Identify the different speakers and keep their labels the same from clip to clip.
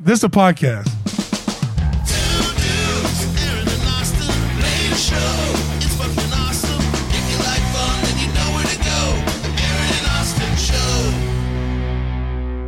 Speaker 1: This is a podcast.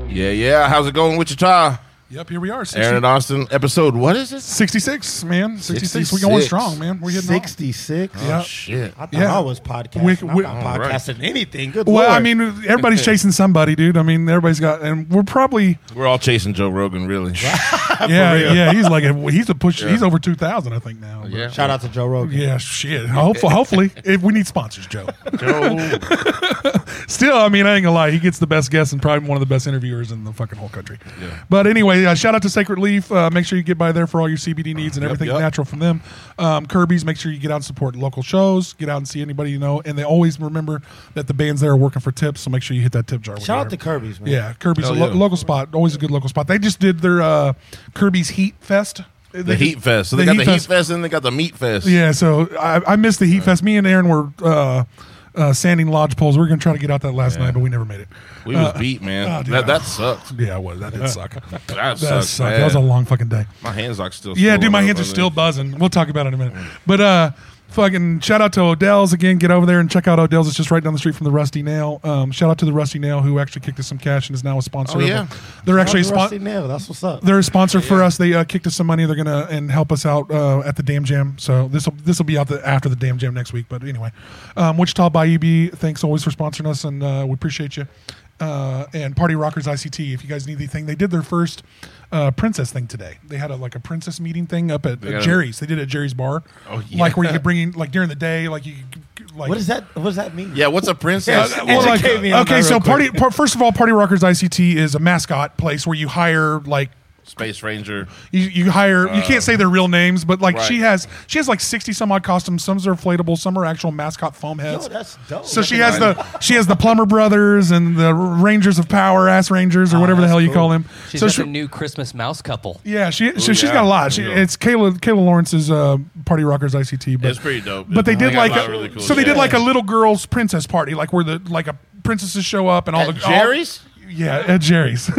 Speaker 2: Yeah, yeah. How's it going, Wichita?
Speaker 1: Yep, here we are. 60,
Speaker 2: Aaron and Austin, episode. What is this?
Speaker 1: 66, man. 66. We're going
Speaker 2: 66.
Speaker 1: strong, man. We're hitting all-
Speaker 3: 66.
Speaker 1: Yeah.
Speaker 2: Oh, Shit.
Speaker 3: I thought
Speaker 1: Yeah.
Speaker 3: I was podcasting.
Speaker 1: We- we-
Speaker 3: I'm
Speaker 1: All
Speaker 3: not
Speaker 2: right.
Speaker 3: podcasting anything. Good
Speaker 1: Well,
Speaker 3: lord.
Speaker 1: I mean, everybody's chasing somebody, dude. I mean, everybody's got, and we're probably,
Speaker 2: We're all chasing Joe Rogan, really.
Speaker 1: yeah, yeah. He's like, he's a push. He's over two thousand, I think now. but-
Speaker 3: shout out to Joe Rogan.
Speaker 1: yeah, shit. Hopefully, hopefully, if we need sponsors, Joe.
Speaker 2: Joe.
Speaker 1: Still, I mean, I ain't gonna lie. He gets the best guests and probably one of the best interviewers in the fucking whole country. But anyway, uh, shout out to Sacred Leaf. Uh, make sure you get by there for all your CBD needs and everything
Speaker 2: Uh, yep.
Speaker 1: natural from them. Um, Kirby's. Make sure you get out and support local shows. Get out and see anybody you know. And they always remember that the bands there are working for tips. So make sure you hit that tip jar. when
Speaker 3: Shout
Speaker 1: you're
Speaker 3: out to
Speaker 1: there.
Speaker 3: Kirby's, man.
Speaker 1: Yeah, Kirby's
Speaker 2: Hell
Speaker 1: a lo-
Speaker 2: yeah.
Speaker 1: local spot. Always a good local spot. They just did their uh, Kirby's Heat Fest.
Speaker 2: The Heat Fest. So they got the Heat Fest and they got the Meat Fest.
Speaker 1: Yeah, so I, I missed the Heat Fest. Me and Aaron were uh, uh, sanding lodge poles. We were going to try to get out that last night, but we never made it.
Speaker 2: We was beat, man.
Speaker 1: oh, dude.
Speaker 2: that, that sucked.
Speaker 1: Yeah, it was. That did suck.
Speaker 2: That
Speaker 1: That
Speaker 2: sucked.
Speaker 1: sucked.
Speaker 2: bad.
Speaker 1: That was a long fucking day.
Speaker 2: my hands are still.
Speaker 1: Yeah,
Speaker 2: swollen
Speaker 1: dude, my
Speaker 2: up,
Speaker 1: hands are
Speaker 2: I Mm. think.
Speaker 1: still buzzing. We'll talk about it in a minute. But uh, fucking shout out to Odell's again. Get over there and check out Odell's. It's just right down the street from the Rusty Nail. Um, shout out to the Rusty Nail who actually kicked us some cash and is now a sponsor.
Speaker 2: Oh,
Speaker 1: of-
Speaker 2: yeah.
Speaker 1: they're actually a
Speaker 3: Shout out to Rusty
Speaker 1: sponsor.
Speaker 3: Nail. That's what's up.
Speaker 1: They're a sponsor for us. They uh, kicked us some money. They're gonna and help us out uh, at the Dam Jam. So this will this will be out the, after the Dam Jam next week. But anyway, um, Wichita by EB. Thanks always for sponsoring us, and uh, we appreciate you. Uh, and Party Rockers ICT. If you guys need anything, they did their first uh, princess thing today. They had a, like a princess meeting thing up at, at
Speaker 2: got a-
Speaker 1: Jerry's. They did it at Jerry's bar.
Speaker 2: Oh, yeah.
Speaker 1: Like where you could bring in like during the day, like you could, like
Speaker 3: what does that? What does that mean?
Speaker 2: Yeah, what's a princess?
Speaker 3: Yeah,
Speaker 1: well,
Speaker 3: Educate
Speaker 1: like,
Speaker 3: me on that
Speaker 1: okay,
Speaker 3: real
Speaker 1: so
Speaker 3: quick.
Speaker 1: party. Par, first of all, Party Rockers ICT is a mascot place where you hire like
Speaker 2: Space Ranger.
Speaker 1: you, you hire you can't say their real names, but like she
Speaker 2: Uh, right.
Speaker 1: has she has like sixty some odd costumes. Some are inflatable, some are actual mascot foam heads.
Speaker 3: that's dope.
Speaker 1: So she
Speaker 3: That's
Speaker 1: has the she has the Plumber Brothers and the Rangers of Power, Ass Rangers, or
Speaker 2: Oh,
Speaker 1: whatever the
Speaker 3: that's
Speaker 1: hell you
Speaker 3: cool.
Speaker 1: call them.
Speaker 4: She's
Speaker 1: so
Speaker 4: got
Speaker 1: she,
Speaker 4: the new Christmas mouse couple.
Speaker 1: yeah, she so she's
Speaker 2: yeah.
Speaker 1: got a lot. She,
Speaker 2: There you go.
Speaker 1: it's Kayla Kayla Lawrence's uh, Party Rockers ICT. But,
Speaker 2: It's pretty dope.
Speaker 1: But they
Speaker 2: They
Speaker 1: did
Speaker 2: got a
Speaker 1: like
Speaker 2: lot
Speaker 1: a,
Speaker 2: of really cool
Speaker 1: so they
Speaker 2: shit.
Speaker 1: did like a little girls princess party, like where the like a princesses show up and all
Speaker 2: At
Speaker 1: the all-
Speaker 2: Jerry's?
Speaker 1: yeah, at Jerry's.
Speaker 2: a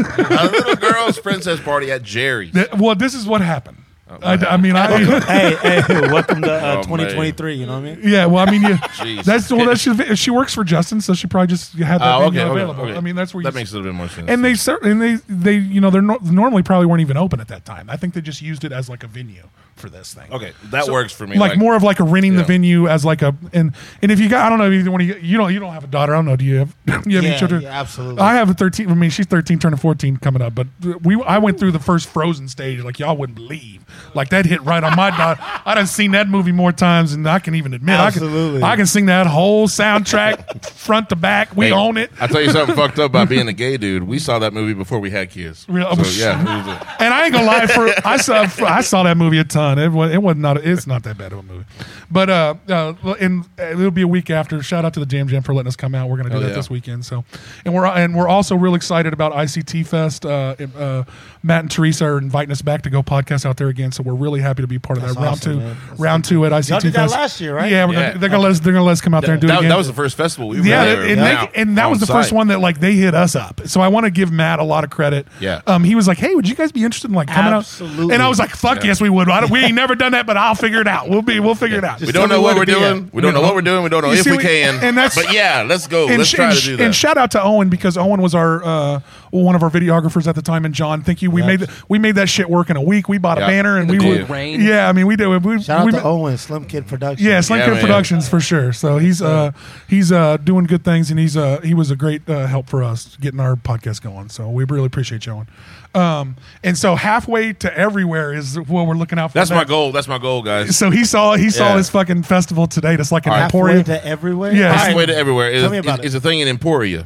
Speaker 2: little girl's princess party at Jerry's.
Speaker 1: well, this is what happened. I, I mean, I.
Speaker 3: hey, hey, welcome to
Speaker 2: Oh,
Speaker 3: uh,
Speaker 2: man.
Speaker 3: 2023. You know what I mean?
Speaker 1: Yeah, well, I mean, you,
Speaker 2: Jeez.
Speaker 1: that's well, that's she, she works for Justin, so she probably just had that
Speaker 2: Oh,
Speaker 1: venue
Speaker 2: okay, okay,
Speaker 1: available.
Speaker 2: okay.
Speaker 1: I mean, that's where
Speaker 2: that
Speaker 1: you,
Speaker 2: makes a little bit more sense.
Speaker 1: and they cer- and they they you know they're nor normally probably weren't even open at that time. I think they just used it as like a venue for this thing.
Speaker 2: okay, that works for me.
Speaker 1: Like, more of like a renting the
Speaker 2: Yeah.
Speaker 1: venue as like a and and if you got I don't know if you want to you don't you don't have a daughter I don't know do you have you have any
Speaker 3: Yeah,
Speaker 1: children
Speaker 3: yeah, absolutely.
Speaker 1: I have a thirteen I mean she's thirteen turning fourteen coming up but we I went through the first Frozen stage like y'all wouldn't believe like that hit right on my daughter I done seen that movie more times than I can even admit
Speaker 3: Absolutely.
Speaker 1: I can, I can sing that whole soundtrack front to back we
Speaker 2: Hey,
Speaker 1: own it
Speaker 2: I tell you something fucked up about being a gay dude. We saw that movie before we had kids.
Speaker 1: Real-
Speaker 2: So, yeah, it was a-
Speaker 1: and I ain't gonna lie for I saw I saw that movie a ton. It was it was not it's not that bad of a movie, but uh, uh and it'll be a week after. Shout out to the Jam Jam for letting us come out. We're gonna do
Speaker 2: Oh,
Speaker 1: that
Speaker 2: yeah.
Speaker 1: this weekend. So and we're and we're also real excited about ICT Fest. Uh, and, uh, Matt and Teresa are inviting us back to go podcast out there again. So we're really happy to be part of
Speaker 3: That's
Speaker 1: that round
Speaker 3: awesome,
Speaker 1: two
Speaker 3: man. That's
Speaker 1: round two at ICT
Speaker 3: did that
Speaker 1: Fest
Speaker 3: last year, right?
Speaker 1: Yeah, we're
Speaker 2: Yeah.
Speaker 1: Gonna, they're gonna let us they're gonna let us come out there and do it
Speaker 2: that,
Speaker 1: again.
Speaker 2: that was the first festival we
Speaker 1: Yeah,
Speaker 2: were
Speaker 1: and,
Speaker 2: there.
Speaker 1: they, and that was the first one that like they hit us up. So I want to give Matt a lot of credit.
Speaker 2: Yeah.
Speaker 1: um, he was like, "Hey, would you guys be interested in like coming out?"
Speaker 3: Absolutely.
Speaker 1: And I was like, "Fuck yes, we would. I don't- we ain't never done that, but I'll figure it out. We'll be, we'll figure it out."
Speaker 2: We
Speaker 3: Just
Speaker 2: don't
Speaker 3: tell
Speaker 2: know
Speaker 3: me
Speaker 2: what we're
Speaker 3: where to be
Speaker 2: doing.
Speaker 3: at.
Speaker 2: We don't know what we're doing. We don't know
Speaker 1: You
Speaker 2: if
Speaker 1: see,
Speaker 2: we
Speaker 1: we-
Speaker 2: can.
Speaker 1: and that's-
Speaker 2: but yeah, let's go.
Speaker 1: and,
Speaker 2: Let's
Speaker 1: sh-
Speaker 2: try
Speaker 1: and
Speaker 2: to
Speaker 1: sh-
Speaker 2: do that.
Speaker 1: and shout out to Owen because Owen was our uh, one of our videographers at the time, and John. Thank you. We
Speaker 3: Yes.
Speaker 1: made th- we made that shit work in a week. We bought a
Speaker 2: Yeah.
Speaker 1: banner and
Speaker 4: In the
Speaker 1: we
Speaker 4: cold rain.
Speaker 1: Yeah, I mean we did. We,
Speaker 3: Shout out
Speaker 1: we,
Speaker 3: to Owen, Slim Kid Productions.
Speaker 1: Yeah, Slim
Speaker 2: Yeah,
Speaker 1: Kid
Speaker 2: man.
Speaker 1: Productions for sure. So he's uh he's uh doing good things, and he's uh he was a great uh, help for us getting our podcast going. So we really appreciate you, Owen. Um, and so halfway to everywhere is what we're looking out for.
Speaker 2: That's my
Speaker 1: next.
Speaker 2: goal. That's my goal, guys.
Speaker 1: So he saw he saw
Speaker 2: Yeah.
Speaker 1: his fucking festival today. That's like an
Speaker 3: halfway
Speaker 1: Emporia.
Speaker 3: to everywhere.
Speaker 1: Yeah.
Speaker 3: All right.
Speaker 2: Halfway to everywhere. It's,
Speaker 3: Tell me about
Speaker 2: it's- it's
Speaker 3: it.
Speaker 2: a thing in Emporia.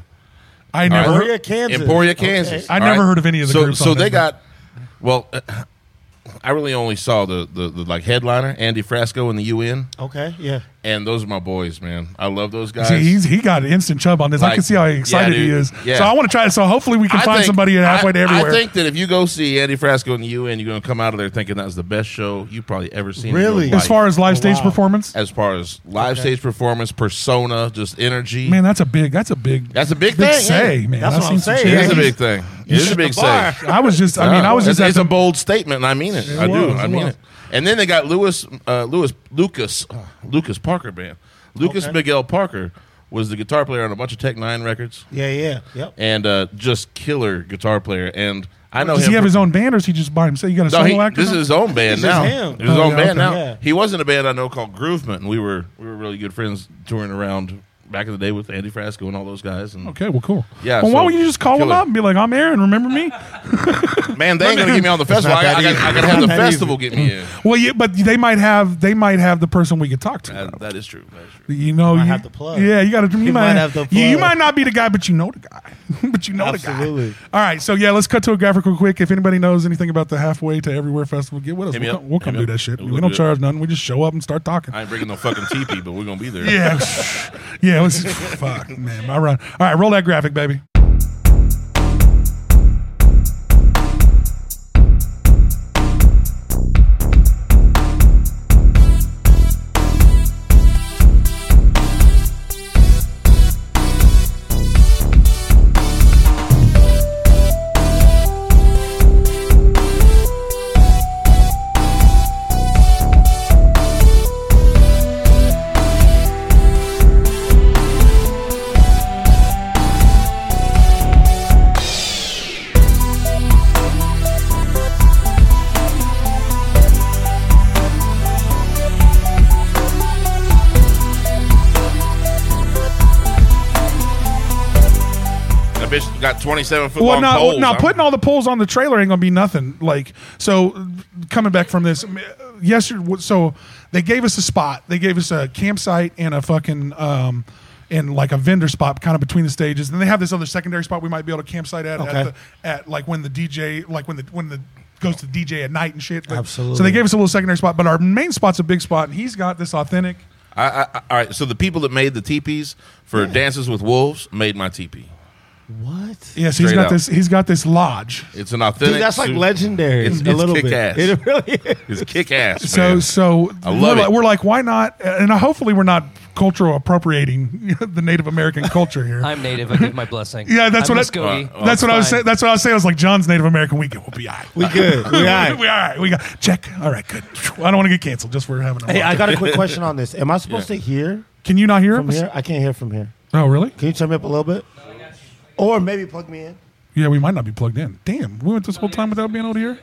Speaker 1: I never.
Speaker 3: Emporia, Kansas.
Speaker 2: Emporia,
Speaker 3: Okay.
Speaker 2: Kansas.
Speaker 1: I
Speaker 2: All
Speaker 1: never heard of any of the
Speaker 2: so,
Speaker 1: groups
Speaker 2: So
Speaker 1: on
Speaker 2: they
Speaker 1: there,
Speaker 2: got, well, I really only saw the, the, the like headliner Andy Frasco in the UN,
Speaker 3: Okay. Yeah.
Speaker 2: And those are my boys, man. I love those guys.
Speaker 1: See, he's, he got an instant chub on this. I
Speaker 2: Like,
Speaker 1: can see how
Speaker 2: yeah,
Speaker 1: excited he
Speaker 2: dude.
Speaker 1: is.
Speaker 2: Yeah.
Speaker 1: So I want to try it. So hopefully we can
Speaker 2: I
Speaker 1: find
Speaker 2: think-
Speaker 1: somebody halfway
Speaker 2: I,
Speaker 1: to everywhere.
Speaker 2: I think that if you go see Andy Frasco in the UN, you're going to come out of there thinking that was the best show you've probably ever seen. in your
Speaker 3: Really?
Speaker 1: as
Speaker 2: life.
Speaker 1: far as live stage
Speaker 3: Wow.
Speaker 1: performance,
Speaker 2: as far as live stage performance, persona, just energy.
Speaker 1: man, that's a big. That's a big.
Speaker 2: that's a big,
Speaker 1: big
Speaker 2: thing.
Speaker 1: say,
Speaker 2: yeah.
Speaker 1: man.
Speaker 3: That's
Speaker 1: I've
Speaker 3: what
Speaker 1: seen
Speaker 3: I'm
Speaker 1: some
Speaker 3: saying.
Speaker 1: shit.
Speaker 2: It is a
Speaker 3: Yeah.
Speaker 2: big thing. It is a big say.
Speaker 1: I was just. I mean, I was
Speaker 2: It's,
Speaker 1: just. at
Speaker 2: it's a
Speaker 1: the-
Speaker 2: bold statement, and I mean it. I do.
Speaker 1: was,
Speaker 2: I
Speaker 1: it
Speaker 2: mean
Speaker 1: was.
Speaker 2: it. And then they got Lewis, uh, Lewis, Lucas, uh, Lucas Parker band. Lucas Miguel Parker was the guitar player on a bunch of Tech Nine records,
Speaker 3: Yeah, yeah, yep.
Speaker 2: and uh, just killer guitar player. And I know
Speaker 1: Does
Speaker 2: him.
Speaker 1: he have
Speaker 2: from-
Speaker 1: his own band, or is he just by himself? You got a
Speaker 2: no,
Speaker 1: solo
Speaker 2: he-
Speaker 1: actor?
Speaker 2: this is
Speaker 1: now?
Speaker 2: his own band
Speaker 3: This is
Speaker 2: now.
Speaker 3: him.
Speaker 2: It's his
Speaker 1: Oh,
Speaker 2: own
Speaker 1: yeah, okay.
Speaker 2: band now.
Speaker 3: Yeah.
Speaker 2: He was in a band I know called Groovement, and we were we were really good friends touring around back in the day with Andy Frasco and all those guys. And
Speaker 1: Okay, well, cool.
Speaker 2: uh, Yeah,
Speaker 1: Well, why
Speaker 2: so
Speaker 1: don't you just call him
Speaker 2: killer.
Speaker 1: up and be like, "I'm Aaron. Remember me?"
Speaker 2: man, they ain't gonna get me on the festival.
Speaker 3: not
Speaker 2: I,
Speaker 3: that
Speaker 2: I, gotta-
Speaker 3: easy.
Speaker 2: I gotta
Speaker 3: It's
Speaker 2: have the
Speaker 3: not that
Speaker 2: festival get me in.
Speaker 1: Well, yeah, but they might have. They might have the person we could talk to.
Speaker 2: That, that is true. That is true.
Speaker 1: You know,
Speaker 3: Might
Speaker 1: you
Speaker 3: have the plug.
Speaker 1: Yeah, you got to. You
Speaker 3: He
Speaker 1: might,
Speaker 3: might
Speaker 1: have
Speaker 3: have
Speaker 1: the
Speaker 3: the
Speaker 1: You, you
Speaker 3: plug.
Speaker 1: might not be the guy, but you know the guy. but you know the
Speaker 3: Absolutely.
Speaker 1: guy. All right, so yeah, let's cut to a graphic real quick. If anybody knows anything about the halfway to everywhere festival, get with us.
Speaker 2: Hit
Speaker 1: We'll
Speaker 2: me
Speaker 1: come,
Speaker 2: up.
Speaker 1: we'll come
Speaker 2: Hit
Speaker 1: do
Speaker 2: me
Speaker 1: that
Speaker 2: up.
Speaker 1: shit.
Speaker 2: We'll
Speaker 1: we
Speaker 2: do
Speaker 1: don't
Speaker 2: it.
Speaker 1: charge nothing. We just show up and start talking.
Speaker 2: I ain't bringing no fucking teepee, but we're gonna be there.
Speaker 1: yeah, yeah. Let's, fuck, man. All right, all right. Roll that graphic, baby.
Speaker 2: That bitch got 27 foot
Speaker 1: Well,
Speaker 2: long
Speaker 1: now,
Speaker 2: poles.
Speaker 1: now
Speaker 2: I'm-
Speaker 1: putting all the poles on the trailer ain't gonna be nothing. Like, so coming back from this, m- yesterday, so they gave us a spot. They gave us a campsite and a fucking um, and like a vendor spot, kind of between the stages. Then they have this other secondary spot we might be able to campsite at
Speaker 3: Okay.
Speaker 1: at, the, at like when the DJ, like when the when the goes to the DJ at night and shit. But- So
Speaker 3: Absolutely.
Speaker 1: they gave us a little secondary spot, but our main spot's a big spot, and he's got this authentic.
Speaker 2: I, I, I- all right, so the people that made the teepees for Dances with Wolves made my teepee.
Speaker 3: What?
Speaker 1: Yes, he's
Speaker 2: Straight
Speaker 1: got
Speaker 2: up.
Speaker 1: this. He's got this lodge.
Speaker 2: It's an authentic.
Speaker 3: Dude, that's like
Speaker 2: su-
Speaker 3: legendary.
Speaker 2: It's-
Speaker 3: a
Speaker 2: it's
Speaker 3: little bit.
Speaker 2: kick-ass.
Speaker 3: It really is.
Speaker 2: It's kick ass.
Speaker 1: So so
Speaker 2: I
Speaker 1: we're,
Speaker 2: love it.
Speaker 1: Like, we're like, why not? And hopefully, we're not cultural appropriating the Native American culture here.
Speaker 4: I'm native. I give my blessing.
Speaker 1: yeah, that's
Speaker 4: I'm
Speaker 1: what.
Speaker 4: Muskogee.
Speaker 1: I, that's what I was
Speaker 4: Fine.
Speaker 1: saying. That's what I was saying. I was like, John's Native American weekend will be all right.
Speaker 3: We good. We all right.
Speaker 1: We all right. We got check. All right, good. I don't want to get canceled just for having. A
Speaker 3: Hey, I got a quick question on this. Am I supposed to hear
Speaker 1: Can you not hear
Speaker 3: from
Speaker 1: us?
Speaker 3: here? I can't hear from here.
Speaker 1: Oh, really?
Speaker 3: Can you turn me up a little bit? Or maybe plug me in.
Speaker 1: Yeah, we might not be plugged in. Damn, we went this whole time without being able to hear.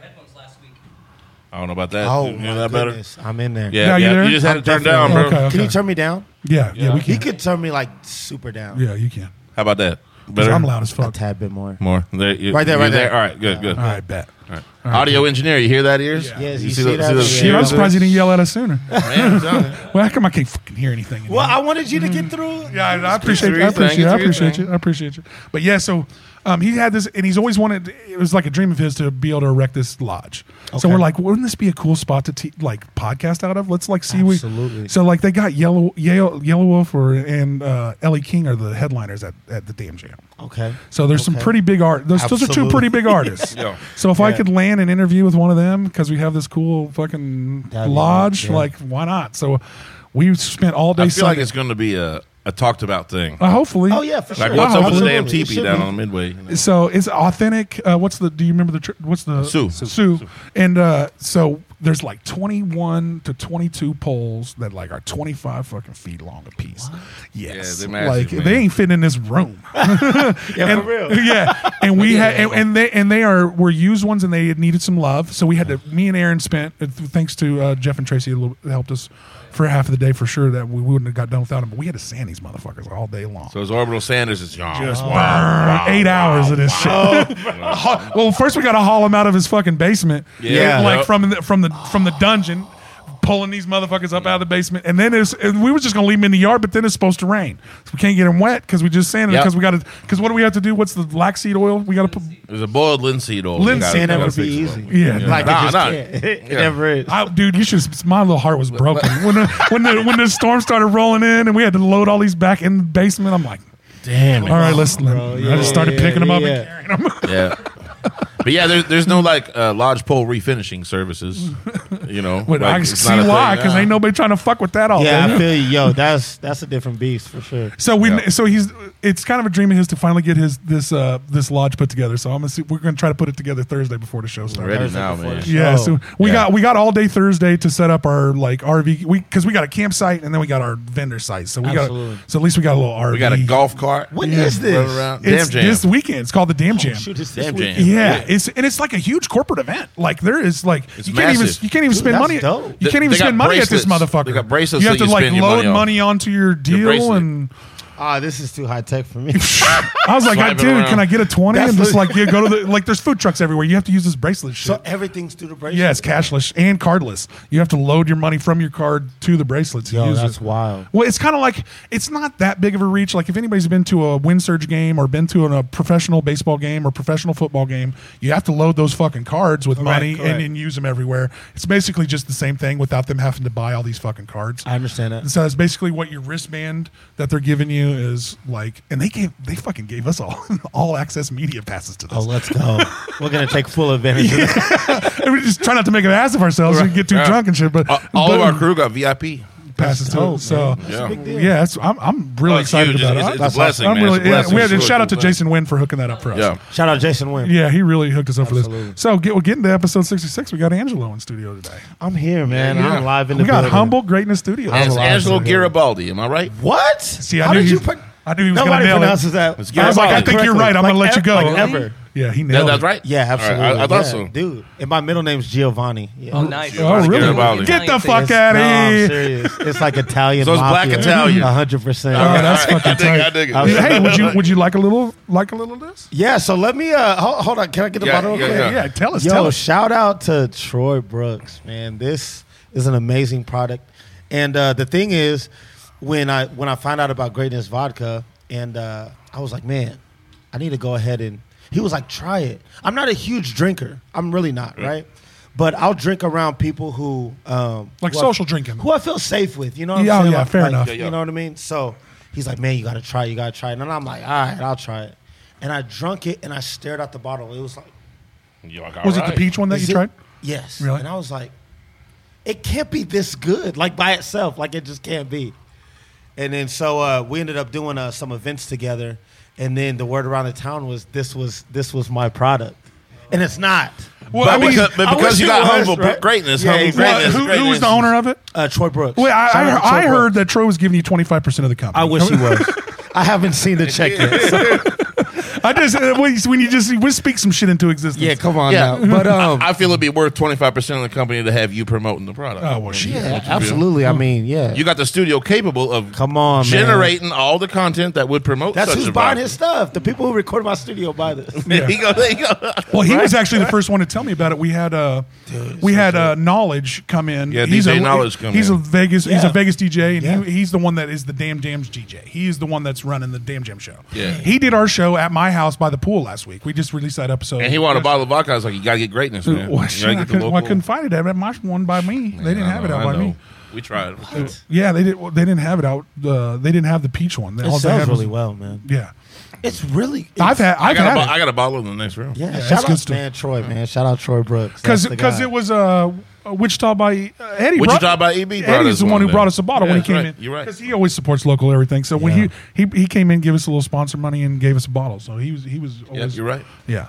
Speaker 2: I don't know about that.
Speaker 3: Oh,
Speaker 2: you
Speaker 3: my
Speaker 2: know that better?
Speaker 3: goodness. I'm in there.
Speaker 2: Yeah,
Speaker 1: Now you
Speaker 2: yeah.
Speaker 1: there?
Speaker 2: You just had
Speaker 3: I'm
Speaker 2: it turned down,
Speaker 3: definitely
Speaker 2: bro.
Speaker 1: Okay, okay.
Speaker 3: Can you turn me down?
Speaker 1: Yeah, yeah, we
Speaker 3: He
Speaker 1: can.
Speaker 3: could turn me like super down.
Speaker 1: Yeah, you can.
Speaker 2: How about that?
Speaker 1: 'Cause
Speaker 2: Better.
Speaker 1: I'm loud as
Speaker 3: A
Speaker 1: fuck.
Speaker 3: tad bit more.
Speaker 2: More. There, you,
Speaker 3: Right there,
Speaker 2: you
Speaker 3: right there.
Speaker 2: All right, good, good.
Speaker 1: All right, bet.
Speaker 2: All right. Audio engineer, you hear that ears?
Speaker 1: Yeah.
Speaker 3: Yes, you see that? Yeah.
Speaker 1: Shit, I'm
Speaker 3: Yeah.
Speaker 1: surprised you didn't yell at us sooner.
Speaker 2: Man, I'm telling you.
Speaker 1: well, how come I can't fucking hear anything?
Speaker 3: Well, I wanted you to get through.
Speaker 1: Yeah, I, I appreciate, I
Speaker 2: It's your thing,
Speaker 1: appreciate, you. I
Speaker 2: it's your
Speaker 1: appreciate
Speaker 2: thing.
Speaker 1: you. I appreciate you. But yeah, so um, he had this, and he's always wanted. It was like a dream of his to be able to erect this lodge. So
Speaker 3: Okay.
Speaker 1: we're like, wouldn't this be a cool spot to te- like podcast out of? Let's like see. we-
Speaker 3: Absolutely.
Speaker 1: so like they got Yellow Yellow, Yellow Wolf or, and uh, Ellie King are the headliners at, at the damn jam.
Speaker 3: Okay.
Speaker 1: So there's some
Speaker 3: Okay.
Speaker 1: pretty big art. Those, those are two
Speaker 3: Absolutely.
Speaker 1: pretty big artists.
Speaker 2: Yeah.
Speaker 1: So if I
Speaker 3: Yeah.
Speaker 1: could land an interview with one of them because we have this cool fucking
Speaker 3: That'd be
Speaker 1: lodge,
Speaker 3: nice, yeah.
Speaker 1: like why not? So we spent all day.
Speaker 2: I feel like
Speaker 1: Sunday-
Speaker 2: it's going to be a, a talked about thing.
Speaker 1: Uh, hopefully.
Speaker 3: Oh yeah, for sure.
Speaker 2: Like, what's up with the damn
Speaker 3: Absolutely. It
Speaker 2: teepee
Speaker 3: should
Speaker 2: down
Speaker 3: be.
Speaker 2: on the midway? you know?
Speaker 1: So it's authentic. Uh, what's the? Do you remember the? tr- What's the?
Speaker 2: Sue.
Speaker 1: Sue.
Speaker 2: Sue.
Speaker 1: And uh, so there's like 21 to 22 poles that like are 25 fucking feet long a piece. Yes.
Speaker 2: Yeah, they're
Speaker 1: like
Speaker 2: massive, man.
Speaker 1: they ain't fitting in this room.
Speaker 3: Yeah,
Speaker 1: and,
Speaker 3: for real.
Speaker 1: yeah, and we had and, and they and they are were used ones, and they needed some love. So we had to. Me and Aaron spent uh, th- thanks to uh, Jeff and Tracy who helped us for half of the day for sure. That we wouldn't have got done without them. But we had to sand these motherfuckers all day long.
Speaker 2: So it's Orbital Sanders. It's y'all.
Speaker 1: Just burn eight hours of this shit. well, first we got to haul him out of his fucking basement.
Speaker 2: Yeah.
Speaker 1: like
Speaker 2: Yep.
Speaker 1: from the from the from the dungeon. pulling these motherfuckers up out of the basement, and then it was, and we were just gonna leave them in the yard, but then it's supposed to rain, so we can't get them wet because we just sanded
Speaker 2: Yep.
Speaker 1: because we got to because what do we have to do? What's the laxseed oil? We got to put.
Speaker 2: There's a boiled linseed oil.
Speaker 1: Linseed,
Speaker 2: You gotta-
Speaker 3: that
Speaker 2: you
Speaker 3: would
Speaker 2: gotta
Speaker 3: be
Speaker 2: fix it
Speaker 3: easy.
Speaker 2: up.
Speaker 1: Yeah,
Speaker 3: Like
Speaker 2: Nah,
Speaker 3: it just
Speaker 2: nah.
Speaker 3: can't. It
Speaker 2: Yeah.
Speaker 3: never is.
Speaker 1: I, dude, you should. My little heart was broken when the, when the when the storm started rolling in, and we had to load all these back in the basement. I'm like,
Speaker 2: Damn.
Speaker 1: all right, listen. I
Speaker 3: yeah,
Speaker 1: just started
Speaker 3: yeah,
Speaker 1: picking them up
Speaker 3: yeah.
Speaker 1: and carrying them.
Speaker 2: Yeah. But yeah, there's there's no like uh, lodgepole refinishing services, you know.
Speaker 1: But
Speaker 2: like,
Speaker 1: I can
Speaker 2: it's not
Speaker 1: see
Speaker 2: a
Speaker 1: why,
Speaker 2: thing
Speaker 1: because
Speaker 2: now.
Speaker 1: ain't nobody trying to fuck with that all.
Speaker 3: yeah,
Speaker 1: day.
Speaker 3: I feel you. Yo, that's that's a different beast for sure.
Speaker 1: So we,
Speaker 2: Yeah.
Speaker 1: so he's, it's kind of a dream of his to finally get his this uh this lodge put together. So I'm gonna see, we're gonna try to put it together Thursday before the show starts.
Speaker 2: ready
Speaker 3: Thursday
Speaker 2: now,
Speaker 3: before
Speaker 2: man.
Speaker 3: the show.
Speaker 1: Yeah, so we
Speaker 2: Yeah.
Speaker 1: got we got all day Thursday to set up our like RV we because we got a campsite and then we got our vendor site. So we
Speaker 3: Absolutely.
Speaker 1: got so at least we got a little RV.
Speaker 2: We got a golf cart.
Speaker 3: What
Speaker 2: What
Speaker 3: is
Speaker 2: is
Speaker 3: this?
Speaker 1: It's
Speaker 2: Damn jam.
Speaker 1: this weekend. It's called the Damn Jam.
Speaker 3: Oh, Shoot, it's this
Speaker 2: Damn
Speaker 3: week.
Speaker 2: jam.
Speaker 1: Yeah, it's and it's like a huge corporate event. Like there is like
Speaker 2: It's
Speaker 1: you can't even
Speaker 2: massive.
Speaker 1: you can't even spend
Speaker 3: that's
Speaker 1: money.
Speaker 3: dope.
Speaker 1: You
Speaker 2: They-
Speaker 1: can't even
Speaker 2: they got
Speaker 1: spend money at this
Speaker 2: bracelets.
Speaker 1: motherfucker.
Speaker 2: They got bracelets
Speaker 1: You have
Speaker 2: that
Speaker 1: to
Speaker 2: you
Speaker 1: like
Speaker 2: spend your
Speaker 1: load
Speaker 2: money
Speaker 1: money,
Speaker 2: on.
Speaker 1: onto your deal
Speaker 2: bracelet.
Speaker 1: and.
Speaker 3: Ah, this is too high tech for me.
Speaker 1: I was like,
Speaker 2: Slap it
Speaker 1: dude,
Speaker 2: around.
Speaker 1: can I get a twenty?
Speaker 3: That's
Speaker 1: And just
Speaker 3: lit.
Speaker 1: like you go to the like, there's food trucks everywhere. You have to use this bracelet shit.
Speaker 3: so everything's through the bracelet.
Speaker 1: yeah, it's cashless and cardless. You have to load your money from your card to the bracelet to
Speaker 3: Yo,
Speaker 1: use
Speaker 3: that's
Speaker 1: it.
Speaker 3: wild.
Speaker 1: Well, it's kind of like it's not that big of a reach. Like if anybody's been to a windsurge game or been to an- a professional baseball game or professional football game, you have to load those fucking cards with money
Speaker 3: correct.
Speaker 1: and then use them everywhere. It's basically just the same thing without them having to buy all these fucking cards.
Speaker 3: I understand that.
Speaker 1: And so that's basically what your wristband that they're giving you is like. And they gave they fucking gave us all all access media passes to this.
Speaker 3: Oh, let's go. We're gonna take full advantage of this.
Speaker 1: and we just try not to make an ass of ourselves and get too
Speaker 2: Yeah.
Speaker 1: drunk and shit. But
Speaker 2: Uh, all
Speaker 1: but
Speaker 2: of our crew got VIP.
Speaker 1: passes to
Speaker 3: dope,
Speaker 1: it. So
Speaker 3: Oh, man.
Speaker 2: Yeah.
Speaker 3: big deal.
Speaker 1: yeah, it's, I'm I'm really
Speaker 2: Oh, it's
Speaker 1: excited
Speaker 2: huge.
Speaker 1: about
Speaker 2: It's-
Speaker 1: it.
Speaker 2: it's a blessing,
Speaker 1: I'm
Speaker 2: man.
Speaker 1: really
Speaker 2: It's a
Speaker 1: yeah,
Speaker 2: blessing.
Speaker 1: we had
Speaker 2: It's
Speaker 1: to
Speaker 2: really
Speaker 1: shout out to
Speaker 2: cool thing.
Speaker 1: Jason Wynn for hooking that up for us.
Speaker 2: Yeah.
Speaker 3: Shout out Jason Wynn.
Speaker 1: Yeah, he really hooked us up for
Speaker 3: Absolutely.
Speaker 1: this. So get, we're getting to episode 66. We got Angelo in studio today.
Speaker 3: I'm here, man.
Speaker 2: Yeah, yeah.
Speaker 3: I'm live in the
Speaker 1: We got
Speaker 3: building.
Speaker 1: humble greatness studio.
Speaker 2: And it's
Speaker 3: alive.
Speaker 2: Angelo Garibaldi. Am I right?
Speaker 3: What?
Speaker 1: See, I
Speaker 3: How
Speaker 1: knew
Speaker 3: did
Speaker 1: he-
Speaker 3: you? pro-
Speaker 1: I knew he was gonna
Speaker 3: Nobody
Speaker 1: nail it.
Speaker 3: pronounces that.
Speaker 2: It's
Speaker 1: I was like, I
Speaker 2: Garibaldi.
Speaker 1: think you're right. I'm
Speaker 3: Like
Speaker 1: gonna let you
Speaker 3: ever-
Speaker 1: go.
Speaker 3: Like ever.
Speaker 1: Yeah, he
Speaker 2: That,
Speaker 1: nailed
Speaker 2: that's
Speaker 1: it.
Speaker 2: right.
Speaker 3: Yeah,
Speaker 2: All right,
Speaker 3: absolutely.
Speaker 2: I, I thought
Speaker 3: yeah,
Speaker 2: so.
Speaker 3: dude. And my middle name's Giovanni. Yeah.
Speaker 4: Oh, nice.
Speaker 1: Oh,
Speaker 2: Giovanni
Speaker 1: really?
Speaker 2: Garibaldi.
Speaker 1: Get the
Speaker 4: Italian
Speaker 1: fuck
Speaker 4: thing.
Speaker 1: out
Speaker 3: No,
Speaker 1: of
Speaker 3: I'm
Speaker 1: here.
Speaker 3: serious. It's like Italian.
Speaker 2: So it's black
Speaker 3: mafia.
Speaker 2: Italian.
Speaker 3: hundred percent.
Speaker 1: Oh,
Speaker 2: Okay,
Speaker 1: that's
Speaker 2: all right.
Speaker 1: fucking
Speaker 2: I dig it,
Speaker 1: tight.
Speaker 2: I dig it.
Speaker 3: I was-
Speaker 1: Hey, would you would you like a little like a little of this?
Speaker 3: Yeah. So let me. Uh, hold, hold on. Can I get the
Speaker 2: Yeah,
Speaker 3: bottle? real
Speaker 2: yeah,
Speaker 3: quick?
Speaker 1: Yeah, yeah, tell us.
Speaker 3: Yo,
Speaker 1: tell us.
Speaker 3: shout out to Troy Brooks, man. This is an amazing product. And uh, the thing is, when I when I found out about Greatness Vodka, and uh, I was like, man, I need to go ahead and. He was like, try it. I'm not a huge drinker. I'm really not,
Speaker 1: Mm.
Speaker 3: right? But I'll drink around people who um,
Speaker 1: Like
Speaker 3: who I-
Speaker 1: social drinking.
Speaker 3: who I feel safe with. You know what
Speaker 1: Yeah, oh,
Speaker 3: I'm saying?
Speaker 1: yeah,
Speaker 3: Like-
Speaker 1: fair
Speaker 3: like,
Speaker 1: enough.
Speaker 2: Yeah, yeah.
Speaker 3: You know what I mean? So he's like, man, you got to try it. You got to try it. And I'm like, all right, I'll try it. And I drunk it and I stared at the bottle. It was like,
Speaker 2: You're like, all
Speaker 1: Was it the
Speaker 2: right.
Speaker 1: peach one that
Speaker 3: is
Speaker 1: you
Speaker 3: it-
Speaker 1: tried?
Speaker 3: Yes.
Speaker 1: Really?
Speaker 3: And I was like, it can't be this good, like by itself. Like it just can't be. And then so uh, we ended up doing uh, some events together, and then the word around the town was this was this was my product, and it's not.
Speaker 1: Well,
Speaker 2: But
Speaker 1: I mean,
Speaker 2: because, but
Speaker 3: I
Speaker 2: because
Speaker 3: wish
Speaker 2: you
Speaker 3: it
Speaker 2: got
Speaker 3: was,
Speaker 2: humble
Speaker 3: right?
Speaker 2: greatness,
Speaker 3: Yeah,
Speaker 2: humble
Speaker 3: exactly.
Speaker 2: greatness,
Speaker 1: who,
Speaker 2: greatness.
Speaker 1: who was the owner of it?
Speaker 3: Uh, Troy Brooks.
Speaker 1: Wait, I, I,
Speaker 3: Shout out
Speaker 1: heard,
Speaker 3: to Troy
Speaker 1: I heard
Speaker 3: Brooks.
Speaker 1: that Troy was giving you twenty five percent of the company.
Speaker 3: I wish he was. I haven't seen the check yet. so-
Speaker 1: I just uh, when you- when you just we speak some shit into existence.
Speaker 3: yeah, come on
Speaker 2: Yeah.
Speaker 3: now. But um,
Speaker 2: I feel it'd be worth twenty five percent of the company to have you promoting the product.
Speaker 1: Oh well, shit.
Speaker 3: yeah, absolutely. I mean, yeah.
Speaker 2: You got the studio capable of
Speaker 3: Come on, man.
Speaker 2: generating all the content that would promote.
Speaker 3: That's
Speaker 2: such
Speaker 3: who's
Speaker 2: a
Speaker 3: buying
Speaker 2: vibe.
Speaker 3: his stuff. The people who record my studio buy this.
Speaker 2: There you go. There you go.
Speaker 1: Well, he was actually the first one to tell me about it. We had uh, we had uh, knowledge come in.
Speaker 2: Yeah,
Speaker 1: he's
Speaker 2: DJ
Speaker 1: a,
Speaker 2: Knowledge come
Speaker 1: He's
Speaker 2: in.
Speaker 1: a Vegas. He's a
Speaker 3: Yeah.
Speaker 1: Vegas DJ, and
Speaker 3: Yeah.
Speaker 1: he, he's the one that is the Damn Jams DJ. He is the one that's running the Damn Jam show.
Speaker 2: Yeah.
Speaker 1: he did our show at my house by the pool last week. We just released that episode.
Speaker 2: And he wanted a bottle of vodka. I was like, you gotta get greatness, man.
Speaker 1: Well,
Speaker 2: You
Speaker 1: shit,
Speaker 2: gotta
Speaker 1: I,
Speaker 2: get the
Speaker 1: couldn't, well, I
Speaker 2: local-
Speaker 1: couldn't find it. I had mine one by me. they didn't
Speaker 2: I
Speaker 1: have it
Speaker 2: know,
Speaker 1: out
Speaker 2: I
Speaker 1: by me.
Speaker 2: know. We tried.
Speaker 1: Yeah, they did. Well, they didn't have it out. Uh, they didn't have the peach one. All
Speaker 3: It
Speaker 1: they
Speaker 3: sells
Speaker 1: had was-
Speaker 3: really well, man.
Speaker 1: Yeah,
Speaker 3: It's really.
Speaker 1: I've had.
Speaker 2: I
Speaker 1: I've
Speaker 2: got, a, bo-
Speaker 1: had
Speaker 2: I
Speaker 1: it
Speaker 2: got a bottle in the next room.
Speaker 3: Yeah,
Speaker 1: that's
Speaker 3: shout
Speaker 1: good
Speaker 3: out
Speaker 1: stuff.
Speaker 3: man Troy, man. Shout out Troy Brooks.
Speaker 1: because
Speaker 3: That's the guy.
Speaker 1: it was uh, Wichita by uh, Eddie.
Speaker 2: Wichita
Speaker 1: brought-
Speaker 2: by EB brought
Speaker 1: Eddie's
Speaker 2: us
Speaker 1: the one
Speaker 2: one
Speaker 1: who
Speaker 2: there.
Speaker 1: brought us a bottle
Speaker 2: Yeah,
Speaker 1: when he
Speaker 2: that's
Speaker 1: came
Speaker 2: right.
Speaker 1: in.
Speaker 2: You're right.
Speaker 1: Because he always supports local everything. So when
Speaker 3: Yeah.
Speaker 1: he, he he came in, gave us a little sponsor money, and gave us a bottle. So he was he was
Speaker 2: Yeah,
Speaker 1: always
Speaker 2: you're right.
Speaker 1: Yeah,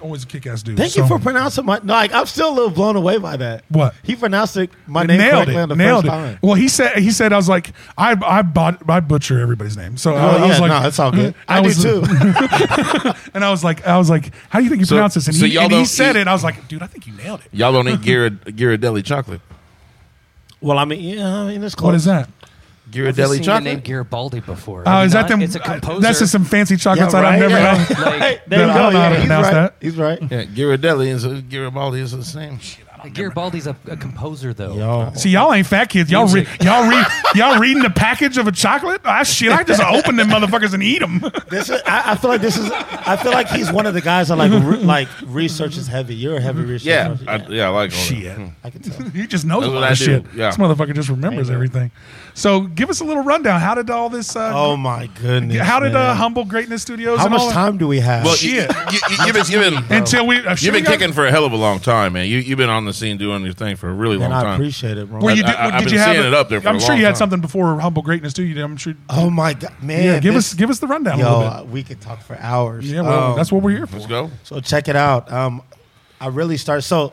Speaker 1: always a kick ass dude.
Speaker 3: Thank
Speaker 1: So-
Speaker 3: you for pronouncing my. No, like I'm still a little blown away by that.
Speaker 1: What?
Speaker 3: he pronounced it my name
Speaker 1: Nailed
Speaker 3: correctly on
Speaker 1: it!
Speaker 3: the
Speaker 1: Nailed
Speaker 3: first
Speaker 1: it!
Speaker 3: time.
Speaker 1: Well, he said he said I was like I I bought I butcher everybody's name, so I,
Speaker 3: Oh,
Speaker 1: I was
Speaker 3: yeah,
Speaker 1: like
Speaker 3: no, it's all good. I,
Speaker 1: was-
Speaker 3: do too.
Speaker 1: And I was like, I was like, how do you think you
Speaker 2: So-
Speaker 1: pronounce this? And,
Speaker 2: so
Speaker 1: he,
Speaker 2: y'all
Speaker 1: and he
Speaker 2: don't
Speaker 1: said
Speaker 2: eat-
Speaker 1: it. I was like, dude, I think you nailed it.
Speaker 2: Y'all don't eat Ghirad- Ghirardelli chocolate.
Speaker 3: well, I mean, yeah, I mean, it's close.
Speaker 1: What is that?
Speaker 4: I've
Speaker 2: Ghirardelli
Speaker 4: seen the name
Speaker 2: chocolate.
Speaker 4: Garibaldi before.
Speaker 1: Oh,
Speaker 4: Have
Speaker 1: is
Speaker 4: you
Speaker 1: that
Speaker 4: not?
Speaker 1: them?
Speaker 4: It's a composer.
Speaker 1: That's just some fancy
Speaker 3: Yeah,
Speaker 1: chocolates I'd
Speaker 3: right?
Speaker 1: never
Speaker 3: Yeah.
Speaker 1: known.
Speaker 4: Like,
Speaker 3: Hey, there you
Speaker 1: I
Speaker 3: go.
Speaker 1: don't know how
Speaker 3: Yeah,
Speaker 1: to
Speaker 3: he's
Speaker 1: pronounce
Speaker 3: right.
Speaker 1: that.
Speaker 3: He's right.
Speaker 2: Yeah, Ghirardelli and Garibaldi is the same.
Speaker 1: I
Speaker 4: Garibaldi's a, a composer, though.
Speaker 3: Yo.
Speaker 1: See, y'all ain't fat kids. Y'all re- y'all read y'all reading the package of a chocolate. Ah, shit, I just open them motherfuckers and eat them.
Speaker 3: This is, I, I feel like this is. I feel like he's one of the guys that like re, like research is heavy. You're a heavy researcher.
Speaker 2: Yeah, I, yeah, I like all that.
Speaker 1: shit,
Speaker 3: I can tell.
Speaker 1: he just knows a
Speaker 2: That's what
Speaker 1: lot
Speaker 2: I
Speaker 1: of
Speaker 2: do,
Speaker 1: shit.
Speaker 2: yeah.
Speaker 1: This motherfucker just remembers
Speaker 3: Amen.
Speaker 1: everything. So, give us a little rundown. How did all this? Uh,
Speaker 3: Oh my goodness.
Speaker 1: how did uh,
Speaker 3: man.
Speaker 1: humble greatness studios?
Speaker 3: How
Speaker 1: and all
Speaker 3: much
Speaker 1: that-
Speaker 3: time do we have?
Speaker 2: Well,
Speaker 1: Shit.
Speaker 2: You, you, you, you've been, you've been,
Speaker 1: until we? Uh,
Speaker 2: you've been kicking for a hell of a long time, man. You, you've been on the scene doing your thing for a really
Speaker 3: and
Speaker 2: long
Speaker 3: I
Speaker 2: time.
Speaker 3: appreciate it, bro.
Speaker 1: Were you?
Speaker 2: I-
Speaker 1: Did,
Speaker 2: I- I've
Speaker 1: did
Speaker 2: been
Speaker 1: you have
Speaker 2: seeing it up there for
Speaker 1: I'm
Speaker 2: a
Speaker 1: sure
Speaker 2: long
Speaker 1: you had
Speaker 2: time.
Speaker 1: something before humble greatness too. You did. I'm sure.
Speaker 3: oh my god, man.
Speaker 1: yeah, give
Speaker 3: this-
Speaker 1: us give us the rundown a little
Speaker 3: Yo, uh,
Speaker 1: bit.
Speaker 3: we could talk for hours.
Speaker 1: Yeah, well,
Speaker 3: Um,
Speaker 1: that's what we're here for.
Speaker 2: Let's go.
Speaker 3: So check it out. Um, I really started. So,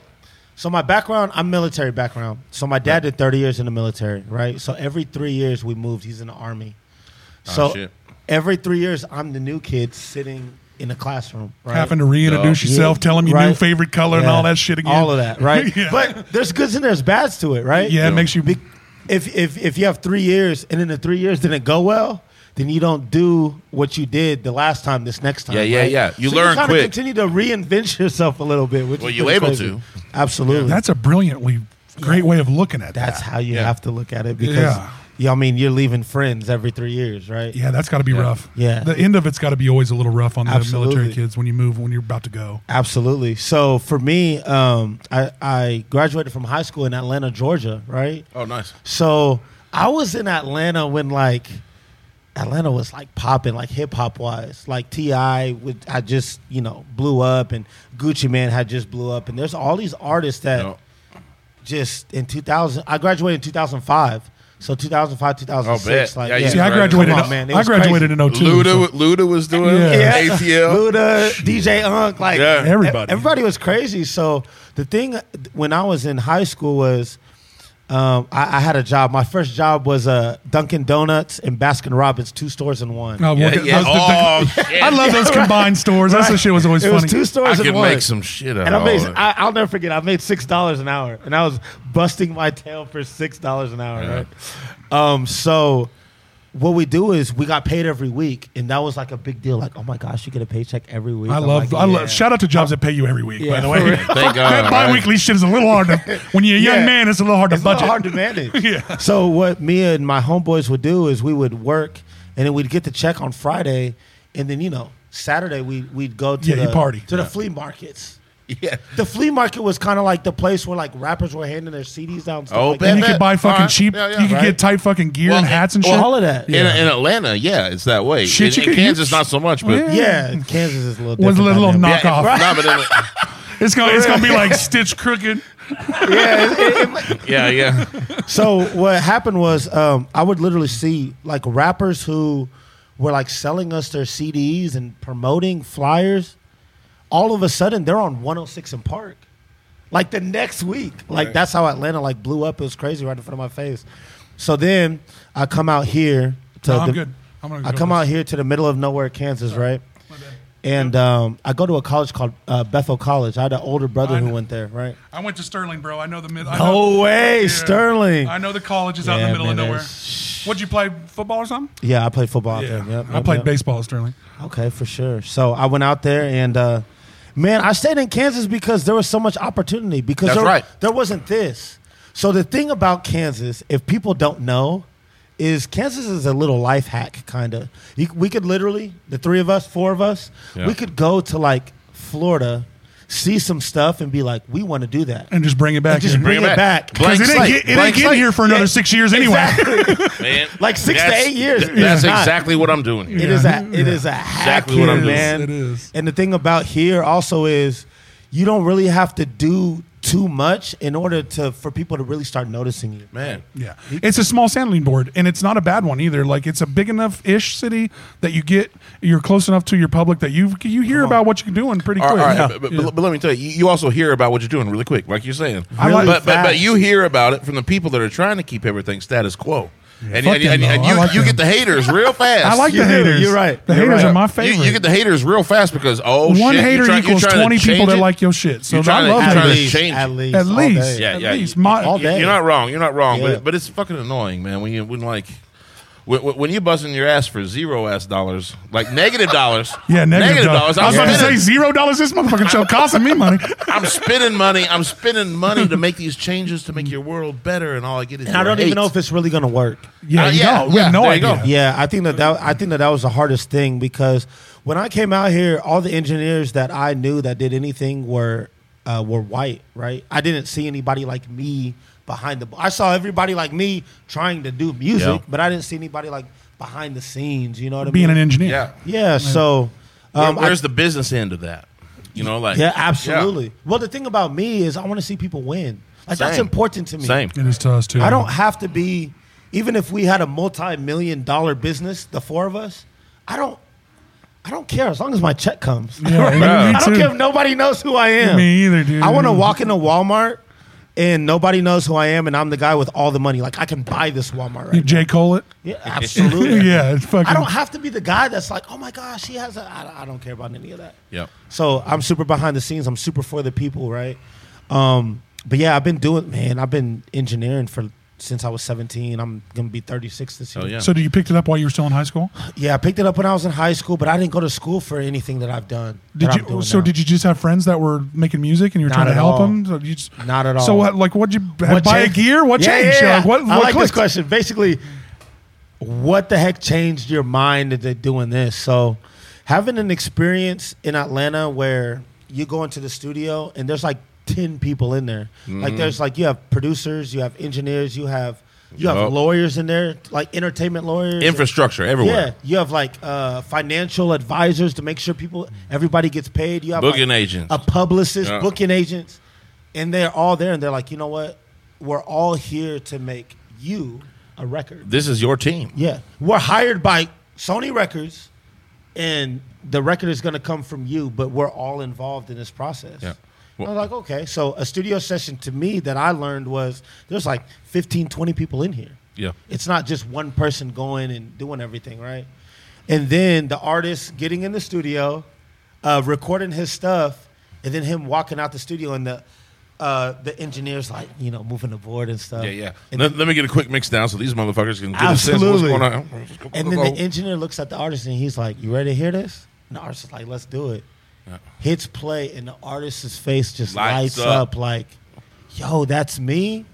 Speaker 3: so my background, I'm military background. So my dad did 30 years in the military, right? So every three years we moved. He's in the army. So
Speaker 2: shit.
Speaker 3: every three years, I'm the new kid sitting in the classroom, right?
Speaker 1: Having to reintroduce
Speaker 3: Yeah,
Speaker 1: yourself, tell them your new
Speaker 3: right.
Speaker 1: favorite color and
Speaker 3: Yeah.
Speaker 1: all that shit again.
Speaker 3: All of that, right?
Speaker 1: Yeah.
Speaker 3: But there's goods and there's bads to it, right?
Speaker 1: yeah, it
Speaker 2: Yeah.
Speaker 1: makes you.
Speaker 3: Be- if if if you have three years and in the three years didn't go well, then you don't do what you did the last time. This next time,
Speaker 2: Yeah, yeah,
Speaker 3: right?
Speaker 2: yeah. You
Speaker 3: so
Speaker 2: learn
Speaker 3: you kinda
Speaker 2: quick.
Speaker 3: Continue to reinvent yourself a little bit. Which
Speaker 2: Well,
Speaker 3: is
Speaker 2: you
Speaker 3: pretty
Speaker 2: able
Speaker 3: crazy.
Speaker 2: to.
Speaker 3: Absolutely.
Speaker 1: That's a brilliantly great way of looking at
Speaker 3: that's
Speaker 1: that.
Speaker 3: how you
Speaker 2: Yeah.
Speaker 3: have to look at it because
Speaker 1: Yeah.
Speaker 3: yeah, I mean you're leaving friends every three years, right?
Speaker 1: yeah, that's got to be rough.
Speaker 3: Yeah.
Speaker 1: the end of it's got to be always a little rough on the
Speaker 3: Absolutely.
Speaker 1: military kids when you move when you're about to go.
Speaker 3: Absolutely. So for me, um, I, I graduated from high school in Atlanta, Georgia, right?
Speaker 2: Oh, nice.
Speaker 3: So I was in Atlanta when like Atlanta was like popping, like hip hop wise. Like Ti, would I just you know blew up, and Gucci Man had just blew up, and there's all these artists that
Speaker 1: Oh,
Speaker 2: No.
Speaker 3: just in 2000. I graduated in 2005, so 2005,
Speaker 2: Oh,
Speaker 3: 2006.
Speaker 2: bet.
Speaker 3: Like,
Speaker 2: Yeah, you
Speaker 1: See, I
Speaker 2: Right.
Speaker 1: graduated.
Speaker 3: Come on,
Speaker 1: in-
Speaker 3: man. It
Speaker 1: I
Speaker 3: was
Speaker 1: graduated
Speaker 3: crazy.
Speaker 1: in 02. so- oh,
Speaker 2: Luda, Luda was doing
Speaker 1: Yeah.
Speaker 2: ATL.
Speaker 3: Luda, DJ Unk, like
Speaker 2: Yeah.
Speaker 1: Everybody.
Speaker 3: e- everybody was crazy. So the thing when I was in high school was um, I, I had a job. My first job was uh, Dunkin' Donuts and Baskin Robbins, two stores in one.
Speaker 1: No,
Speaker 2: Yeah,
Speaker 1: well,
Speaker 2: yeah.
Speaker 1: those- the-
Speaker 2: Oh,
Speaker 1: the-
Speaker 2: shit.
Speaker 1: I love those combined stores. That's the shit was always
Speaker 3: it
Speaker 1: funny.
Speaker 3: was two
Speaker 2: I
Speaker 3: stores in
Speaker 2: could
Speaker 3: one.
Speaker 2: make some shit out
Speaker 3: and I
Speaker 2: of
Speaker 3: made,
Speaker 2: all that.
Speaker 3: I, I'll never forget. I made six dollars an hour, and I was busting my tail for six dollars an hour.
Speaker 2: Yeah.
Speaker 3: Right. Um. So, what we do is we got paid every week, and that was like a big deal. Like, oh my gosh, you get a paycheck every week.
Speaker 1: I
Speaker 3: I'm
Speaker 1: love,
Speaker 3: like,
Speaker 1: I
Speaker 3: yeah.
Speaker 1: love. Shout out to jobs that pay you every week. by
Speaker 3: Yeah,
Speaker 1: the way,
Speaker 3: for
Speaker 2: Thank God.
Speaker 1: that biweekly shit is a little hard. To, when you're a young
Speaker 3: Yeah.
Speaker 1: man, it's a little hard to
Speaker 3: it's
Speaker 1: budget.
Speaker 3: a little hard to manage.
Speaker 1: Yeah.
Speaker 3: So what me and my homeboys would do is we would work, and then we'd get the check on Friday, and then you know Saturday we we'd go to
Speaker 1: Yeah, you
Speaker 3: the
Speaker 1: party.
Speaker 3: to
Speaker 1: Yeah.
Speaker 3: the flea markets.
Speaker 2: right? Yeah.
Speaker 3: The flea market was kind of like the place where like rappers were handing their CDs down. and stuff
Speaker 2: Oh,
Speaker 3: like
Speaker 2: bet.
Speaker 1: and
Speaker 3: that.
Speaker 1: you could buy fucking
Speaker 2: All right.
Speaker 1: cheap.
Speaker 2: Yeah, yeah.
Speaker 1: you could get
Speaker 3: Right.
Speaker 1: tight fucking gear
Speaker 2: Well,
Speaker 1: and hats and
Speaker 2: well,
Speaker 1: shit.
Speaker 3: all of that.
Speaker 2: In, in Atlanta, yeah, it's that way.
Speaker 1: Shit,
Speaker 2: in,
Speaker 1: you
Speaker 2: in
Speaker 1: could- you-
Speaker 2: Kansas, not so much, but
Speaker 3: Yeah, Kansas is a little
Speaker 1: Was a
Speaker 3: different
Speaker 1: little
Speaker 3: dynamic.
Speaker 1: knock off.
Speaker 2: nah, but in-
Speaker 1: It's
Speaker 3: Oh,
Speaker 1: gonna it's gonna be like Stitch crooked.
Speaker 3: Yeah, it- it- it-
Speaker 2: yeah, yeah.
Speaker 3: so what happened was um, I would literally see like rappers who were like selling us their CDs and promoting flyers. All of a sudden, they're on 106 in Park, like the next week. Like that's how Atlanta like blew up. It was crazy right in front of my face. So then I come out here. To
Speaker 1: No, I'm
Speaker 3: the-
Speaker 1: good. I'm gonna
Speaker 3: I
Speaker 1: go
Speaker 3: come
Speaker 1: with
Speaker 3: out
Speaker 1: this.
Speaker 3: here to the middle of nowhere, Kansas, right? And um, I go to a college called uh, Bethel College. I had an older brother
Speaker 1: I
Speaker 3: who
Speaker 1: know.
Speaker 3: went there, right?
Speaker 1: I went to Sterling, bro. I know the mid. I know,
Speaker 3: No way,
Speaker 1: Yeah.
Speaker 3: Sterling.
Speaker 1: I know the college is out in
Speaker 3: Yeah,
Speaker 1: the middle
Speaker 3: man,
Speaker 1: of nowhere.
Speaker 3: there's-
Speaker 1: What'd you play football or something?
Speaker 3: Yeah, I played football. out there. Yep,
Speaker 1: I
Speaker 3: yep,
Speaker 1: played
Speaker 3: yep.
Speaker 1: baseball at Sterling.
Speaker 3: Okay, for sure. So I went out there and uh, man, I stayed in Kansas because there was so much opportunity. Because
Speaker 2: That's
Speaker 3: there,
Speaker 2: right.
Speaker 3: there wasn't this. So the thing about Kansas, if people don't know, is Kansas is a little life hack kind of. We could literally, the three of us, four of us,
Speaker 2: Yeah.
Speaker 3: we could go to like Florida, see some stuff, and be like, we want to do that.
Speaker 1: And just bring it back.
Speaker 3: And just
Speaker 1: here.
Speaker 3: bring, it back.
Speaker 1: Because
Speaker 2: Blank
Speaker 1: it ain't,
Speaker 2: slate.
Speaker 1: get, it ain't
Speaker 2: Blank
Speaker 1: getting
Speaker 2: slate.
Speaker 1: here for another
Speaker 3: Yeah.
Speaker 1: six years anyway.
Speaker 3: Exactly.
Speaker 2: Man,
Speaker 3: Like six to
Speaker 2: that's-
Speaker 3: eight years.
Speaker 2: th- that's
Speaker 3: It's not.
Speaker 2: exactly what I'm doing. Here.
Speaker 3: It is
Speaker 1: Yeah.
Speaker 3: a it is a hack
Speaker 2: Exactly what
Speaker 3: here,
Speaker 2: I'm doing.
Speaker 3: man.
Speaker 1: It is.
Speaker 3: And the thing about here also is you don't really have to do too much in order to for people to really start noticing you.
Speaker 2: Man,
Speaker 1: Yeah, it's a small sandling board, and it's not a bad one either. Like it's a big enough ish city that you get you're close enough to your public that you you hear about what you're doing pretty
Speaker 2: All
Speaker 1: quick.
Speaker 2: right, all right,
Speaker 1: Yeah.
Speaker 2: but, but- but let me tell you, you, you also hear about what you're doing really quick, like you're saying.
Speaker 1: I like-
Speaker 2: but, but, but
Speaker 3: fast.
Speaker 2: you hear about it from the people that are trying to keep everything status quo. And,
Speaker 1: Fuck
Speaker 2: and,
Speaker 1: them,
Speaker 2: and, and
Speaker 1: though. I
Speaker 2: you,
Speaker 1: like
Speaker 2: you
Speaker 1: them.
Speaker 2: get the haters real fast.
Speaker 1: I like
Speaker 3: You
Speaker 1: the
Speaker 3: do,
Speaker 1: haters.
Speaker 3: you're right,
Speaker 1: The
Speaker 3: you're
Speaker 1: haters
Speaker 3: right.
Speaker 1: are my
Speaker 2: You-
Speaker 1: favorite.
Speaker 2: You, get the haters real fast because oh
Speaker 1: one
Speaker 2: shit,
Speaker 1: hater
Speaker 2: you're trying,
Speaker 1: equals
Speaker 2: you're trying
Speaker 1: twenty
Speaker 2: to change
Speaker 1: people that
Speaker 2: it?
Speaker 1: like your shit. So
Speaker 2: You're trying
Speaker 1: I
Speaker 2: to-
Speaker 1: love
Speaker 2: you're trying to
Speaker 1: haters.
Speaker 2: sh- change
Speaker 3: at
Speaker 2: it.
Speaker 3: least,
Speaker 1: At
Speaker 3: all
Speaker 1: least.
Speaker 3: day.
Speaker 2: Yeah,
Speaker 1: At
Speaker 2: yeah.
Speaker 1: least
Speaker 2: you-
Speaker 1: my-
Speaker 3: All day.
Speaker 2: You're not wrong. You're not wrong.
Speaker 3: Yeah.
Speaker 2: But, but it's fucking annoying, man. When you when like When, when- when you busting your ass for zero ass dollars, like negative dollars,
Speaker 1: Yeah, negative, dollars.
Speaker 2: I'm
Speaker 1: I was about to say
Speaker 2: spending-
Speaker 1: zero dollars. This motherfucking show costing me money.
Speaker 2: I'm spending money. I'm spending money to make these changes to make your world better, and all I get is.
Speaker 3: And I
Speaker 2: your
Speaker 3: don't even
Speaker 2: hate.
Speaker 3: know if it's really gonna work.
Speaker 1: Yeah,
Speaker 2: Uh,
Speaker 1: you
Speaker 2: yeah,
Speaker 1: know, we
Speaker 2: yeah,
Speaker 1: have no
Speaker 2: there you
Speaker 1: idea.
Speaker 2: go.
Speaker 3: Yeah, I think that, that I think that that was the hardest thing because when I came out here, all the engineers that I knew that did anything were uh, were white, right? I didn't see anybody like me behind the. I saw everybody like me trying to do music,
Speaker 2: Yeah.
Speaker 3: but I didn't see anybody like behind the scenes. You know what I mean?
Speaker 1: Being an engineer.
Speaker 2: Yeah.
Speaker 3: Yeah. So.
Speaker 2: Where-
Speaker 3: Um, I-
Speaker 2: where's the business end of that? You know, like
Speaker 3: yeah, absolutely. Well, the thing about me is I want to see people win. Like that's
Speaker 2: Same.
Speaker 3: important to me.
Speaker 2: Same.
Speaker 1: It is to us too.
Speaker 3: I don't have to be, even if we had a multi-million dollar business, the four of us, I don't, I don't care as long as my check comes.
Speaker 1: Yeah, me
Speaker 3: I don't
Speaker 1: too.
Speaker 3: care if nobody knows who I am.
Speaker 1: Me either, dude.
Speaker 3: I want to walk into Walmart and nobody knows who I am, and I'm the guy with all the money. Like I can buy this Walmart
Speaker 1: You
Speaker 3: right. now.
Speaker 1: J Cole it.
Speaker 3: Yeah, absolutely.
Speaker 1: yeah, it's fucking.
Speaker 3: I don't have to be the guy that's like, oh my gosh, he has a. I, I don't care about any of that.
Speaker 2: Yeah.
Speaker 3: So I'm super behind the scenes. I'm super for the people, right? Um, but yeah, I've been doing, man. I've been engineering for since I was 17. I'm gonna be 36 this year.
Speaker 2: Oh yeah.
Speaker 1: so do you picked it up while you were still in high school?
Speaker 3: Yeah, I picked it up when I was in high school, but I didn't go to school for anything that I've done.
Speaker 1: Did you? So did you just have friends that were making music and you were
Speaker 3: Not
Speaker 1: trying to
Speaker 3: at
Speaker 1: help
Speaker 3: all.
Speaker 1: them? So you just,
Speaker 3: Not at
Speaker 1: So
Speaker 3: all.
Speaker 1: what? Like what'd you buy a gear? What
Speaker 3: Yeah,
Speaker 1: changed?
Speaker 3: yeah, yeah.
Speaker 1: Like, what?
Speaker 3: I
Speaker 1: what
Speaker 3: like this
Speaker 1: clicked?
Speaker 3: question. Basically, what the heck changed your mind into doing this? So, having an experience in Atlanta where you go into the studio and there's like ten people in there.
Speaker 2: Mm-hmm.
Speaker 3: Like there's like you have producers, you have engineers, you have you
Speaker 2: Yup.
Speaker 3: have lawyers in there, like entertainment lawyers.
Speaker 2: Infrastructure
Speaker 3: yeah,
Speaker 2: everywhere.
Speaker 3: you have like uh, financial advisors to make sure people, everybody gets paid. You have
Speaker 2: Booking
Speaker 3: like,
Speaker 2: agents.
Speaker 3: a publicist,
Speaker 2: Yeah.
Speaker 3: booking agents, and they're all there, and they're like, you know what? We're all here to make you a record.
Speaker 2: This is your team.
Speaker 3: Yeah, we're hired by Sony Records, and the record is going to come from you, but we're all involved in this process.
Speaker 2: Yeah.
Speaker 3: I was like, okay. So a studio session to me that I learned was there's like 15, 20 people in here
Speaker 2: Yeah.
Speaker 3: it's not just one person going and doing everything right and then the artist getting in the studio uh, recording his stuff and then him walking out the studio and the uh, the engineers like you know moving the board and stuff
Speaker 2: Yeah, yeah.
Speaker 3: and
Speaker 2: Let,
Speaker 3: then,
Speaker 2: let me get a quick mix down so these motherfuckers can get a sense
Speaker 3: Absolutely.
Speaker 2: of what's going on.
Speaker 3: and then the engineer looks at the artist and he's like you ready to hear this and the artist is like let's do it hits play and the artist's face just
Speaker 2: Lights
Speaker 3: lights,
Speaker 2: up.
Speaker 3: up like yo that's me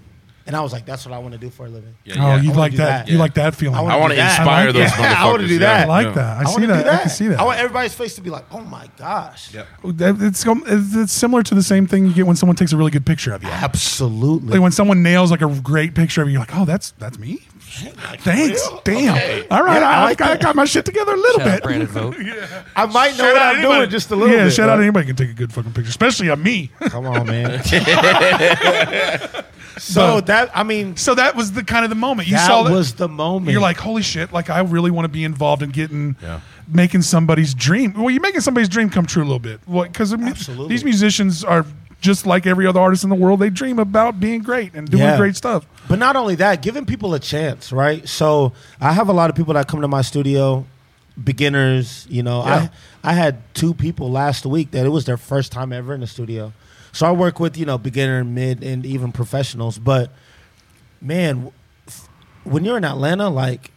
Speaker 3: and i was like that's what i want to do for a living
Speaker 2: Yeah,
Speaker 1: Oh,
Speaker 2: yeah.
Speaker 1: you
Speaker 3: wanna
Speaker 1: like
Speaker 3: do
Speaker 1: that?
Speaker 3: that.
Speaker 1: You like that feeling?
Speaker 2: I want
Speaker 3: do
Speaker 2: to
Speaker 3: that.
Speaker 2: inspire
Speaker 1: I like
Speaker 2: those
Speaker 3: that.
Speaker 2: motherfuckers.
Speaker 3: I wanna do
Speaker 2: yeah.
Speaker 3: that.
Speaker 1: I like
Speaker 2: Yeah.
Speaker 1: that. I,
Speaker 3: I,
Speaker 1: see
Speaker 3: wanna
Speaker 1: that.
Speaker 3: do that.
Speaker 1: I can see that.
Speaker 3: I want everybody's face to be like, "Oh my gosh!"
Speaker 2: Yeah.
Speaker 1: That- it's, com- it's it's similar to the same thing you get when someone takes a really good picture of you.
Speaker 3: Ah. Absolutely.
Speaker 1: Like when someone nails like a great picture of you, you're like, oh, that's that's me. Thanks. Damn. All right, I, I, got, I got my shit together a little
Speaker 4: Shout out
Speaker 1: bit.
Speaker 4: Brandon Vogt.
Speaker 3: I might know
Speaker 2: Shout
Speaker 3: what
Speaker 2: out
Speaker 3: I'm
Speaker 2: anybody.
Speaker 3: doing just a little
Speaker 1: yeah,
Speaker 3: bit.
Speaker 1: shout out
Speaker 3: bro.
Speaker 1: anybody can take a good fucking picture, especially on me.
Speaker 3: Come on, man. so that I mean,
Speaker 1: so that was the kind of the moment you
Speaker 3: that
Speaker 1: saw. That,
Speaker 3: was the moment.
Speaker 1: you're like, holy shit! Like I really want to be involved in getting,
Speaker 2: Yeah.
Speaker 1: making somebody's dream. Well, you're making somebody's dream come true a little bit. Because
Speaker 3: Absolutely.
Speaker 1: these musicians are just like every other artist in the world. They dream about being great and doing
Speaker 3: Yeah.
Speaker 1: great stuff.
Speaker 3: But not only that, giving people a chance, right? So I have a lot of people that come to my studio, beginners. You know,
Speaker 1: Yeah.
Speaker 3: I I had two people last week that it was their first time ever in the studio. So I work with you know beginner, mid, and even professionals. But man, w- f- when you're in Atlanta, like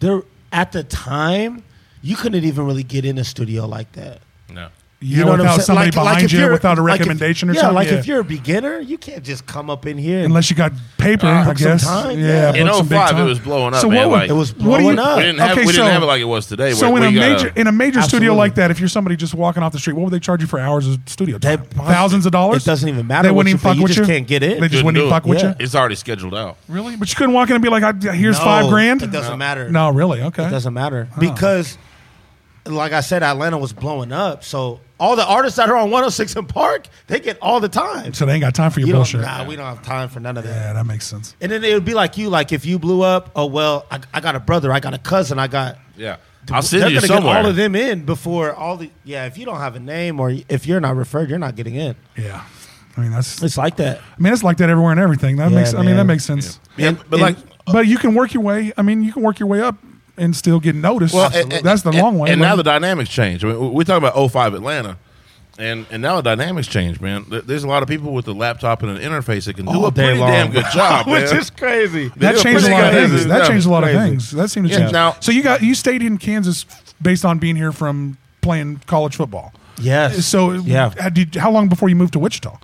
Speaker 3: there at the time, you couldn't even really get in a studio like that.
Speaker 2: No.
Speaker 1: Yeah, without somebody behind
Speaker 3: if
Speaker 1: you,
Speaker 3: you're-
Speaker 1: without a
Speaker 3: like if-
Speaker 1: recommendation
Speaker 3: yeah,
Speaker 1: or something.
Speaker 3: like if you're a beginner, you can't just come up in here. And
Speaker 1: unless you got paper,
Speaker 2: Uh,
Speaker 1: I
Speaker 2: book
Speaker 3: some
Speaker 1: guess.
Speaker 3: time,
Speaker 1: yeah,
Speaker 3: yeah.
Speaker 1: book
Speaker 2: In
Speaker 1: some big
Speaker 2: 05, it
Speaker 1: time.
Speaker 2: was blowing up,
Speaker 1: So
Speaker 2: man,
Speaker 1: what
Speaker 2: like-
Speaker 1: would-
Speaker 3: it was
Speaker 1: what do you-
Speaker 3: blowing up.
Speaker 2: We didn't have
Speaker 1: Okay,
Speaker 2: we didn't
Speaker 1: so-
Speaker 2: have it like it was today.
Speaker 1: So
Speaker 2: where
Speaker 1: in a
Speaker 2: we uh, got
Speaker 1: major in a major studio
Speaker 3: Absolutely.
Speaker 1: like that, if you're somebody just walking off the street, what would they charge you for hours of studio
Speaker 3: They
Speaker 1: time?
Speaker 3: probably-
Speaker 1: Thousands of dollars.
Speaker 3: it doesn't even matter
Speaker 1: They
Speaker 3: what
Speaker 1: wouldn't
Speaker 3: you
Speaker 1: even
Speaker 3: pay,
Speaker 1: fuck
Speaker 3: you
Speaker 1: with
Speaker 3: just
Speaker 1: you.
Speaker 3: can't get in.
Speaker 1: They just
Speaker 2: Couldn't
Speaker 1: wouldn't even
Speaker 2: do it.
Speaker 1: fuck with
Speaker 3: Yeah.
Speaker 1: you.
Speaker 2: it's already scheduled out.
Speaker 1: Really? But you couldn't walk in and be like, I, "Here's
Speaker 3: No,
Speaker 1: five grand."
Speaker 3: It doesn't matter.
Speaker 1: No, really? Okay.
Speaker 3: it doesn't matter because, like I said, Atlanta was blowing up. So all the artists that are on 106 and Park, they get all the time.
Speaker 1: So they ain't got time for your
Speaker 3: you don't,
Speaker 1: bullshit.
Speaker 3: nah, we don't have time for none of that.
Speaker 1: yeah, that makes sense.
Speaker 3: And then it would be like you, like if you blew up. Oh well, I, I got a brother, I got a cousin, I got.
Speaker 2: Yeah. I'll send
Speaker 3: They're
Speaker 2: you
Speaker 3: gonna get
Speaker 2: somewhere.
Speaker 3: all of them in before all the. Yeah, if you don't have a name or if you're not referred, you're not getting in.
Speaker 1: Yeah. I mean, that's. I
Speaker 3: It's like that.
Speaker 1: mean, it's like that everywhere and everything. That
Speaker 3: Yeah,
Speaker 1: makes. I mean, that
Speaker 3: man.
Speaker 1: makes sense.
Speaker 2: Yeah,
Speaker 3: And-
Speaker 2: but
Speaker 3: and-
Speaker 2: like
Speaker 1: But you can work your way. I mean, you can work your way up and still get noticed.
Speaker 2: Well, and- and-
Speaker 1: that's the
Speaker 2: and-
Speaker 1: long way.
Speaker 2: And
Speaker 1: but-
Speaker 2: now the dynamics change. I mean, we're talking about 05 Atlanta. And and now the dynamics change, man. There- There's a lot of people with a laptop and an interface that can do
Speaker 3: All
Speaker 2: a
Speaker 3: day
Speaker 2: pretty
Speaker 3: long.
Speaker 2: damn good job,
Speaker 3: which
Speaker 2: man.
Speaker 3: is crazy.
Speaker 2: They
Speaker 1: That
Speaker 2: do a
Speaker 1: changed a
Speaker 2: pretty
Speaker 1: lot of
Speaker 2: good
Speaker 1: things.
Speaker 2: job.
Speaker 1: That changed a lot of
Speaker 3: Crazy.
Speaker 1: things. That seemed to
Speaker 2: Yeah.
Speaker 1: change.
Speaker 2: Now-
Speaker 1: so you got you stayed in Kansas based on being here from playing college football.
Speaker 3: Yes.
Speaker 1: So
Speaker 3: Yeah.
Speaker 1: how, did, how long before you moved to Wichita?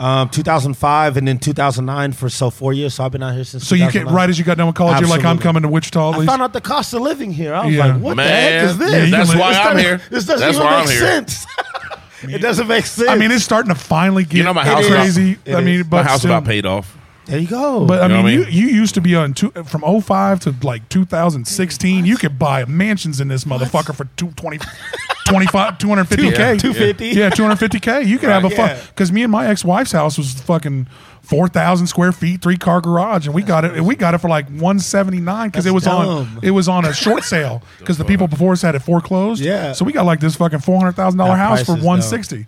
Speaker 3: Um, 2005 and then 2009 for so four years. So I've been out here since.
Speaker 1: So you came
Speaker 3: 2009.
Speaker 1: right as you got done with college. You're like, I'm
Speaker 3: Absolutely.
Speaker 1: coming to Wichita. At
Speaker 3: I
Speaker 1: least.
Speaker 3: found out the cost of living here. I was
Speaker 1: Yeah.
Speaker 3: like, what the heck is
Speaker 2: Man,
Speaker 3: this?
Speaker 1: Yeah, you
Speaker 2: that's
Speaker 1: can-
Speaker 2: why
Speaker 1: it's
Speaker 2: I'm
Speaker 3: doesn't-
Speaker 2: here.
Speaker 3: This doesn't
Speaker 2: that's
Speaker 3: even
Speaker 2: why
Speaker 3: make
Speaker 2: I'm here.
Speaker 3: sense. it doesn't make sense.
Speaker 1: I mean, it's starting to finally get
Speaker 2: You know, my house
Speaker 1: crazy.
Speaker 3: about-
Speaker 1: I
Speaker 3: it
Speaker 1: mean,
Speaker 3: is.
Speaker 1: but
Speaker 2: My house
Speaker 1: still-
Speaker 2: about paid off.
Speaker 3: there you go.
Speaker 1: But I
Speaker 2: You know
Speaker 1: mean,
Speaker 2: what I
Speaker 1: you,
Speaker 2: mean?
Speaker 1: you used to be on two, from 05 to like 2016. You could buy mansions in this motherfucker for 220, 25, 250 k,
Speaker 2: Yeah.
Speaker 3: 250.
Speaker 1: yeah, 250 k. You could have a
Speaker 3: Right, yeah.
Speaker 1: fun because me and my ex wife's house was fucking. Four thousand square feet, three car garage, and we got it. And we got it for like one seventy nine because it was
Speaker 3: That's dumb.
Speaker 1: on it was on a short sale because the people before us had it foreclosed.
Speaker 3: Yeah.
Speaker 1: so we got like this fucking four hundred thousand dollar
Speaker 3: That
Speaker 1: house
Speaker 3: price
Speaker 1: for
Speaker 3: is dumb.
Speaker 1: one sixty.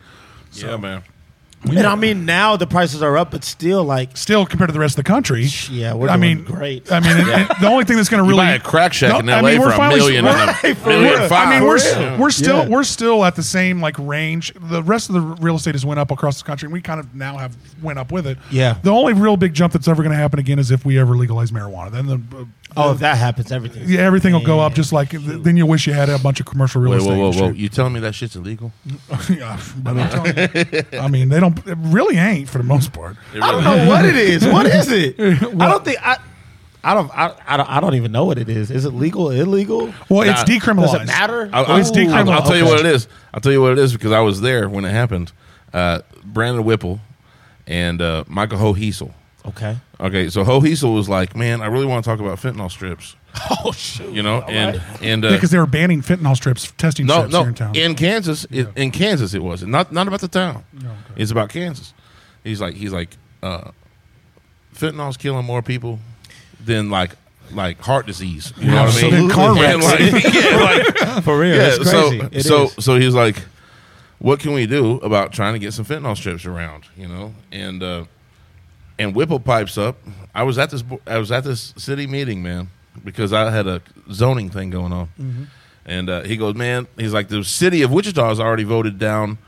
Speaker 2: Yeah, man.
Speaker 3: and I mean, now the prices are up, but still, like,
Speaker 1: still compared to the rest of the country.
Speaker 3: Yeah, we're
Speaker 1: I mean,
Speaker 3: doing great.
Speaker 1: I mean, it- it- the only thing that's going to
Speaker 2: You
Speaker 1: really
Speaker 2: buy a crack shack
Speaker 1: No,
Speaker 2: in LA
Speaker 1: we're
Speaker 2: for a
Speaker 1: finally-
Speaker 2: million and
Speaker 1: we're-
Speaker 2: a
Speaker 3: for
Speaker 2: million
Speaker 3: real.
Speaker 2: and five.
Speaker 1: I mean, we're s-
Speaker 2: Yeah.
Speaker 1: we're still
Speaker 3: Yeah.
Speaker 1: we're still at the same like range. The rest of the real estate has went up across the country, and we kind of now have went up with it.
Speaker 3: Yeah.
Speaker 1: The only real big jump that's ever going to happen again is if we ever legalize marijuana. Then the
Speaker 3: oh, if that happens, everything.
Speaker 1: yeah, everything will go up just like then you wish you had a bunch of commercial real
Speaker 2: Wait,
Speaker 1: estate.
Speaker 2: whoa, whoa,
Speaker 1: and
Speaker 2: whoa!
Speaker 1: shit.
Speaker 2: You telling me that shit's illegal?
Speaker 1: Yeah, but I'm telling you, I mean, they don't. It really ain't for the most part.
Speaker 3: I don't know what it is. What is it? I don't think I. I don't. I, I don't. I don't even know what it is. Is it legal? Illegal?
Speaker 1: Well, it's
Speaker 2: Nah.
Speaker 1: decriminalized.
Speaker 3: Does it matter?
Speaker 2: I'll,
Speaker 1: Oh,
Speaker 2: I'll-
Speaker 1: it's decriminalized.
Speaker 2: I'll- I'll tell you
Speaker 1: Okay.
Speaker 2: what it is. I'll tell you what it is because I was there when it happened. Uh, Brandon Whipple and uh, Michael Hohesel.
Speaker 3: Okay.
Speaker 2: Okay, so Hohesel was like, "Man, I really want to talk about fentanyl strips."
Speaker 3: Oh shoot.
Speaker 2: You know, and and uh,
Speaker 1: because they were banning fentanyl strips, testing
Speaker 2: no,
Speaker 1: strips
Speaker 2: no,
Speaker 1: here in town.
Speaker 2: in Kansas, it, in Kansas, it was not not about the town. It's about Kansas. He's like he's like uh, fentanyl's killing more people than like like heart disease. You know what I mean?
Speaker 1: Absolutely. Car
Speaker 2: And, like, yeah, like,
Speaker 3: For real.
Speaker 2: yeah,
Speaker 3: it's crazy.
Speaker 2: so
Speaker 3: It
Speaker 2: so
Speaker 3: is.
Speaker 2: so he's like, "What can we do about trying to get some fentanyl strips around?" You know, and uh, and Whipple pipes up. I was at this bo- I was at this city meeting, man, because I had a zoning thing going on, and uh, he goes, "Man, he's like the city of Wichita has already voted down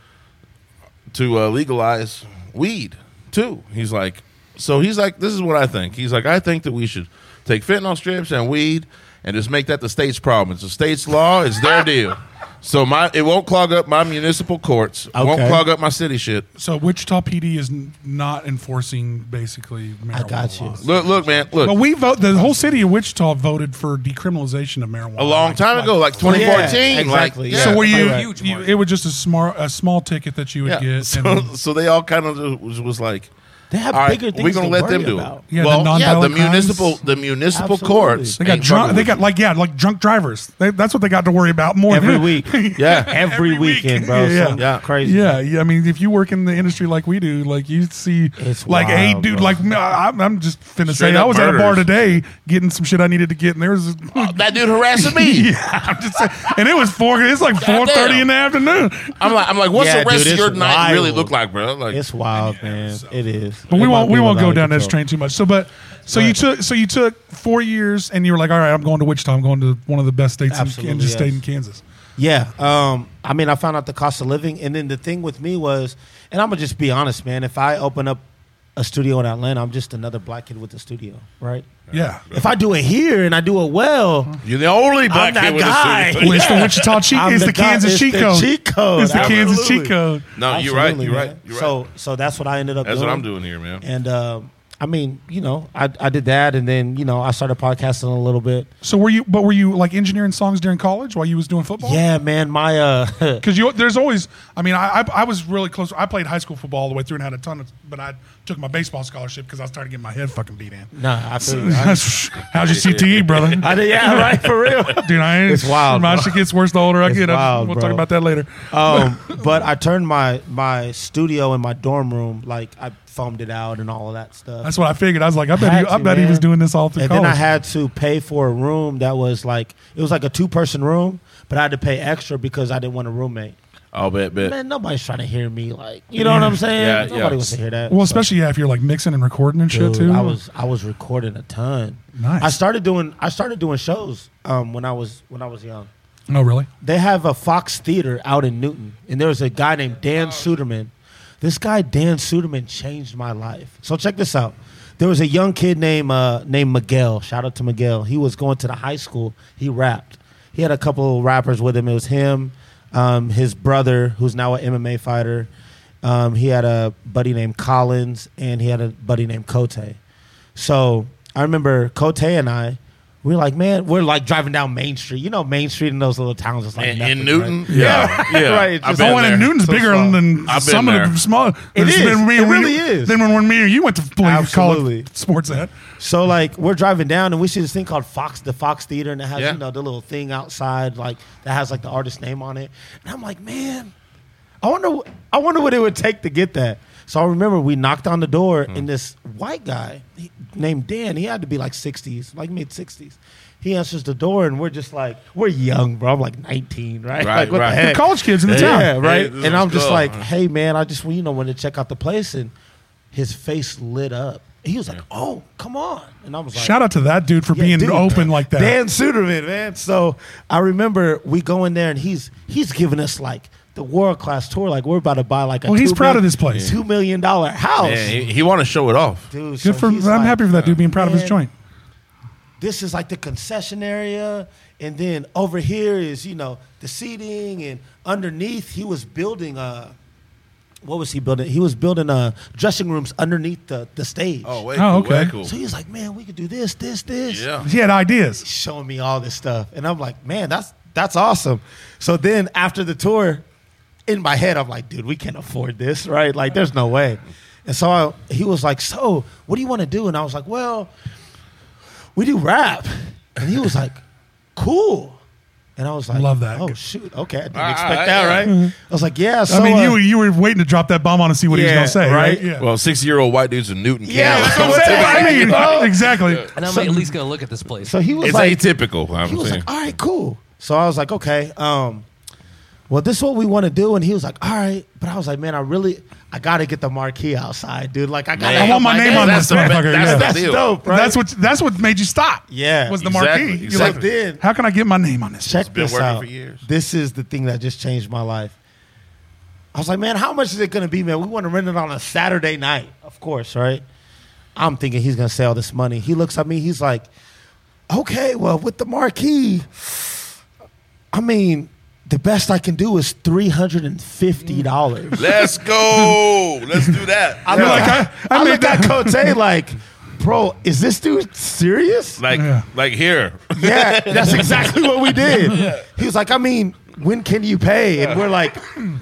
Speaker 2: to uh, legalize weed too." He's like, so he's like, "This is what I think." He's like, "I think that we should take fentanyl strips and weed." And just make that the state's problem. It's the state's law. It's their deal. So my it won't clog up my municipal courts. Won't
Speaker 3: Okay.
Speaker 2: clog up my city shit.
Speaker 1: So Wichita PD is n- not enforcing basically marijuana
Speaker 3: I got you.
Speaker 1: laws.
Speaker 2: Look, look, man. Look.
Speaker 1: But we vote. The whole city of Wichita voted for decriminalization of marijuana
Speaker 2: a long time ago, like 2014.
Speaker 3: Yeah, exactly,
Speaker 2: Like,
Speaker 3: yeah.
Speaker 1: So were you,
Speaker 4: Right. Huge
Speaker 1: you?
Speaker 4: market.
Speaker 1: It was just a small, a small ticket that you would
Speaker 2: yeah.
Speaker 1: get.
Speaker 2: So,
Speaker 1: and-
Speaker 2: so they all kind of was, was like,
Speaker 3: They have
Speaker 2: all right,
Speaker 3: bigger
Speaker 2: we're
Speaker 3: things
Speaker 2: gonna
Speaker 3: to
Speaker 2: let
Speaker 3: worry
Speaker 2: them do
Speaker 3: about.
Speaker 2: it.
Speaker 1: Yeah, the
Speaker 2: well, yeah,
Speaker 1: nonviolent
Speaker 2: the
Speaker 1: crimes.
Speaker 2: municipal, the municipal
Speaker 3: Absolutely.
Speaker 2: courts.
Speaker 1: they got
Speaker 2: ain't
Speaker 1: drunk.
Speaker 2: fucking
Speaker 1: They
Speaker 2: with
Speaker 1: got
Speaker 2: you.
Speaker 1: like yeah, like drunk drivers. They, that's what they got to worry about more
Speaker 3: Every
Speaker 1: than-
Speaker 3: week.
Speaker 2: yeah,
Speaker 1: Every
Speaker 3: Every,
Speaker 1: week.
Speaker 3: weekend, bro.
Speaker 1: Yeah.
Speaker 3: Yeah.
Speaker 2: Yeah.
Speaker 3: Crazy.
Speaker 1: Yeah, yeah. I mean, if you work in the industry like we do, like you see,
Speaker 3: It's
Speaker 1: like
Speaker 3: wild,
Speaker 1: hey, dude,
Speaker 3: bro.
Speaker 1: like I, I'm- I'm just finna
Speaker 2: Straight
Speaker 1: say, I
Speaker 2: up
Speaker 1: was at a bar
Speaker 2: murders.
Speaker 1: today getting some shit I needed to get, and there was
Speaker 2: Oh, that dude harassing me.
Speaker 1: yeah, I'm just saying, and it was four. It's like four
Speaker 2: Goddamn.
Speaker 1: thirty in the afternoon.
Speaker 2: I'm like, I'm like, what's
Speaker 3: Yeah,
Speaker 2: the rest
Speaker 3: dude,
Speaker 2: of your
Speaker 3: it's
Speaker 2: night really
Speaker 3: wild.
Speaker 2: look like, bro? Like,
Speaker 3: It's wild, man. It is.
Speaker 1: But we
Speaker 3: It
Speaker 1: won't
Speaker 3: might
Speaker 1: we
Speaker 3: be
Speaker 1: won't
Speaker 3: out
Speaker 1: go
Speaker 3: of
Speaker 1: down this
Speaker 3: control.
Speaker 1: train too much. So, but so you took so you took four years, and you were like, all right, I'm going to Wichita. I'm going to one of the best states in,
Speaker 3: Absolutely,
Speaker 1: in just state
Speaker 3: yes.
Speaker 1: in Kansas.
Speaker 3: Yeah. Um, I mean, I found out the cost of living. And then the thing with me was, and I'm going to just be honest, man. If I open up a studio in Atlanta, I'm just another black kid with a studio, right?
Speaker 1: Yeah,
Speaker 3: If I do it here and I do it well,
Speaker 2: you're the only black kid
Speaker 3: I'm that
Speaker 2: with
Speaker 3: guy.
Speaker 2: a
Speaker 1: Well,
Speaker 2: studio.
Speaker 1: it's the Wichita cheat.
Speaker 3: I'm
Speaker 1: It's the,
Speaker 3: the guy-
Speaker 1: Kansas
Speaker 3: it's
Speaker 1: cheat
Speaker 3: the
Speaker 1: code.
Speaker 3: cheat code,
Speaker 1: It's the Kansas
Speaker 3: absolutely.
Speaker 1: cheat code.
Speaker 2: No, you're right.
Speaker 3: Absolutely,
Speaker 2: You're right.
Speaker 3: man.
Speaker 2: You're right.
Speaker 3: So, so that's what I ended up
Speaker 2: That's
Speaker 3: doing.
Speaker 2: what I'm doing here, man.
Speaker 3: And uh, I mean, you know, I, I did that. And then, you know, I started podcasting a little bit.
Speaker 1: So were you? But were you like engineering songs during college while you was doing football?
Speaker 3: Yeah, man. My, uh,
Speaker 1: Because you, there's always. I mean, I, I I was really close. I played high school football all the way through and had a ton of. But I took my baseball scholarship because I was tired of getting my head fucking beat in.
Speaker 3: nah, I feel you. I,
Speaker 1: How's your CTE, brother?
Speaker 3: I did, yeah, right, for real.
Speaker 1: Dude, I ain't.
Speaker 3: It's wild,
Speaker 1: My
Speaker 3: bro.
Speaker 1: shit gets worse the older I
Speaker 3: It's
Speaker 1: get. I just-
Speaker 3: wild,
Speaker 1: we'll
Speaker 3: bro.
Speaker 1: talk about that later.
Speaker 3: Um, but I turned my my studio and my dorm room like I foamed it out and all of that stuff.
Speaker 1: That's what I figured. I was like, I bet,
Speaker 3: Had
Speaker 1: he, I
Speaker 3: to,
Speaker 1: bet he
Speaker 3: man.
Speaker 1: was doing this all through
Speaker 3: and
Speaker 1: college.
Speaker 3: then I had to pay for a room that was like it was like a two person room, but I had to pay extra because I didn't want a roommate.
Speaker 2: I'll bet, bet.
Speaker 3: Man, nobody's trying to hear me. Like, you know what I'm saying?
Speaker 2: Yeah,
Speaker 3: Nobody
Speaker 2: yeah.
Speaker 3: wants to hear that.
Speaker 1: Mm. well,
Speaker 3: So,
Speaker 1: especially yeah, if you're like mixing and recording and shit
Speaker 3: dude,
Speaker 1: too.
Speaker 3: I was I was recording a ton.
Speaker 1: Nice.
Speaker 3: I started doing I started doing shows um, when I was when I was young.
Speaker 1: Oh, really?
Speaker 3: They have a Fox Theater out in Newton, and there's a guy named Dan Suderman. This guy Dan Suderman changed my life. So check this out. There was a young kid named uh, named Miguel. Shout out to Miguel. He was going to the high school. He rapped. He had a couple rappers with him. It was him, um, his brother, who's now an MMA fighter. Um, he had a buddy named Collins, and he had a buddy named Kote. So I remember Kote and I, we were like, man, we're like driving down Main Street. You know, Main Street in those little towns is like
Speaker 2: In,
Speaker 3: nothing,
Speaker 2: in Newton,
Speaker 3: right?
Speaker 2: yeah, yeah.
Speaker 3: Right, it's
Speaker 2: I've
Speaker 3: just-
Speaker 2: been
Speaker 1: Oh, and
Speaker 2: there.
Speaker 1: in Newton's
Speaker 3: So
Speaker 1: bigger
Speaker 3: small.
Speaker 1: than
Speaker 2: I've been
Speaker 1: some of
Speaker 2: there.
Speaker 1: the smaller.
Speaker 3: It
Speaker 1: than
Speaker 3: is. It
Speaker 1: when
Speaker 3: really
Speaker 1: you,
Speaker 3: is.
Speaker 1: Than when, when me or you went to play
Speaker 3: Absolutely.
Speaker 1: college sports at.
Speaker 3: So like we're driving down and we see this thing called Fox, the Fox Theater, and it has
Speaker 2: Yeah.
Speaker 3: you know the little thing outside like that has like the artist's name on it. And I'm like, man, I wonder, wh- I wonder what it would take to get that. So I remember we knocked on the door
Speaker 2: Hmm.
Speaker 3: and this white guy he- named Dan, he had to be like 60s, like mid 60s. He answers the door and we're just like, we're young, bro. I'm like 19, right?
Speaker 2: Right,
Speaker 3: like what
Speaker 2: right.
Speaker 3: the heck?
Speaker 1: College kids in the town.
Speaker 3: Yeah, right.
Speaker 2: Hey, this
Speaker 3: and I'm
Speaker 2: is
Speaker 3: just
Speaker 2: cool.
Speaker 3: like, hey man, I just you know wanted to check out the place, and his face lit up. He was like, oh, come on, and I was like,
Speaker 1: Shout out to that dude for
Speaker 3: Yeah,
Speaker 1: being
Speaker 3: dude.
Speaker 1: open like that.
Speaker 3: Dan Suderman, man. So I remember we go in there and he's he's giving us like the world class tour. Like we're about to buy like a
Speaker 1: Well, he's
Speaker 3: two
Speaker 1: proud of
Speaker 3: mil-
Speaker 1: this place.
Speaker 3: two million dollar house.
Speaker 2: Yeah, he, he want to show it off.
Speaker 3: Dude, so
Speaker 1: Good for. I'm
Speaker 3: he's like,
Speaker 1: happy for that dude being proud of
Speaker 3: man.
Speaker 1: his joint.
Speaker 3: This is like the concession area, and then over here is you know the seating, and underneath he was building a. What was he building? He was building uh, dressing rooms underneath the, the stage.
Speaker 2: Oh, way
Speaker 1: Oh,
Speaker 2: cool, way
Speaker 1: okay.
Speaker 2: cool.
Speaker 3: So he was like, man, we could do this, this, this.
Speaker 2: Yeah.
Speaker 1: He had ideas.
Speaker 3: showing me all this stuff, and I'm like, man, that's that's awesome. So then after the tour, in my head, I'm like, dude, we can't afford this, right? Like, there's no way. And so I, he was like, so what do you want to do? And I was like, well, we do rap. And he was like, cool. And I was like,
Speaker 1: Love that.
Speaker 3: Oh shoot, okay, I didn't
Speaker 2: Ah,
Speaker 3: expect
Speaker 2: ah,
Speaker 3: that,
Speaker 2: yeah.
Speaker 3: right? I was like, yeah. So
Speaker 1: I mean,
Speaker 3: uh,
Speaker 1: you you were waiting to drop that bomb on and see what
Speaker 3: Yeah,
Speaker 1: he was gonna say,
Speaker 3: right?
Speaker 1: right? Yeah.
Speaker 2: Well, sixty year old white dudes in Newton,
Speaker 3: Yeah, that's
Speaker 2: Canada.
Speaker 3: what I'm saying.
Speaker 1: I mean,
Speaker 3: Yeah.
Speaker 1: exactly.
Speaker 4: And I'm at least gonna look at this place.
Speaker 3: so he was
Speaker 2: It's
Speaker 3: like,
Speaker 2: atypical. I'm
Speaker 3: he was
Speaker 2: saying.
Speaker 3: like, all right, cool. So I was like, okay, um, well, this is what we want to do. And he was like, all right. But I was like, man, I really, I got to get the marquee outside, dude. Like, I got
Speaker 2: Yeah.
Speaker 1: I want my name on
Speaker 2: That's
Speaker 1: this
Speaker 2: the-
Speaker 1: motherfucker.
Speaker 2: that's
Speaker 1: yeah.
Speaker 2: the
Speaker 3: That's
Speaker 2: Deal.
Speaker 3: dope, right?
Speaker 1: That's what that's what made you stop.
Speaker 3: Yeah.
Speaker 1: was the
Speaker 2: Exactly,
Speaker 1: marquee. You're
Speaker 2: exactly.
Speaker 1: like,
Speaker 3: then.
Speaker 1: how can I get my name on this?
Speaker 3: Check
Speaker 2: been
Speaker 3: this
Speaker 2: working
Speaker 3: out.
Speaker 2: for years.
Speaker 3: This is the thing that just changed my life. I was like, man, how much is it going to be, man? We want to rent it on a Saturday night, of course, right? I'm thinking he's going to sell this money. He looks at me, he's like, okay, well, with the marquee, I mean, the best I can do is $350.
Speaker 2: Let's go. Let's do that.
Speaker 3: I
Speaker 2: Yeah.
Speaker 3: look
Speaker 1: like,
Speaker 3: at,
Speaker 1: I- I
Speaker 3: I
Speaker 1: made
Speaker 3: look at Cote like, bro, is this dude serious?
Speaker 2: like,
Speaker 1: Yeah.
Speaker 2: like here.
Speaker 3: yeah, that's exactly what we did. He was like, I mean, when can you pay? And we're like, right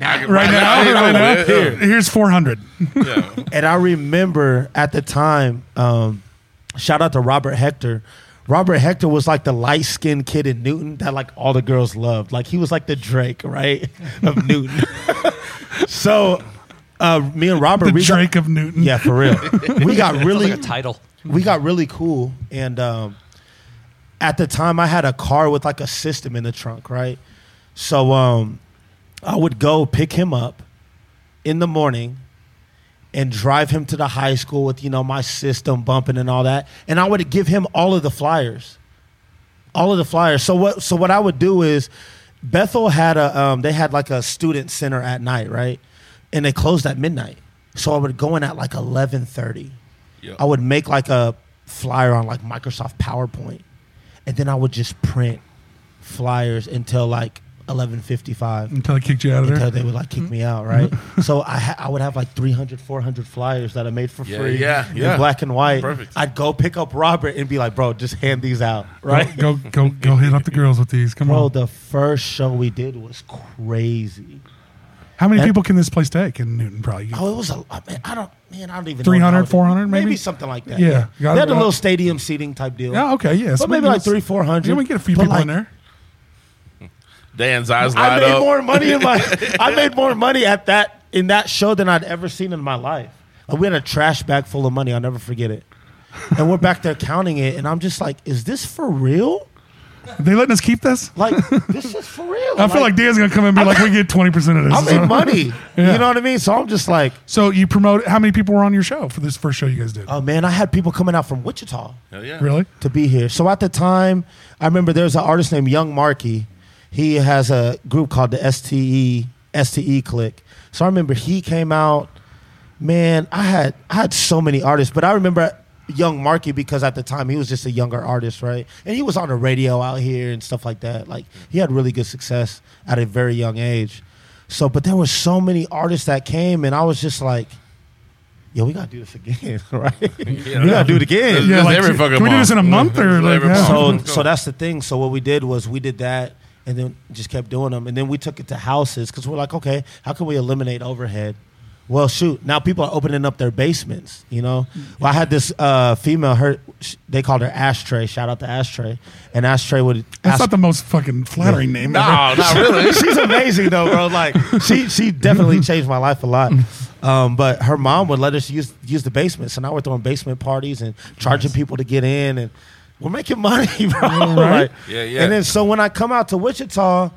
Speaker 2: Like, I
Speaker 3: now.
Speaker 2: can-
Speaker 1: Right now,
Speaker 2: Yeah.
Speaker 1: right now.
Speaker 2: Yeah.
Speaker 1: Here's 400.
Speaker 2: Yeah.
Speaker 3: And I remember at the time, um, shout out to Robert Hector. Robert Hector was like the light skinned kid in Newton that like all the girls loved. Like he was like the Drake, right? Of Newton. so uh, me and Robert
Speaker 1: The
Speaker 3: we got-
Speaker 1: Drake of Newton.
Speaker 3: Yeah, for real. We got
Speaker 4: Sounds
Speaker 3: really
Speaker 4: like a title.
Speaker 3: we got really cool and um, at the time i had a car with like a system in the trunk right so um, i would go pick him up in the morning and drive him to the high school with you know my system bumping and all that and i would give him all of the flyers all of the flyers so what so what i would do is bethel had a um, they had like a student center at night right and they closed at midnight so i would go in at like 11.30
Speaker 2: Yeah.
Speaker 3: I would make like a flyer on like Microsoft PowerPoint, and then I would just print flyers until like eleven fifty five.
Speaker 1: Until Mm-hmm. they kicked you out of
Speaker 3: Until
Speaker 1: there.
Speaker 3: they would like kick me out, right? so I ha- I would have like 300, 400 flyers that I made for
Speaker 2: Yeah,
Speaker 3: free,
Speaker 2: yeah,
Speaker 3: in
Speaker 2: yeah.
Speaker 3: black and white.
Speaker 2: Perfect.
Speaker 3: I'd go pick up Robert and be like, "Bro, just hand these out, right?"
Speaker 1: Go, go, go, go hit up the girls with these. Come
Speaker 3: Bro,
Speaker 1: on.
Speaker 3: the first show we did was crazy.
Speaker 1: How many
Speaker 3: that-
Speaker 1: people can this place take in Newton? Probably.
Speaker 3: Oh, it was a I mean, I don't man, I don't even know
Speaker 1: 300,
Speaker 3: how it-
Speaker 1: 400 maybe?
Speaker 3: something like that.
Speaker 1: Yeah,
Speaker 3: Yeah,
Speaker 1: got
Speaker 3: they
Speaker 1: it
Speaker 3: had a
Speaker 1: right.
Speaker 3: little stadium seating type deal.
Speaker 1: Yeah, okay, yeah. So
Speaker 3: but maybe
Speaker 1: maybe
Speaker 3: like
Speaker 1: that's-
Speaker 3: three, four hundred.
Speaker 1: Yeah, we can get a few
Speaker 3: But,
Speaker 1: people
Speaker 3: like,
Speaker 1: in there.
Speaker 2: Dan's eyes
Speaker 3: I
Speaker 2: light
Speaker 3: made
Speaker 2: up.
Speaker 3: more money in my. I made more money at that in that show than I'd ever seen in my life. Like, we had a trash bag full of money. I'll never forget it. And we're back there counting it, and I'm just like, "Is this for real?
Speaker 1: They letting us keep this?
Speaker 3: Like, this is for real?"
Speaker 1: I feel like Dan's gonna come in and be like, "We get twenty percent of this."
Speaker 3: I made money.
Speaker 1: Yeah.
Speaker 3: You know what I mean? So I'm just like,
Speaker 1: So you promote? How many people were on your show for this first show you guys did?
Speaker 2: Uh,
Speaker 3: "Oh man, I had people coming out from Wichita."
Speaker 2: Hell yeah.
Speaker 1: really?
Speaker 3: to be here. So at the time, I remember there was an artist named Young Markey. He has a group called the E, STE STE Click. So I remember he came out. Man, I had I had so many artists, but I remember young Marky because at the time he was just a younger artist, right? And he was on the radio out here and stuff like that. Like he had really good success at a very young age. So, but there were so many artists that came, and I was just like, "Yo, we gotta do this again, right? we gotta do it again."
Speaker 2: Yeah, every fucking
Speaker 1: can we do this in a month
Speaker 2: month.
Speaker 1: or like?
Speaker 2: Every
Speaker 1: yeah.
Speaker 2: month.
Speaker 1: So,
Speaker 3: so so that's the thing. So what we did was we did that and then just kept doing them, and then we took it to houses because we're like, okay, how can we eliminate overhead? Well, shoot, now people are opening up their basements. You know, well, I had this uh, female. Her sh- they called her Ashtray. Shout out to Ashtray, and Ashtray would.
Speaker 1: that's
Speaker 3: ask-
Speaker 1: not the most fucking flattering name. ever.
Speaker 2: No, not really.
Speaker 3: She's amazing though, bro. Like she she definitely changed my life a lot. Um, but her mom would let us use use the basement. So now we're throwing basement parties and charging people to get in and we're making money, bro. Like,
Speaker 2: Yeah, yeah.
Speaker 3: And then so when I come out to Wichita,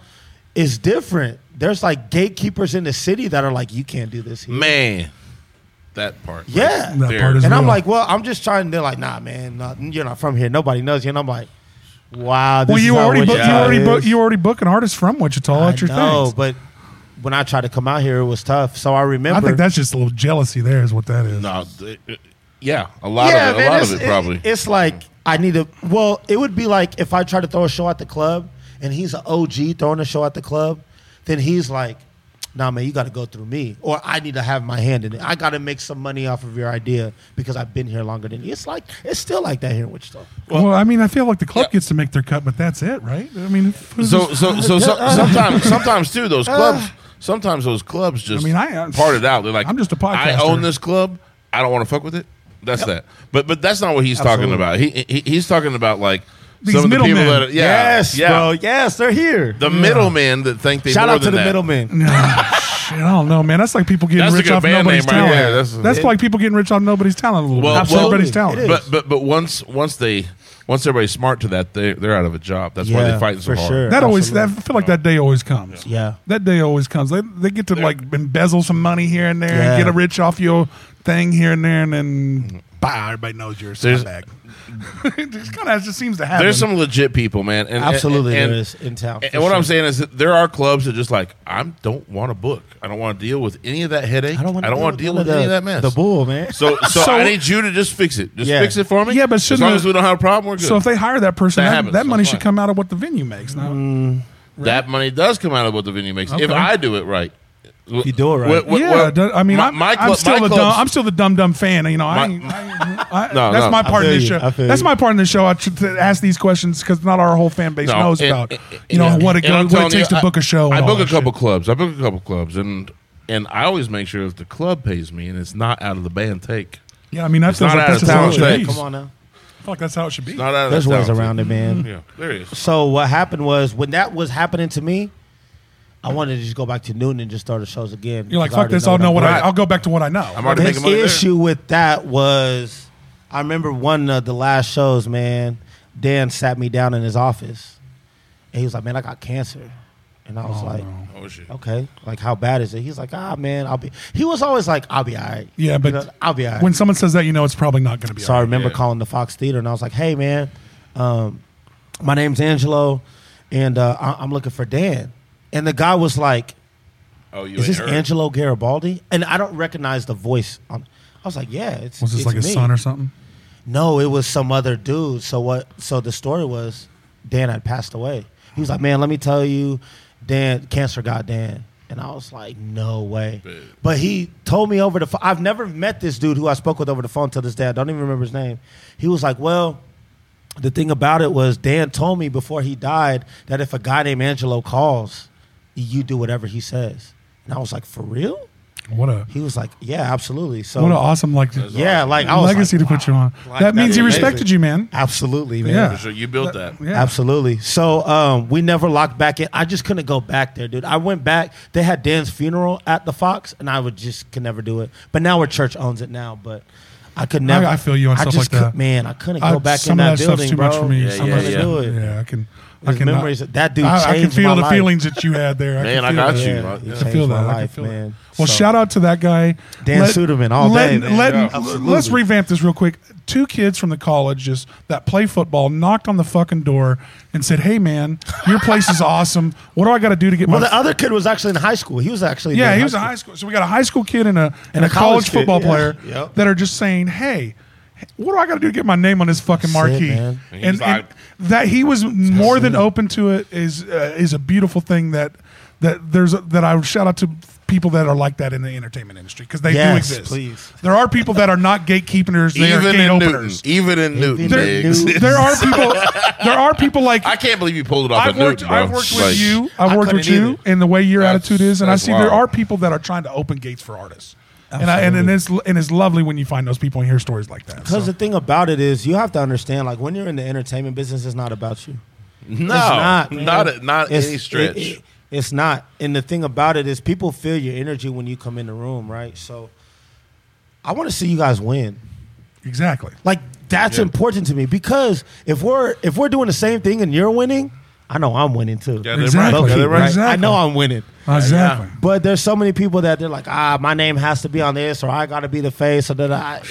Speaker 3: it's different. There's like gatekeepers in the city that are like, you can't do this here.
Speaker 2: Man, that part. right
Speaker 3: Yeah. That
Speaker 2: there.
Speaker 1: part is-
Speaker 3: And I'm
Speaker 1: real.
Speaker 3: like, well, I'm just trying. They're like, nah, man, nah, you're not from here. Nobody knows you. And I'm like, wow. This
Speaker 1: Well, you
Speaker 3: is how
Speaker 1: already book, you
Speaker 3: Wichita
Speaker 1: already book,
Speaker 3: is.
Speaker 1: you already book an artist from Wichita at your
Speaker 3: No,
Speaker 1: thing.
Speaker 3: but when I tried to come out here, it was tough. So I remember.
Speaker 1: I think that's just a little jealousy. There is what that is.
Speaker 2: No, th- uh, yeah, a lot of it, a lot of
Speaker 3: it's-
Speaker 2: it probably.
Speaker 3: It's like I need to. Well, it would be like if I try to throw a show at the club and he's an OG throwing a show at the club, then he's like, "Nah, man, you got to go through me, or I need to have my hand in it. I got to make some money off of your idea because I've been here longer than you." It's like it's still like that here in Wichita.
Speaker 1: Well, I mean, I feel like the club
Speaker 2: Yeah.
Speaker 1: gets to make their cut, but that's it, right? I mean, if-
Speaker 2: so, so, so, so sometimes, sometimes too, those
Speaker 3: Uh,
Speaker 2: clubs, sometimes those clubs just
Speaker 1: I mean, I- I'm-
Speaker 2: parted out. They're like,
Speaker 1: I'm just a
Speaker 2: I
Speaker 1: podcaster."
Speaker 2: own this club. I don't want to fuck with it. That's that. But, but that's not what he's talking
Speaker 3: Absolutely.
Speaker 2: about. He, he, he's talking about like
Speaker 1: These
Speaker 2: some of the people
Speaker 1: middlemen.
Speaker 2: that, are, yeah,
Speaker 3: yes,
Speaker 2: yeah,
Speaker 3: bro. Yes, they're here.
Speaker 2: the middlemen that think they
Speaker 3: Shout
Speaker 2: more
Speaker 3: out to
Speaker 2: than
Speaker 3: the
Speaker 2: that.
Speaker 3: middleman.
Speaker 1: No, shit, I don't know, man. That's like people getting
Speaker 2: That's a
Speaker 1: rich
Speaker 2: good
Speaker 1: off
Speaker 2: band
Speaker 1: nobody's
Speaker 2: name right
Speaker 1: talent.
Speaker 2: there. That's-
Speaker 1: that's like people getting rich off nobody's talent a little
Speaker 2: Well,
Speaker 1: bit.
Speaker 2: well,
Speaker 1: everybody's
Speaker 3: it
Speaker 1: talent.
Speaker 3: is.
Speaker 2: But, but, but once, once they, once everybody's smart to that, they, they're out of a job. That's why
Speaker 3: Yeah,
Speaker 2: they're fighting so
Speaker 3: for
Speaker 2: hard.
Speaker 3: sure.
Speaker 1: That always, that, I
Speaker 3: Absolutely.
Speaker 1: feel like that day always comes.
Speaker 3: Yeah.
Speaker 1: That day always comes. They, they get to like embezzle some money here and there
Speaker 3: Yeah. Mm-hmm.
Speaker 1: and get a rich off your thing here and there, and then bah, everybody knows you're a
Speaker 2: There's-
Speaker 1: scumbag. it just kind of just seems to happen.
Speaker 2: There's some legit people, man. And,
Speaker 3: Absolutely,
Speaker 2: and,
Speaker 3: there is in town.
Speaker 2: And
Speaker 3: for
Speaker 2: what I'm
Speaker 3: sure.
Speaker 2: saying is, that there are clubs that just like I don't want to book. I don't want to deal with any of that headache. I don't want. to
Speaker 3: wanna
Speaker 2: deal, with,
Speaker 3: none
Speaker 2: any of that mess.
Speaker 3: The bull, man.
Speaker 2: So, so,
Speaker 1: So-
Speaker 2: I need you to just fix it. Just
Speaker 3: Yeah.
Speaker 2: fix it for me.
Speaker 1: Yeah, but
Speaker 2: as
Speaker 1: shouldn't
Speaker 2: long
Speaker 1: the-
Speaker 2: as we don't have a problem, we're good.
Speaker 1: So if they hire that person,
Speaker 2: That
Speaker 1: that,
Speaker 2: happens. Mm.
Speaker 1: that money
Speaker 2: That's
Speaker 1: should
Speaker 2: fine.
Speaker 1: come out of what the venue makes. Now,
Speaker 2: that money does come out of what the venue makes, if
Speaker 1: Okay.
Speaker 2: I do it right. If
Speaker 3: you do it right.
Speaker 1: yeah, duh, I mean, I'm, I'm still the dumb, I'm still the dumb dumb fan. You know, I, ain't-
Speaker 2: My-
Speaker 1: I, I,
Speaker 2: No,
Speaker 1: that's
Speaker 2: no.
Speaker 1: my part
Speaker 3: I
Speaker 1: in
Speaker 3: feel
Speaker 1: this
Speaker 3: you.
Speaker 1: show.
Speaker 3: I feel
Speaker 1: That's
Speaker 3: you.
Speaker 1: my part in the show. I tr- to ask these questions because not our whole fan base knows
Speaker 2: and-
Speaker 1: about
Speaker 2: and-
Speaker 1: you know
Speaker 2: and-
Speaker 1: what it,
Speaker 2: and I'm
Speaker 1: goes, what it
Speaker 2: telling
Speaker 1: takes
Speaker 2: you,
Speaker 1: to book a show.
Speaker 2: I,
Speaker 1: and all
Speaker 2: book a
Speaker 1: that
Speaker 2: couple
Speaker 1: shit.
Speaker 2: clubs. I book a couple clubs, and and I always make sure if the club pays me and it's not out of the band take,
Speaker 1: Yeah, I mean that
Speaker 2: It's
Speaker 1: feels
Speaker 2: not
Speaker 1: like
Speaker 2: out
Speaker 1: that's
Speaker 2: of
Speaker 1: just how it
Speaker 2: town
Speaker 1: should
Speaker 2: thing.
Speaker 1: be.
Speaker 3: Come on now.
Speaker 1: I feel like that's how it should be.
Speaker 2: not out of
Speaker 3: There's
Speaker 2: the
Speaker 3: ways
Speaker 2: town
Speaker 3: around it, man.
Speaker 2: take. Yeah, there he is.
Speaker 3: So what happened was when that was happening to me, I wanted to just go back to Newton and just start the shows again.
Speaker 1: You're like,
Speaker 3: 'cause I
Speaker 1: fuck
Speaker 3: already
Speaker 1: this. I'll know what I.
Speaker 2: Right.
Speaker 1: I'll go back to what I know.
Speaker 2: I'm already making
Speaker 3: The
Speaker 2: money. there.
Speaker 3: issue with that was, I remember one of the last shows, man. Dan sat me down in his office, and he was like, "Man, I got cancer," and I was like,
Speaker 2: Oh shit.
Speaker 3: "Okay, like how bad is it?" He's like, "Ah, man, I'll be." He was always like, "I'll be all right."
Speaker 1: Yeah,
Speaker 3: You
Speaker 1: but
Speaker 3: know, I'll be all right.
Speaker 1: when someone says that, you know it's probably not going to be.
Speaker 3: So I
Speaker 1: all right.
Speaker 3: remember
Speaker 2: Yeah.
Speaker 3: calling the Fox Theater and I was like, hey, man, um, my name's Angelo and uh, I- I'm looking for Dan. And the guy was like,
Speaker 2: Oh, you
Speaker 3: is
Speaker 2: ain't
Speaker 3: this
Speaker 2: heard.
Speaker 3: Angelo Garibaldi? And I don't recognize the voice. On, I was like, yeah, it's
Speaker 1: Was this
Speaker 3: it's
Speaker 1: like
Speaker 3: me.
Speaker 1: his son or something?
Speaker 3: No, it was some other dude. So what? So the story was Dan had passed away. He was like, "Man, let me tell you, Dan, cancer got Dan." And I was like, "No way!"
Speaker 2: Dude.
Speaker 3: But he told me over the phone. I've never met this dude who I spoke with over the phone till this day. I don't even remember his name. He was like, "Well." The thing about it was Dan told me before he died that if a guy named Angelo calls, you do whatever he says. And I was like, "For real?"
Speaker 1: What a
Speaker 3: He was like, "Yeah, absolutely." So
Speaker 1: what an awesome like
Speaker 3: yeah, like I was
Speaker 1: legacy to
Speaker 3: like,
Speaker 1: put you on.
Speaker 3: Like,
Speaker 1: That means
Speaker 3: that's
Speaker 1: he
Speaker 3: amazing.
Speaker 1: respected you, man.
Speaker 3: Absolutely, man.
Speaker 1: Yeah.
Speaker 2: For sure, you built that.
Speaker 1: Yeah.
Speaker 3: Absolutely. So um, we never locked back in. I just couldn't go back there, dude. I went back. They had Dan's funeral at the Fox, and I would just could never do it. But now our church owns it now. But I could never.
Speaker 1: I feel you on
Speaker 3: I
Speaker 1: stuff
Speaker 3: just
Speaker 1: like that.
Speaker 3: could- Man, I couldn't
Speaker 1: I-
Speaker 3: go back
Speaker 1: some
Speaker 3: in that
Speaker 1: of that
Speaker 3: building,
Speaker 1: stuff's too
Speaker 3: bro.
Speaker 1: much for me.
Speaker 2: Yeah,
Speaker 1: Some
Speaker 2: yeah,
Speaker 1: of that-
Speaker 2: yeah.
Speaker 3: Do it.
Speaker 1: yeah, I can. I
Speaker 3: His
Speaker 1: cannot-
Speaker 3: memories. That dude
Speaker 1: I,
Speaker 3: changed
Speaker 1: I can feel
Speaker 3: my
Speaker 1: the
Speaker 3: life.
Speaker 1: feelings that you had there.
Speaker 2: Man, I
Speaker 1: can feel
Speaker 2: got
Speaker 1: that.
Speaker 2: you.
Speaker 3: Yeah,
Speaker 2: I
Speaker 3: he
Speaker 2: can
Speaker 1: I
Speaker 3: changed
Speaker 1: feel
Speaker 3: my
Speaker 1: that. I can
Speaker 3: life,
Speaker 1: feel
Speaker 3: man.
Speaker 1: that. Well,
Speaker 3: So-
Speaker 1: shout out to that guy,
Speaker 3: Dan Suderman all
Speaker 1: let,
Speaker 3: day, man.
Speaker 1: let-
Speaker 3: Yeah,
Speaker 1: let's
Speaker 3: absolutely.
Speaker 1: revamp this real quick. Two kids from the college just that play football knocked on the fucking door and said, "Hey, man, your place is awesome. What do I got to do to get
Speaker 3: Well,
Speaker 1: my?"
Speaker 3: the other kid was actually in high school. He was actually
Speaker 1: yeah,
Speaker 3: in
Speaker 1: he was in high school. So we got a high school kid and a and, a
Speaker 3: a college
Speaker 1: college,
Speaker 3: kid,
Speaker 1: football
Speaker 3: yeah.
Speaker 1: player
Speaker 3: Yep.
Speaker 1: that are just saying, "Hey." What do I got to do to get my name on this fucking
Speaker 3: That's it,
Speaker 1: marquee?
Speaker 3: man.
Speaker 1: and,
Speaker 2: He's like-
Speaker 1: and that he was more than open to it is uh, is a beautiful thing that that there's a, that I would shout out to people that are like that in the entertainment industry because they do
Speaker 3: Yes,
Speaker 1: exist.
Speaker 3: please.
Speaker 1: there are people that are not gatekeepers; they are
Speaker 2: Even
Speaker 1: gate
Speaker 2: in Newton.
Speaker 1: openers.
Speaker 2: Even in Newton,
Speaker 3: in
Speaker 2: Biggs.
Speaker 3: Newton.
Speaker 1: There are people. There are people like
Speaker 2: I can't believe you pulled it off
Speaker 1: I've
Speaker 2: at
Speaker 1: worked.
Speaker 2: Newton, bro.
Speaker 1: I've worked with
Speaker 2: Like,
Speaker 1: you. I've
Speaker 3: I
Speaker 1: worked with
Speaker 3: couldn't
Speaker 1: you,
Speaker 3: either.
Speaker 1: and the way your
Speaker 2: That's-
Speaker 1: attitude is, and I
Speaker 2: that's
Speaker 1: see there
Speaker 2: wild.
Speaker 1: are people that are trying to open gates for artists, and I, and and it's and it's lovely when you find those people and hear stories like that.
Speaker 3: Because
Speaker 1: so.
Speaker 3: the thing about it is, you have to understand, like when you're in the entertainment business, it's not about you.
Speaker 2: No,
Speaker 3: It's not.
Speaker 2: not
Speaker 3: man.
Speaker 2: not, a, not
Speaker 3: It's-
Speaker 2: any
Speaker 3: it-
Speaker 2: stretch.
Speaker 3: it- it's not. And the thing about it is, people feel your energy when you come in the room, right? So, I want to see you guys win.
Speaker 1: Exactly.
Speaker 3: Like that's
Speaker 2: Yeah.
Speaker 3: important to me because if we're if we're doing the same thing and you're winning, I know I'm winning too.
Speaker 2: Yeah, they're
Speaker 1: Exactly.
Speaker 2: right. Yeah, they're
Speaker 3: Low-key,
Speaker 2: right.
Speaker 3: right? I
Speaker 1: Exactly.
Speaker 3: know I'm winning.
Speaker 1: Exactly.
Speaker 3: But there's so many people that they're like, ah, my name has to be on this, or I got to be the face, or that I.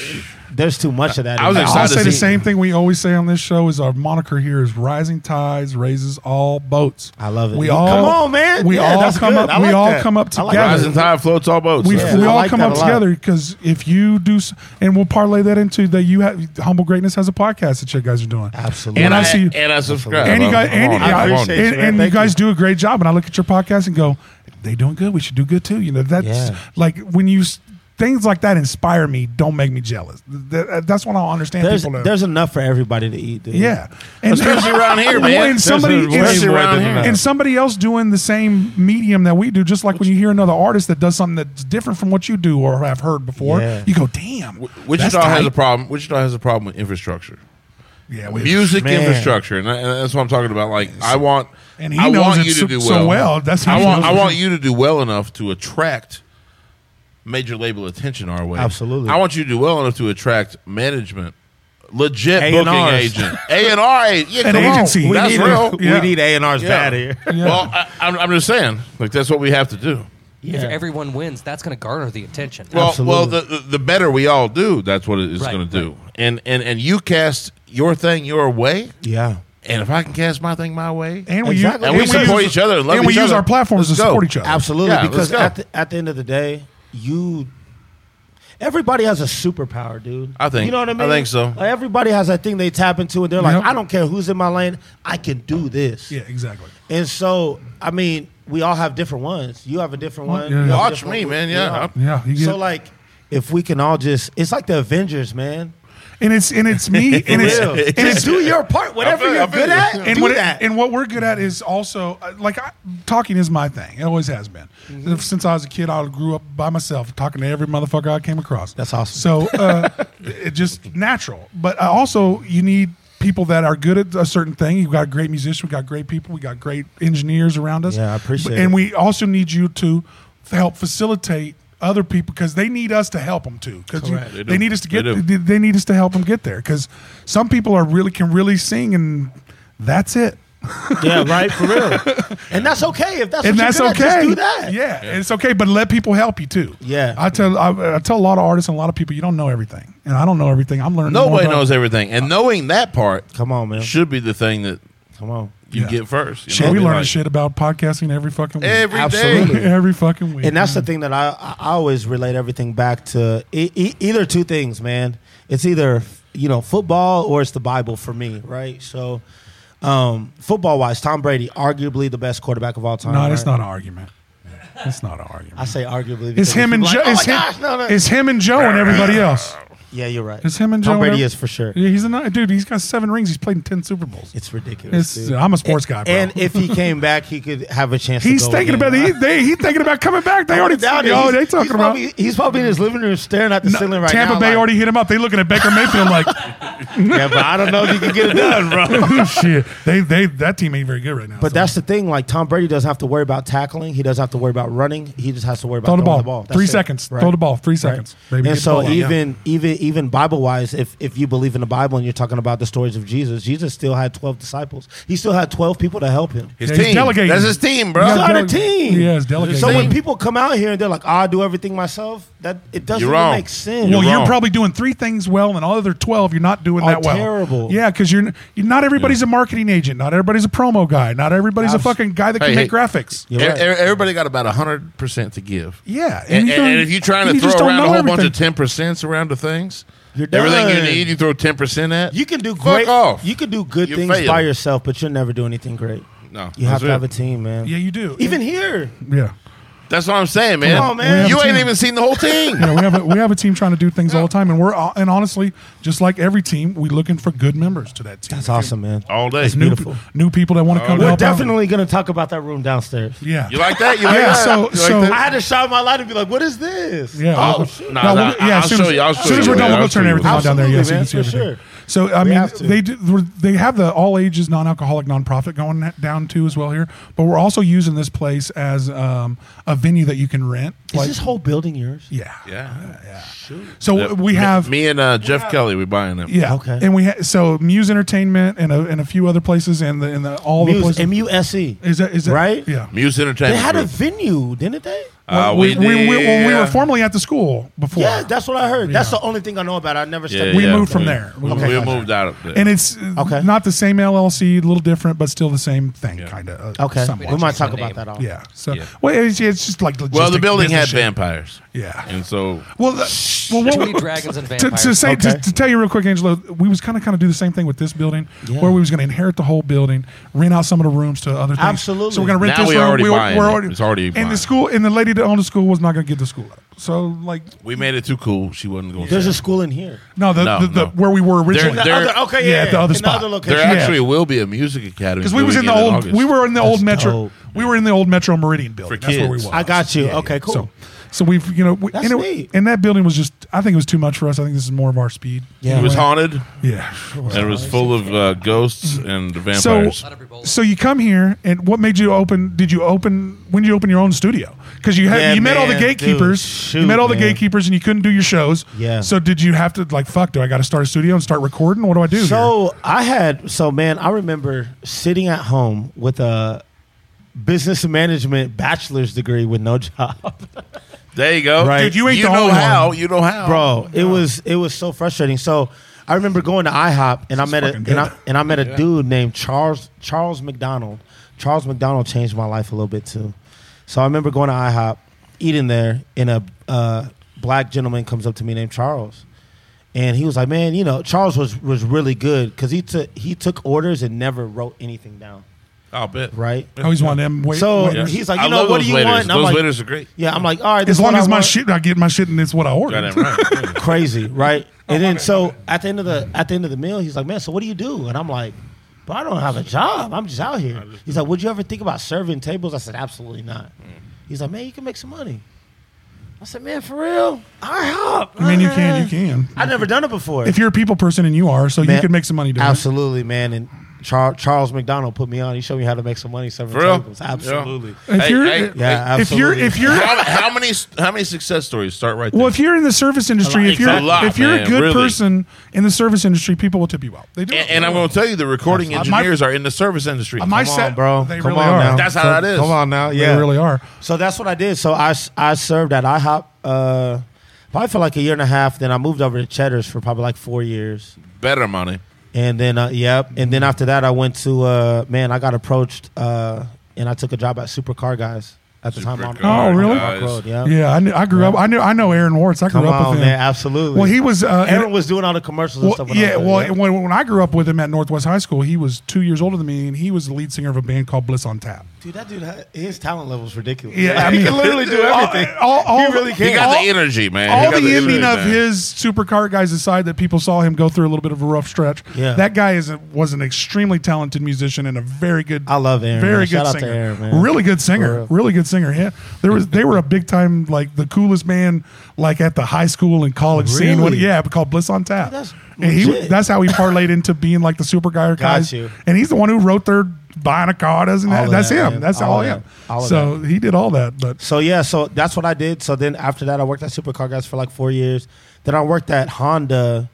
Speaker 3: There's too much of that.
Speaker 2: I was
Speaker 3: in
Speaker 2: excited
Speaker 3: there.
Speaker 1: I'll
Speaker 2: to
Speaker 1: say the
Speaker 2: see-
Speaker 1: same thing we always say on this show is our moniker here is rising tides raises all boats.
Speaker 3: I love it.
Speaker 1: We
Speaker 3: Come
Speaker 1: all
Speaker 3: on, man.
Speaker 1: We
Speaker 3: Yeah,
Speaker 1: all
Speaker 3: that's
Speaker 1: come
Speaker 3: good.
Speaker 1: up.
Speaker 3: I
Speaker 1: we
Speaker 3: like
Speaker 1: all
Speaker 3: that.
Speaker 1: come up
Speaker 3: I like
Speaker 1: together.
Speaker 3: that.
Speaker 2: Rising tide floats all boats.
Speaker 1: we,
Speaker 2: man.
Speaker 3: Yeah.
Speaker 1: we
Speaker 3: I
Speaker 1: all
Speaker 3: like
Speaker 1: come
Speaker 3: that
Speaker 1: up
Speaker 3: a lot.
Speaker 1: together because if you do, s- and we'll parlay that into that you have humble greatness has a podcast that you guys are doing.
Speaker 3: Absolutely.
Speaker 1: And I,
Speaker 2: I-
Speaker 1: see. you-
Speaker 2: and I subscribe.
Speaker 1: and you guys,
Speaker 2: I'm
Speaker 1: and,
Speaker 2: on
Speaker 1: yeah,
Speaker 2: it.
Speaker 3: I
Speaker 2: I'm on
Speaker 3: appreciate
Speaker 2: it.
Speaker 1: and,
Speaker 3: you, man.
Speaker 1: and you
Speaker 3: Thank
Speaker 1: guys do a great job. And I look at your podcast and go, they doing good. We should do good too. You know, that's
Speaker 3: Yeah.
Speaker 1: like when you s- things like that inspire me. Don't make me jealous. That, that's when I'll understand
Speaker 3: there's,
Speaker 1: people. to-
Speaker 3: there's enough for everybody to eat, dude.
Speaker 1: yeah,
Speaker 2: Especially around here, man.
Speaker 1: And somebody,
Speaker 2: There's way
Speaker 1: and,
Speaker 2: more than that.
Speaker 1: and somebody else doing the same medium that we do, just like when you hear another artist that does something that's different from what you do or have heard before,
Speaker 3: Yeah.
Speaker 1: you go, "Damn, that's
Speaker 2: Wichita has
Speaker 1: tight."
Speaker 2: a problem. Wichita has a problem with infrastructure,
Speaker 1: yeah, we-
Speaker 2: music
Speaker 3: Man.
Speaker 2: infrastructure, and, I, and that's what I'm talking about. Like I want,
Speaker 1: And he
Speaker 2: I
Speaker 1: knows
Speaker 2: want
Speaker 1: it
Speaker 2: you to
Speaker 1: so-
Speaker 2: do well.
Speaker 1: so well, that's how
Speaker 2: I
Speaker 1: he
Speaker 2: want.
Speaker 1: knows
Speaker 2: I
Speaker 1: it.
Speaker 2: want you to do well enough to attract major label attention our way.
Speaker 3: Absolutely.
Speaker 2: I want you to do well enough to attrct management, legit
Speaker 3: A&Rs.
Speaker 2: booking agent, A and R agent. Yeah,
Speaker 1: An
Speaker 2: come on.
Speaker 1: agency.
Speaker 3: We
Speaker 2: That's
Speaker 3: need,
Speaker 2: real.
Speaker 1: Yeah.
Speaker 3: We need A and R's
Speaker 2: Yeah.
Speaker 3: bad here.
Speaker 2: Well, I, I'm, I'm just saying, like that's what we have to do.
Speaker 4: If
Speaker 3: Yeah.
Speaker 4: everyone wins, that's going to garner the attention.
Speaker 2: Well,
Speaker 3: Absolutely.
Speaker 2: well, the, the the better we all do, that's what it's
Speaker 4: Right,
Speaker 2: going to do. And and and you cast your thing your way,
Speaker 3: Yeah.
Speaker 2: and if I can cast my thing my way,
Speaker 1: and we
Speaker 3: Exactly.
Speaker 1: use,
Speaker 2: And we support
Speaker 1: use,
Speaker 2: each other and love
Speaker 1: and we
Speaker 2: each
Speaker 1: use
Speaker 2: other.
Speaker 1: our platforms
Speaker 2: Let's
Speaker 1: to
Speaker 2: go.
Speaker 1: support each other.
Speaker 3: Absolutely,
Speaker 2: Yeah, let's
Speaker 3: because
Speaker 2: go.
Speaker 3: at the, at the end of the day, you everybody has a superpower, dude.
Speaker 2: I think-
Speaker 3: you know what I
Speaker 2: I
Speaker 3: mean.
Speaker 2: think so.
Speaker 3: Like, everybody has that thing they tap into, and they're like,
Speaker 1: Yep.
Speaker 3: I don't care who's in my lane, I can do this.
Speaker 1: Yeah, exactly.
Speaker 3: And so, I mean, we all have different ones. You have a different one.
Speaker 1: yeah.
Speaker 3: you have a
Speaker 2: Watch
Speaker 3: different
Speaker 2: me,
Speaker 3: one.
Speaker 2: man,
Speaker 3: We
Speaker 2: yeah.
Speaker 3: all-
Speaker 1: Yeah, you get-
Speaker 3: so like, if we can all just, it's like the Avengers, man.
Speaker 1: And it's and it's me and it's
Speaker 3: Real.
Speaker 1: and it's
Speaker 3: just do your part. Whatever
Speaker 2: feel- I
Speaker 3: you're
Speaker 2: feel
Speaker 3: good
Speaker 2: you.
Speaker 3: at,
Speaker 1: and
Speaker 3: do
Speaker 1: what,
Speaker 3: that.
Speaker 1: and what we're good at is also uh, like I, talking is my thing. It always has been
Speaker 3: Mm-hmm.
Speaker 1: since I was a kid. I grew up by myself, talking to every motherfucker I came across.
Speaker 3: That's awesome.
Speaker 1: So uh, it just natural. But I also you need people that are good at a certain thing. You've got great musicians, we got great people, we got great engineers around us.
Speaker 3: Yeah, I appreciate
Speaker 1: But-
Speaker 3: it.
Speaker 1: And we also need you to f- help facilitate. Other people, because they need us to help them too. Because
Speaker 3: Correct.
Speaker 1: they,
Speaker 2: They do.
Speaker 1: need us to get
Speaker 2: They do.
Speaker 1: they- they need us to help them get there because some people are really can really sing and that's it
Speaker 3: yeah, right for real. and that's okay if that's
Speaker 1: and
Speaker 3: what
Speaker 1: that's
Speaker 3: you're
Speaker 1: okay
Speaker 3: good At, just do that.
Speaker 1: yeah, it's okay but let people help you too
Speaker 3: Yeah.
Speaker 1: i tell I, I tell a lot of artists and a lot of people you don't know everything and i don't know everything i'm learning more
Speaker 2: nobody
Speaker 1: about-
Speaker 2: knows everything, and knowing that part
Speaker 3: Come on, man.
Speaker 2: should be the thing that
Speaker 3: Come on.
Speaker 2: you
Speaker 1: Yeah.
Speaker 2: get first. You
Speaker 1: shit
Speaker 2: know
Speaker 1: we
Speaker 2: what I mean?
Speaker 1: learning
Speaker 2: Like,
Speaker 1: shit about podcasting every fucking week
Speaker 2: every day.
Speaker 3: Absolutely.
Speaker 1: every fucking week
Speaker 3: And that's the thing that I, I I always relate everything back to e- e- either two things, man. It's either you know football or it's the Bible for me, right? So, um, football wise, Tom Brady, arguably the best quarterback of all time.
Speaker 1: no that's
Speaker 3: right?
Speaker 1: not an argument it's not an argument
Speaker 3: I say arguably.
Speaker 1: it's
Speaker 3: because
Speaker 1: him and
Speaker 3: people
Speaker 1: joe
Speaker 3: are like,
Speaker 1: it's,
Speaker 3: oh my
Speaker 1: him,
Speaker 3: gosh, no, no.
Speaker 1: it's him and joe and everybody else
Speaker 3: yeah, you're right.
Speaker 1: it's him and joe
Speaker 3: Tom
Speaker 1: and
Speaker 3: Brady
Speaker 1: every-
Speaker 3: is for sure.
Speaker 1: yeah he's a ni- dude he's got seven rings he's played in 10 super bowls
Speaker 3: It's ridiculous.
Speaker 1: It's,
Speaker 3: dude.
Speaker 1: I'm a sports guy, bro.
Speaker 3: and if he came back, he could have a chance.
Speaker 1: he's
Speaker 3: to go
Speaker 1: thinking
Speaker 3: again.
Speaker 1: about he, they, he's thinking about coming back. They already
Speaker 3: Doubt it.
Speaker 1: Oh,
Speaker 3: He's-
Speaker 1: they talking
Speaker 3: he's
Speaker 1: about
Speaker 3: Probably, he's probably in his living room staring at the ceiling right
Speaker 1: Tampa
Speaker 3: now.
Speaker 1: Bay
Speaker 3: like,
Speaker 1: already hit him up. They looking at Baker Mayfield like, oh,
Speaker 3: Yeah, but I don't know if he can get it done, bro.
Speaker 1: shit. They they that team ain't very good right now.
Speaker 3: But
Speaker 1: so.
Speaker 3: that's the thing. Like Tom Brady doesn't have to worry about tackling. He doesn't have to worry about running. He just has to worry about
Speaker 1: throw the
Speaker 3: throwing
Speaker 1: ball.
Speaker 3: the ball. That's
Speaker 1: three
Speaker 3: it.
Speaker 1: seconds.
Speaker 3: Right.
Speaker 1: Throw the ball. Three
Speaker 3: Right.
Speaker 1: seconds. Baby, get
Speaker 3: and
Speaker 1: the
Speaker 3: so
Speaker 1: ball out.
Speaker 3: even even even Bible wise, if if you believe in the Bible and you're talking about the stories of Jesus, Jesus still had twelve disciples. He still had twelve people to help him.
Speaker 2: His
Speaker 1: Yeah, he's
Speaker 2: team.
Speaker 1: delegating.
Speaker 2: That's his team, bro. E-
Speaker 1: Yeah,
Speaker 3: He's on a
Speaker 1: deleg-
Speaker 3: team.
Speaker 1: Yeah, it's delegating.
Speaker 3: So when
Speaker 2: Same.
Speaker 3: people come out here and they're like, "Ah, "I do everything myself," that it doesn't
Speaker 2: You're
Speaker 3: even
Speaker 2: wrong.
Speaker 3: make sense.
Speaker 2: You're
Speaker 1: well, you're
Speaker 2: wrong.
Speaker 1: probably doing three things well, and all other twelve you're not doing
Speaker 3: Are
Speaker 1: that well.
Speaker 3: terrible.
Speaker 1: Yeah, because you're, you're not everybody's a marketing agent, not everybody's a promo guy, not everybody's a
Speaker 3: Abs-
Speaker 1: fucking guy that can
Speaker 2: Hey,
Speaker 1: make
Speaker 2: hey.
Speaker 1: graphics.
Speaker 3: You're
Speaker 2: E- e-
Speaker 3: right.
Speaker 2: Everybody got about hundred percent to give.
Speaker 1: Yeah,
Speaker 2: And,
Speaker 1: you
Speaker 2: and-
Speaker 1: don't-
Speaker 2: and if you're trying to
Speaker 1: you
Speaker 2: throw
Speaker 1: just don't
Speaker 2: around a
Speaker 1: know
Speaker 2: whole
Speaker 1: everything.
Speaker 2: bunch of ten percents around to things,
Speaker 3: You're
Speaker 2: everything you
Speaker 3: done.
Speaker 2: need, you throw ten percent at.
Speaker 3: You can do
Speaker 2: Fuck
Speaker 3: great.
Speaker 2: off.
Speaker 3: You can do good
Speaker 2: You
Speaker 3: things
Speaker 2: fail.
Speaker 3: by yourself, but you'll never do anything great.
Speaker 2: No, that's
Speaker 3: You have to
Speaker 2: it.
Speaker 3: have a team, man.
Speaker 1: yeah, you do.
Speaker 3: Even here,
Speaker 1: yeah,
Speaker 2: That's what I'm saying, man.
Speaker 3: on, man. We have
Speaker 2: You
Speaker 1: a
Speaker 2: ain't
Speaker 1: team.
Speaker 2: even seen the whole team.
Speaker 1: yeah, we have a, we have a team trying to do things all the time, and we're all- and honestly, just like every team, we're looking for good members to that team.
Speaker 3: that's awesome, man.
Speaker 2: All day.
Speaker 1: New,
Speaker 3: beautiful.
Speaker 1: new people that want to come. to
Speaker 3: We're
Speaker 1: help out.
Speaker 3: definitely going to talk about that room downstairs.
Speaker 1: Yeah.
Speaker 2: Oh, You like that? You like
Speaker 1: Yeah,
Speaker 2: that?
Speaker 1: so-
Speaker 2: You like
Speaker 1: so-
Speaker 2: that?
Speaker 3: I had to shine my light and be like, "What is this?"
Speaker 1: Yeah.
Speaker 2: Oh,
Speaker 1: we'll-
Speaker 2: shit. Nah, nah,
Speaker 1: we'll-
Speaker 2: I'll
Speaker 1: as soon
Speaker 2: show
Speaker 1: as-
Speaker 2: you, I'll
Speaker 1: as
Speaker 2: show
Speaker 1: soon as
Speaker 2: you
Speaker 1: we're done,
Speaker 2: later,
Speaker 1: we'll
Speaker 2: I'll
Speaker 1: turn
Speaker 2: show you
Speaker 1: everything on down there.
Speaker 3: later.
Speaker 1: Yeah, so you can see
Speaker 3: Absolutely,
Speaker 1: everything.
Speaker 3: man, for
Speaker 1: So I
Speaker 3: We
Speaker 1: mean,
Speaker 3: have to.
Speaker 1: they do, they have the all ages non-alcoholic nonprofit going down too as well here, but we're also using this place as um, a venue that you can rent.
Speaker 3: Is this whole building yours?
Speaker 1: yeah.
Speaker 2: Yeah.
Speaker 1: So we
Speaker 2: Me-
Speaker 1: have
Speaker 2: me, and uh, Jeff Kelly. We're buying them.
Speaker 1: yeah,
Speaker 3: Okay.
Speaker 1: and we ha- so Muse Entertainment and a, and a few other places and the and the all the
Speaker 3: Muse,
Speaker 1: places.
Speaker 3: M-U-S-E.
Speaker 1: is that is that
Speaker 3: right?
Speaker 1: Yeah.
Speaker 2: Muse
Speaker 3: E. They
Speaker 2: Entertainment.
Speaker 3: had a
Speaker 2: Group.
Speaker 3: venue, didn't they?
Speaker 2: Uh,
Speaker 1: we, we, we,
Speaker 2: did-
Speaker 1: well, we were formerly at the school before.
Speaker 3: Yeah, that's what I heard. That's
Speaker 1: Yeah.
Speaker 3: the only thing I know about. it. I never
Speaker 2: Yeah,
Speaker 3: stepped.
Speaker 1: We
Speaker 2: yeah.
Speaker 1: moved from there.
Speaker 2: We,
Speaker 1: Okay.
Speaker 2: we moved out of there.
Speaker 1: and it's
Speaker 3: Okay.
Speaker 1: okay. not the same LLC, a little different, but still the same thing, kind of. Uh,
Speaker 3: Okay,
Speaker 1: somewhat.
Speaker 3: we might
Speaker 4: Change the
Speaker 3: talk about
Speaker 4: name.
Speaker 3: that. All.
Speaker 1: Yeah. So,
Speaker 2: Yeah.
Speaker 1: well, it's, it's just like logistics.
Speaker 2: well, the building
Speaker 1: business
Speaker 2: had
Speaker 1: shit.
Speaker 2: vampires.
Speaker 1: Yeah.
Speaker 2: And so
Speaker 1: Well, the- well,
Speaker 4: Too many
Speaker 1: what,
Speaker 4: dragons and
Speaker 1: to,
Speaker 4: vampires.
Speaker 1: to say to,
Speaker 3: Okay.
Speaker 1: to tell you real quick, Angelo, we was kind of kind of do the same thing with this building,
Speaker 3: Yeah.
Speaker 1: where we was going to inherit the whole building, rent out some of the rooms to other things.
Speaker 3: Absolutely.
Speaker 1: So we're going to rent
Speaker 2: Now
Speaker 1: this
Speaker 2: we
Speaker 1: room.
Speaker 2: already
Speaker 1: we, were-
Speaker 2: buying
Speaker 1: we're
Speaker 2: it. It's already
Speaker 1: and
Speaker 2: mine.
Speaker 1: the school and the lady that owned the school was not going to get the school up. So like,
Speaker 2: we made it too cool. She wasn't going.
Speaker 3: There's
Speaker 2: to
Speaker 3: a school in here.
Speaker 1: no, the,
Speaker 2: No,
Speaker 1: the, the
Speaker 2: no.
Speaker 1: where we were originally.
Speaker 2: There-
Speaker 3: The other- okay,
Speaker 1: yeah,
Speaker 3: yeah,
Speaker 1: at the other
Speaker 3: in
Speaker 1: spot.
Speaker 3: other
Speaker 2: There
Speaker 3: location.
Speaker 1: Yeah.
Speaker 2: actually will be a music academy
Speaker 1: because we was in the
Speaker 2: doing it
Speaker 1: old
Speaker 2: August.
Speaker 1: we were in the
Speaker 3: That's
Speaker 1: old metro
Speaker 3: dope.
Speaker 1: we were in the old metro meridian building
Speaker 2: For
Speaker 1: that's where we
Speaker 2: kids.
Speaker 1: were
Speaker 3: I got you. Okay, cool.
Speaker 1: so, so we've you know we,
Speaker 3: That's
Speaker 1: and, it-
Speaker 3: neat.
Speaker 1: and that building was just i think it was too much for us i think this is more of our speed
Speaker 3: Yeah.
Speaker 2: It was haunted
Speaker 1: yeah
Speaker 2: and it was full of uh, ghosts and
Speaker 1: so
Speaker 2: vampires.
Speaker 1: so you come here and what made you open did you open when did you open your own studio because you had
Speaker 3: Yeah,
Speaker 1: you met all the
Speaker 3: man, dude,
Speaker 1: gatekeepers you
Speaker 3: shoot,
Speaker 1: met all the
Speaker 3: man.
Speaker 1: gatekeepers and you couldn't do your shows
Speaker 3: Yeah.
Speaker 1: so did you have to like fuck do i gotta start a studio and start recording what do i do here?
Speaker 3: So I had so man, I remember sitting at home with a business management bachelor's degree with no job.
Speaker 2: there you go.
Speaker 3: Right.
Speaker 1: Dude, you ain't the
Speaker 2: know
Speaker 1: only
Speaker 2: how.
Speaker 1: one.
Speaker 2: You know how,
Speaker 3: Bro, it was it was so frustrating. So I remember going to IHOP and I met a
Speaker 1: fucking
Speaker 3: and
Speaker 1: good.
Speaker 3: I, and I met a dude named Charles Charles McDonald. Charles McDonald changed my life a little bit too. So I remember going to IHOP, eating there, and a uh, black gentleman comes up to me named Charles, and he was like, "Man, you know, Charles was was really good because he took he took orders and never wrote anything down,
Speaker 2: I'll bet.
Speaker 3: right?"
Speaker 1: i always wanted them wait,
Speaker 3: So-
Speaker 1: wait-
Speaker 2: Yeah.
Speaker 3: He's like,
Speaker 2: I
Speaker 3: you know,
Speaker 2: love
Speaker 3: what
Speaker 2: those
Speaker 3: do you
Speaker 2: waiters.
Speaker 3: want? And I'm
Speaker 2: Those
Speaker 3: like-
Speaker 2: waiters are great.
Speaker 3: Yeah, I'm like, all right. this
Speaker 1: as
Speaker 3: is
Speaker 1: long
Speaker 3: what
Speaker 1: as
Speaker 3: I
Speaker 1: my
Speaker 3: want."
Speaker 1: shit i get my shit and it's what i ordered
Speaker 2: Goddamn right.
Speaker 3: crazy, right? And
Speaker 1: Oh
Speaker 3: then so at the end of the at the end of the meal, he's like, "Man, so what do you do?" And I'm like, "But I don't have a job. I'm just out here." He's like, "Would you ever think about serving tables?" I said, "Absolutely not."
Speaker 1: Mm.
Speaker 3: He's like, "Man, you can make some money." I said, "Man, for real? I help."
Speaker 1: i mean you can you can
Speaker 3: I've never done it before.
Speaker 1: if you're a people person and you are, so you
Speaker 3: Man,
Speaker 1: could make some money doing it.
Speaker 3: absolutely, man. And Char- Charles McDonald put me on. He showed me how to make some money serving
Speaker 2: For real?
Speaker 3: tables. Absolutely.
Speaker 1: If
Speaker 2: Hey,
Speaker 1: you're,
Speaker 2: hey,
Speaker 3: Yeah,
Speaker 1: if you're,
Speaker 3: absolutely.
Speaker 1: if you're,
Speaker 2: how, how many how many success stories start right there?
Speaker 1: well, if you're in the service industry, if you're,
Speaker 2: A lot,
Speaker 1: if you're a
Speaker 2: man,
Speaker 1: good
Speaker 2: really.
Speaker 1: person in the service industry, people will tip you out. They do.
Speaker 2: and, and I'm going to tell you, the recording
Speaker 1: My-
Speaker 2: engineers are in the service industry.
Speaker 1: my
Speaker 2: Come on.
Speaker 1: set,
Speaker 3: bro.
Speaker 1: They
Speaker 3: Come
Speaker 1: really
Speaker 3: on
Speaker 1: are.
Speaker 3: now.
Speaker 2: That's how that is.
Speaker 3: Come on now,
Speaker 1: They
Speaker 3: yeah.
Speaker 1: really are.
Speaker 3: So that's what I did. So I, I served at IHOP uh, probably for like a year and a half. Then I moved over to Cheddar's for probably like four years.
Speaker 2: Better money.
Speaker 3: And then, uh, yep. And then after that, I went to, uh, man, I got approached uh, and I took a job at Supercar Guys at the time.
Speaker 2: Supercar
Speaker 1: Oh, really?
Speaker 2: Guys.
Speaker 3: Road, yeah.
Speaker 1: Yeah, I, knew, I grew up. I knew. I know Aaron Warts. I grew
Speaker 3: Come
Speaker 1: up
Speaker 3: on,
Speaker 1: with him.
Speaker 3: man. Absolutely.
Speaker 1: Well, he was. Uh,
Speaker 3: Aaron was doing all the commercials and
Speaker 1: well,
Speaker 3: stuff. when I was
Speaker 1: yeah,
Speaker 3: there,
Speaker 1: well,
Speaker 3: yeah.
Speaker 1: when, when I grew up with him at Northwest High School, he was two years older than me, and he was the lead singer of a band called Bliss on Tap.
Speaker 3: dude, that dude, had- his talent level is ridiculous.
Speaker 1: Yeah, I
Speaker 3: he
Speaker 1: mean-
Speaker 3: can literally do
Speaker 1: All-
Speaker 3: everything.
Speaker 1: all- all-
Speaker 3: he really
Speaker 2: He
Speaker 3: can.
Speaker 2: got
Speaker 1: All-
Speaker 2: the energy, man. He
Speaker 1: all
Speaker 2: got
Speaker 1: the ending
Speaker 2: energy,
Speaker 1: of
Speaker 2: man.
Speaker 1: his supercar guys aside that people saw him go through a little bit of a rough stretch.
Speaker 3: Yeah.
Speaker 1: That guy is a, was an extremely talented musician and a very good
Speaker 3: I love Aaron,
Speaker 1: Very
Speaker 3: man.
Speaker 1: good
Speaker 3: Shout out to
Speaker 1: singer.
Speaker 3: Aaron, man.
Speaker 1: Really good
Speaker 3: For
Speaker 1: singer.
Speaker 3: real.
Speaker 1: Really good singer. Yeah. There was they were a big time like the coolest man like at the high school and college scene. When,
Speaker 3: Really?
Speaker 1: yeah, called Bliss on Tap.
Speaker 3: That's
Speaker 1: and he
Speaker 3: legit.
Speaker 1: that's how he parlayed into being like the super guy or guys.
Speaker 3: you.
Speaker 1: And he's the one who wrote their buying a car, doesn't
Speaker 3: All
Speaker 1: that?
Speaker 3: of
Speaker 1: That's
Speaker 3: that,
Speaker 1: him.
Speaker 3: man.
Speaker 1: That's
Speaker 3: All
Speaker 1: all,
Speaker 3: of
Speaker 1: him.
Speaker 3: that. All of
Speaker 1: so he did all that, but
Speaker 3: So yeah, so that's what I did. So then after that, I worked at Supercar Guys for like four years. Then I worked at Honda,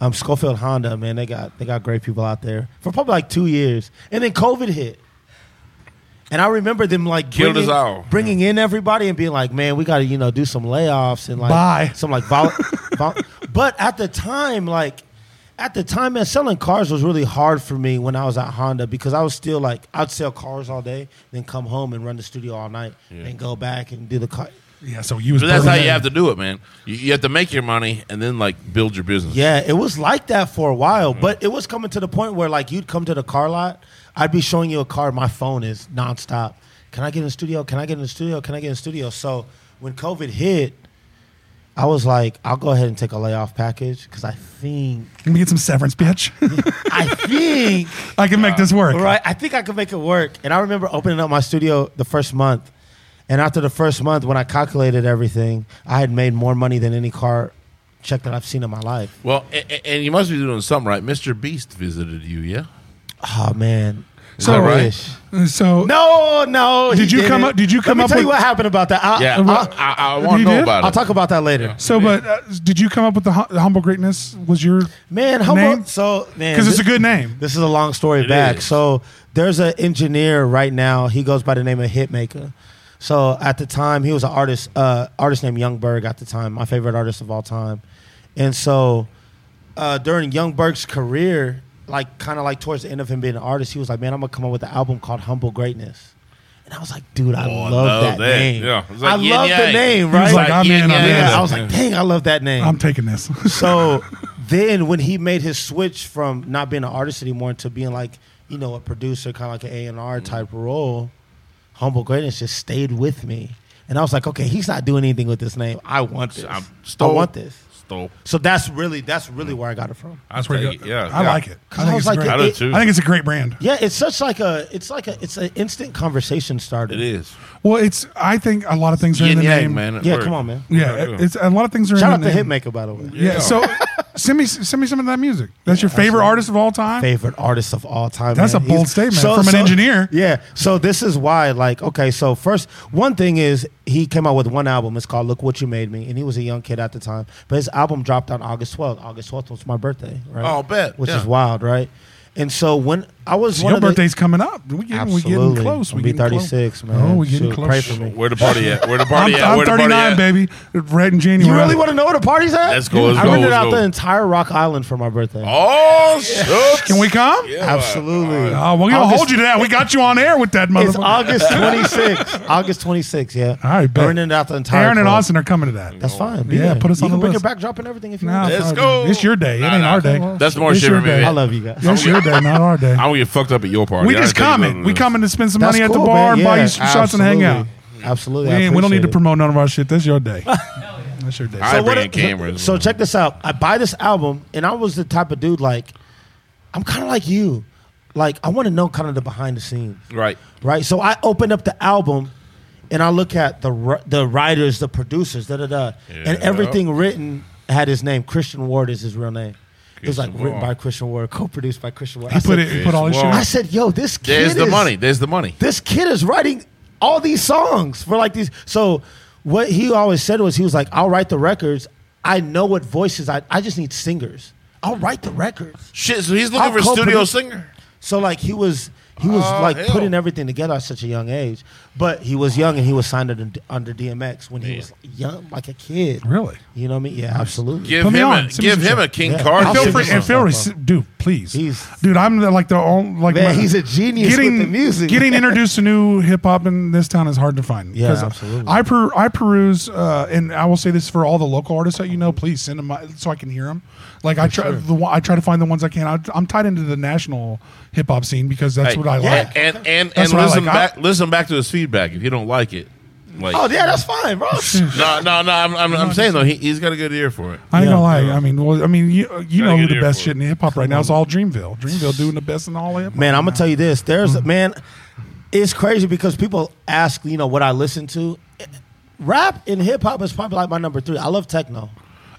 Speaker 3: um, Schofield Honda. Man, they got they got great people out there for probably like two years, and then COVID hit. And I remember them like
Speaker 2: Killed
Speaker 3: bringing,
Speaker 2: us all.
Speaker 3: bringing in everybody and being like, "Man, we got to you know do some layoffs and like
Speaker 1: Bye.
Speaker 3: some like." Vol- vol- but at the time, like at the time, man, selling cars was really hard for me when I was at Honda because I was still like I'd sell cars all day, then come home and run the studio all night, and go back and do the car.
Speaker 1: Yeah, so you was.
Speaker 2: But that's how
Speaker 1: burning
Speaker 2: you
Speaker 1: that-
Speaker 2: have to do it, man. You, you have to make your money and then like build your business.
Speaker 3: Yeah, it was like that for a while,
Speaker 2: Mm.
Speaker 3: but it was coming to the point where like you'd come to the car lot, I'd be showing you a car. My phone is nonstop. Can I get in the studio? Can I get in the studio? Can I get in the studio? So when COVID hit, I was like, I'll go ahead and take a layoff package because I think,
Speaker 1: Let me get some severance, bitch.
Speaker 3: I think,
Speaker 1: I can make this work.
Speaker 3: right? I think I could make it work. And I remember opening up my studio the first month, and after the first month, when I calculated everything, I had made more money than any car check that I've seen in my life.
Speaker 2: Well, and, and you must be doing something right. Mr. Beast visited you, yeah.
Speaker 3: Oh man.
Speaker 1: So-
Speaker 3: I
Speaker 2: Is that right?
Speaker 3: wish.
Speaker 1: So
Speaker 3: No, no. he
Speaker 1: Did you
Speaker 3: didn't.
Speaker 1: come up- did you come
Speaker 3: Let me
Speaker 1: up
Speaker 3: tell
Speaker 1: with-
Speaker 3: you what happened about that. I,
Speaker 2: Yeah,
Speaker 3: I,
Speaker 2: I, I, I want
Speaker 1: You
Speaker 2: to know
Speaker 1: did?
Speaker 2: about
Speaker 3: will
Speaker 2: it.
Speaker 3: talk about that later.
Speaker 1: So, but uh, did you come up with the, hu- the humble greatness? Was your
Speaker 3: Man, how
Speaker 1: name?
Speaker 3: about so man?
Speaker 1: Because it's
Speaker 3: this-
Speaker 1: a good name.
Speaker 3: This is a long story
Speaker 2: It
Speaker 3: back.
Speaker 2: is.
Speaker 3: So there's an engineer right now. He goes by the name of Hitmaker. So at the time, he was an artist, uh, artist named Youngberg. At the time, my favorite artist of all time. And so uh, during Youngberg's career, like kind of like towards the end of him being an artist, he was like, "Man, I'm gonna come up with an album called Humble Greatness." And I was like, "Dude,
Speaker 2: Oh,
Speaker 3: I
Speaker 2: I
Speaker 3: love,
Speaker 2: love
Speaker 3: that,
Speaker 2: that.
Speaker 3: name.
Speaker 2: Yeah. It's like
Speaker 3: I
Speaker 2: yin
Speaker 3: love the
Speaker 2: yang.
Speaker 3: name,
Speaker 1: He
Speaker 3: right?
Speaker 1: was like, I'm in, I'm
Speaker 3: yeah,
Speaker 1: in.
Speaker 3: I was like, dang, I love that name."
Speaker 1: I'm taking this.
Speaker 3: So then when he made his switch from not being an artist anymore to being like, you know, a producer, kind of like an
Speaker 2: Mm-hmm.
Speaker 3: A&R type role, Humble Greatness just stayed with me. And I was like, okay, he's not doing anything with this name. I want this.
Speaker 2: I'm
Speaker 3: I
Speaker 2: stole,
Speaker 3: want this.
Speaker 2: Stole.
Speaker 3: So that's really that's really where I got it from.
Speaker 1: That's where you
Speaker 2: Take
Speaker 1: go.
Speaker 2: it, Yeah,
Speaker 1: I
Speaker 2: yeah.
Speaker 1: like it. I
Speaker 3: 'Cause
Speaker 1: think,
Speaker 3: I was
Speaker 1: it's
Speaker 3: like,
Speaker 1: a great,
Speaker 2: I do
Speaker 3: It-
Speaker 2: too.
Speaker 1: I think it's a great brand.
Speaker 3: Yeah, it's such like a it's like a it's an instant conversation starter.
Speaker 2: it is.
Speaker 1: Well, it's. I think a lot of things are in
Speaker 2: Yin
Speaker 1: the
Speaker 2: yang,
Speaker 1: name.
Speaker 2: man. it
Speaker 3: Yeah,
Speaker 2: works.
Speaker 3: come on, man.
Speaker 1: Yeah, it's a lot of things are
Speaker 3: Shout
Speaker 1: in
Speaker 3: out
Speaker 1: the
Speaker 3: to
Speaker 1: name.
Speaker 3: Hitmaker by the way.
Speaker 1: Yeah. So send me send me some of that music. That's your favorite artist of all time.
Speaker 3: favorite artist of all time.
Speaker 1: That's
Speaker 3: man.
Speaker 1: a bold statement from an engineer.
Speaker 3: Yeah. So this is why, like, okay, so first, one thing is he came out with one album. It's called "Look What You Made Me," and he was a young kid at the time. But his album dropped on August twelfth. August twelfth was my birthday, right?
Speaker 2: Oh, bet.
Speaker 3: Which
Speaker 2: Yeah.
Speaker 3: is wild, right? And so when I was one
Speaker 1: Your
Speaker 3: of the-
Speaker 1: birthday's coming up. We getting, we getting
Speaker 3: Absolutely.
Speaker 1: close. We
Speaker 3: I'll be
Speaker 1: getting close.
Speaker 3: 36, man.
Speaker 1: Oh, we getting
Speaker 3: Shoot,
Speaker 1: close.
Speaker 3: pray for me.
Speaker 2: Where the party at? Where the
Speaker 1: I'm,
Speaker 2: party at?
Speaker 1: I'm
Speaker 2: Where the party
Speaker 1: 39,
Speaker 2: at?
Speaker 1: baby. Right in January.
Speaker 3: you really want to know where the party's at?
Speaker 2: Let's go, let's
Speaker 3: I
Speaker 2: go,
Speaker 3: rented
Speaker 2: let's
Speaker 3: out
Speaker 2: go.
Speaker 3: the entire Rock Island for my birthday.
Speaker 2: Oh, shucks.
Speaker 1: Can we come?
Speaker 2: Yeah.
Speaker 3: Absolutely.
Speaker 1: Oh, we're gonna hold you to that. We got you on air with that motherfucker.
Speaker 3: It's August 26th. August 26th, yeah.
Speaker 1: All right, bet.
Speaker 3: I rented out the entire
Speaker 1: Aaron and
Speaker 3: club.
Speaker 1: Austin are coming to that.
Speaker 3: That's fine. Be
Speaker 1: Yeah,
Speaker 3: there.
Speaker 1: put us
Speaker 3: you
Speaker 1: on
Speaker 3: can
Speaker 1: the
Speaker 3: bring
Speaker 1: list.
Speaker 3: your backdrop and everything if you
Speaker 1: Nah,
Speaker 3: want.
Speaker 2: Let's
Speaker 1: fuck,
Speaker 2: go.
Speaker 1: dude. It's your day. It
Speaker 2: Nah,
Speaker 1: ain't
Speaker 2: nah.
Speaker 1: our day.
Speaker 2: That's more
Speaker 1: It's
Speaker 2: shit
Speaker 1: your
Speaker 2: for me,
Speaker 1: day.
Speaker 2: man.
Speaker 3: I love you guys.
Speaker 1: It's your day, not our day.
Speaker 2: I'm gonna get fucked up at your party.
Speaker 1: We
Speaker 2: I
Speaker 1: just
Speaker 2: ain't taking
Speaker 1: comment.
Speaker 2: none
Speaker 1: We
Speaker 2: of this.
Speaker 1: come in to spend some
Speaker 3: That's
Speaker 1: money at the
Speaker 3: cool,
Speaker 1: bar
Speaker 3: man.
Speaker 1: and buy
Speaker 3: Yeah,
Speaker 1: you some shots and hang out.
Speaker 3: Absolutely.
Speaker 1: We,
Speaker 3: I
Speaker 1: ain't- we don't need to
Speaker 3: appreciate it.
Speaker 1: promote none of our shit. That's your day. That's your day.
Speaker 2: I
Speaker 3: what-
Speaker 2: bring in cameras.
Speaker 3: So check this out. I buy this album, and I was the type of dude like, I'm kind of like you. Like I want to know kind of the behind the scenes,
Speaker 2: Right.
Speaker 3: right? So I open up the album, and I look at the ri- the writers, the producers, da da da, and
Speaker 2: Yeah.
Speaker 3: everything written had his name. Christian Ward is his real name. it was like
Speaker 2: Christian
Speaker 3: written
Speaker 2: Ward.
Speaker 3: by Christian Ward, co-produced by Christian Ward.
Speaker 1: He
Speaker 3: I
Speaker 1: put
Speaker 3: said,
Speaker 1: it. He put all his
Speaker 2: Well,
Speaker 1: shit.
Speaker 3: I
Speaker 1: in.
Speaker 3: said, "Yo, this kid
Speaker 2: There's the
Speaker 3: is-
Speaker 2: money. There's the money.
Speaker 3: this kid is writing all these songs for like these. So what he always said was he was like, I'll write the records. I know what voices I I just need singers. I'll write the records.
Speaker 2: Shit. So he's looking
Speaker 3: I'll
Speaker 2: for a studio
Speaker 3: co-produce-
Speaker 2: singer.
Speaker 3: So like he was he was
Speaker 2: Oh,
Speaker 3: like
Speaker 2: hell.
Speaker 3: putting everything together at such a young age. But he was young and he was signed under, under DMX when he
Speaker 2: Man.
Speaker 3: was young, like a kid.
Speaker 1: Really?
Speaker 3: You know what I mean? Yeah, absolutely.
Speaker 2: Give
Speaker 1: Put me
Speaker 2: him
Speaker 1: on.
Speaker 2: a
Speaker 1: Send me
Speaker 2: give
Speaker 1: some
Speaker 2: him
Speaker 1: shit.
Speaker 2: a King
Speaker 3: Yeah.
Speaker 2: Card.
Speaker 3: I'll
Speaker 1: Feel
Speaker 3: send
Speaker 1: free
Speaker 3: you
Speaker 1: and
Speaker 3: some.
Speaker 1: feel rec- dude, please,
Speaker 3: He's-
Speaker 1: dude. I'm the, like the only like
Speaker 3: Man,
Speaker 1: my-
Speaker 3: he's a genius with the music.
Speaker 1: Getting introduced to new hip hop in this town is hard to find.
Speaker 3: Yeah,
Speaker 1: 'Cause
Speaker 3: absolutely.
Speaker 1: I per, I peruse, uh, and I will say this for all the local artists that you know. Please send them my, so I can hear them. Like I try the one, I try to find the ones I can. I, I'm tied into the national hip hop scene because that's
Speaker 2: Hey,
Speaker 1: what I
Speaker 2: yeah,
Speaker 1: like.
Speaker 2: And and
Speaker 1: That's
Speaker 2: and
Speaker 1: what I
Speaker 2: listen
Speaker 1: like. I-
Speaker 2: back listen back to his feedback. If you don't like it, like
Speaker 3: Oh yeah, that's fine, bro.
Speaker 2: no no no. I'm I'm, I'm saying though he, he's got a good ear for it.
Speaker 1: I ain't
Speaker 3: Yeah.
Speaker 1: gonna lie. I mean, well, I mean, you you
Speaker 2: Gotta
Speaker 1: know who
Speaker 2: get
Speaker 1: the
Speaker 2: here
Speaker 1: best
Speaker 2: for
Speaker 1: shit
Speaker 2: it.
Speaker 1: in hip hop right now is all Dreamville. Dreamville doing the best in all hip hop.
Speaker 3: Man, I'm gonna tell you this. There's
Speaker 1: Mm-hmm.
Speaker 3: man, it's crazy because people ask, you know, what I listen to. Rap and hip hop is probably like my number three. I love techno.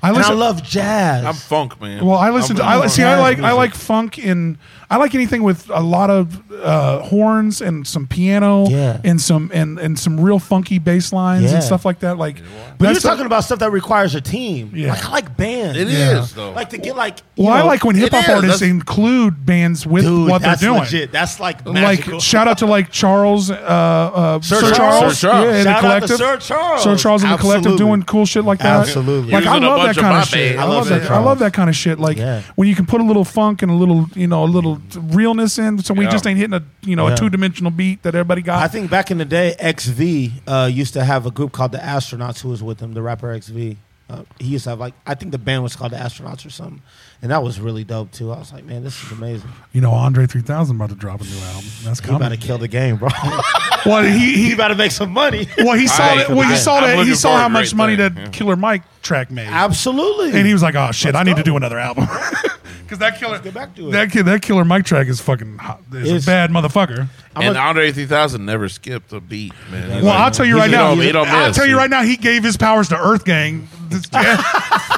Speaker 1: I I
Speaker 3: and I
Speaker 1: listen-
Speaker 3: love jazz.
Speaker 2: I'm funk, man.
Speaker 1: Well, I listen
Speaker 2: I'm-
Speaker 1: to I li-
Speaker 2: I'm-
Speaker 1: see. I
Speaker 3: jazz
Speaker 1: like I
Speaker 3: music.
Speaker 1: like funk and I like anything with a lot of uh, horns and some piano
Speaker 3: Yeah.
Speaker 1: and some and, and some real funky bass lines
Speaker 3: Yeah.
Speaker 1: and stuff like that. Like,
Speaker 3: but you're
Speaker 1: that's the-
Speaker 3: talking about stuff that requires a team.
Speaker 1: Yeah.
Speaker 3: Like I like bands.
Speaker 2: It
Speaker 3: It is
Speaker 2: is
Speaker 1: Yeah.
Speaker 2: though.
Speaker 3: Like to get like. you
Speaker 1: Well, I
Speaker 3: know,
Speaker 1: like when hip
Speaker 2: it
Speaker 1: hop
Speaker 2: is.
Speaker 1: artists
Speaker 2: That's-
Speaker 1: include bands with
Speaker 3: dude,
Speaker 1: what they're
Speaker 3: that's
Speaker 1: doing.
Speaker 3: legit. That's like magical.
Speaker 1: Like shout out to like Charles, uh, uh, Sir,
Speaker 3: Charles.
Speaker 2: Sir Charles.
Speaker 1: yeah, and
Speaker 3: Shout
Speaker 1: the
Speaker 3: out to
Speaker 1: collective.
Speaker 3: Sir Charles.
Speaker 1: Sir Charles and the collective
Speaker 3: Absolutely.
Speaker 1: doing cool shit like that.
Speaker 3: Absolutely.
Speaker 1: like I
Speaker 2: Using a
Speaker 1: love that
Speaker 2: bunch of
Speaker 1: kind
Speaker 2: my
Speaker 1: of shit.
Speaker 2: bands.
Speaker 1: I
Speaker 3: I
Speaker 1: love
Speaker 3: love
Speaker 1: that.
Speaker 3: Sir
Speaker 1: I love
Speaker 3: Charles.
Speaker 1: that kind of shit. Like
Speaker 3: Yeah.
Speaker 1: when you can put a little funk and a little, you know, a little realness in, so we
Speaker 2: Yeah.
Speaker 1: just ain't hitting a, you know,
Speaker 3: Yeah.
Speaker 1: a two dimensional beat that everybody got.
Speaker 3: I think back in the day, XV uh, used to have a group called the Astronauts who was with him, the rapper XV. Uh, he used to have like I think the band was called the Astronauts or something, and that was really dope too. I was like, man, this is amazing.
Speaker 1: you know, Andre 3000 about to drop a new album. That's
Speaker 3: He about to
Speaker 1: coming.
Speaker 3: kill the game, bro.
Speaker 1: Well, he
Speaker 3: he
Speaker 1: he.
Speaker 3: about to make some money.
Speaker 1: Well, he saw
Speaker 2: I-
Speaker 1: that. Well, he
Speaker 2: I-
Speaker 1: saw
Speaker 2: I'm
Speaker 1: that. He
Speaker 2: looking
Speaker 1: saw
Speaker 2: forward
Speaker 1: how
Speaker 2: to
Speaker 1: much
Speaker 2: great
Speaker 1: money
Speaker 2: thing.
Speaker 1: that
Speaker 2: Yeah.
Speaker 1: Killer Mike track made.
Speaker 3: Absolutely.
Speaker 1: And he was like, "Oh shit, I need to
Speaker 3: go.
Speaker 1: do another album." Because that killer,
Speaker 3: get back to it.
Speaker 1: that kid, that killer Mike track is fucking hot. Is
Speaker 3: It's-
Speaker 1: a bad motherfucker.
Speaker 3: I'm
Speaker 2: and
Speaker 3: a-
Speaker 2: Andre 3000 never skipped a beat, man. He's
Speaker 1: Well,
Speaker 2: like-
Speaker 1: I'll tell you
Speaker 2: he
Speaker 1: right now.
Speaker 2: don't- he don't
Speaker 1: I'll
Speaker 2: miss.
Speaker 1: tell you right now. He gave his powers to Earth Gang.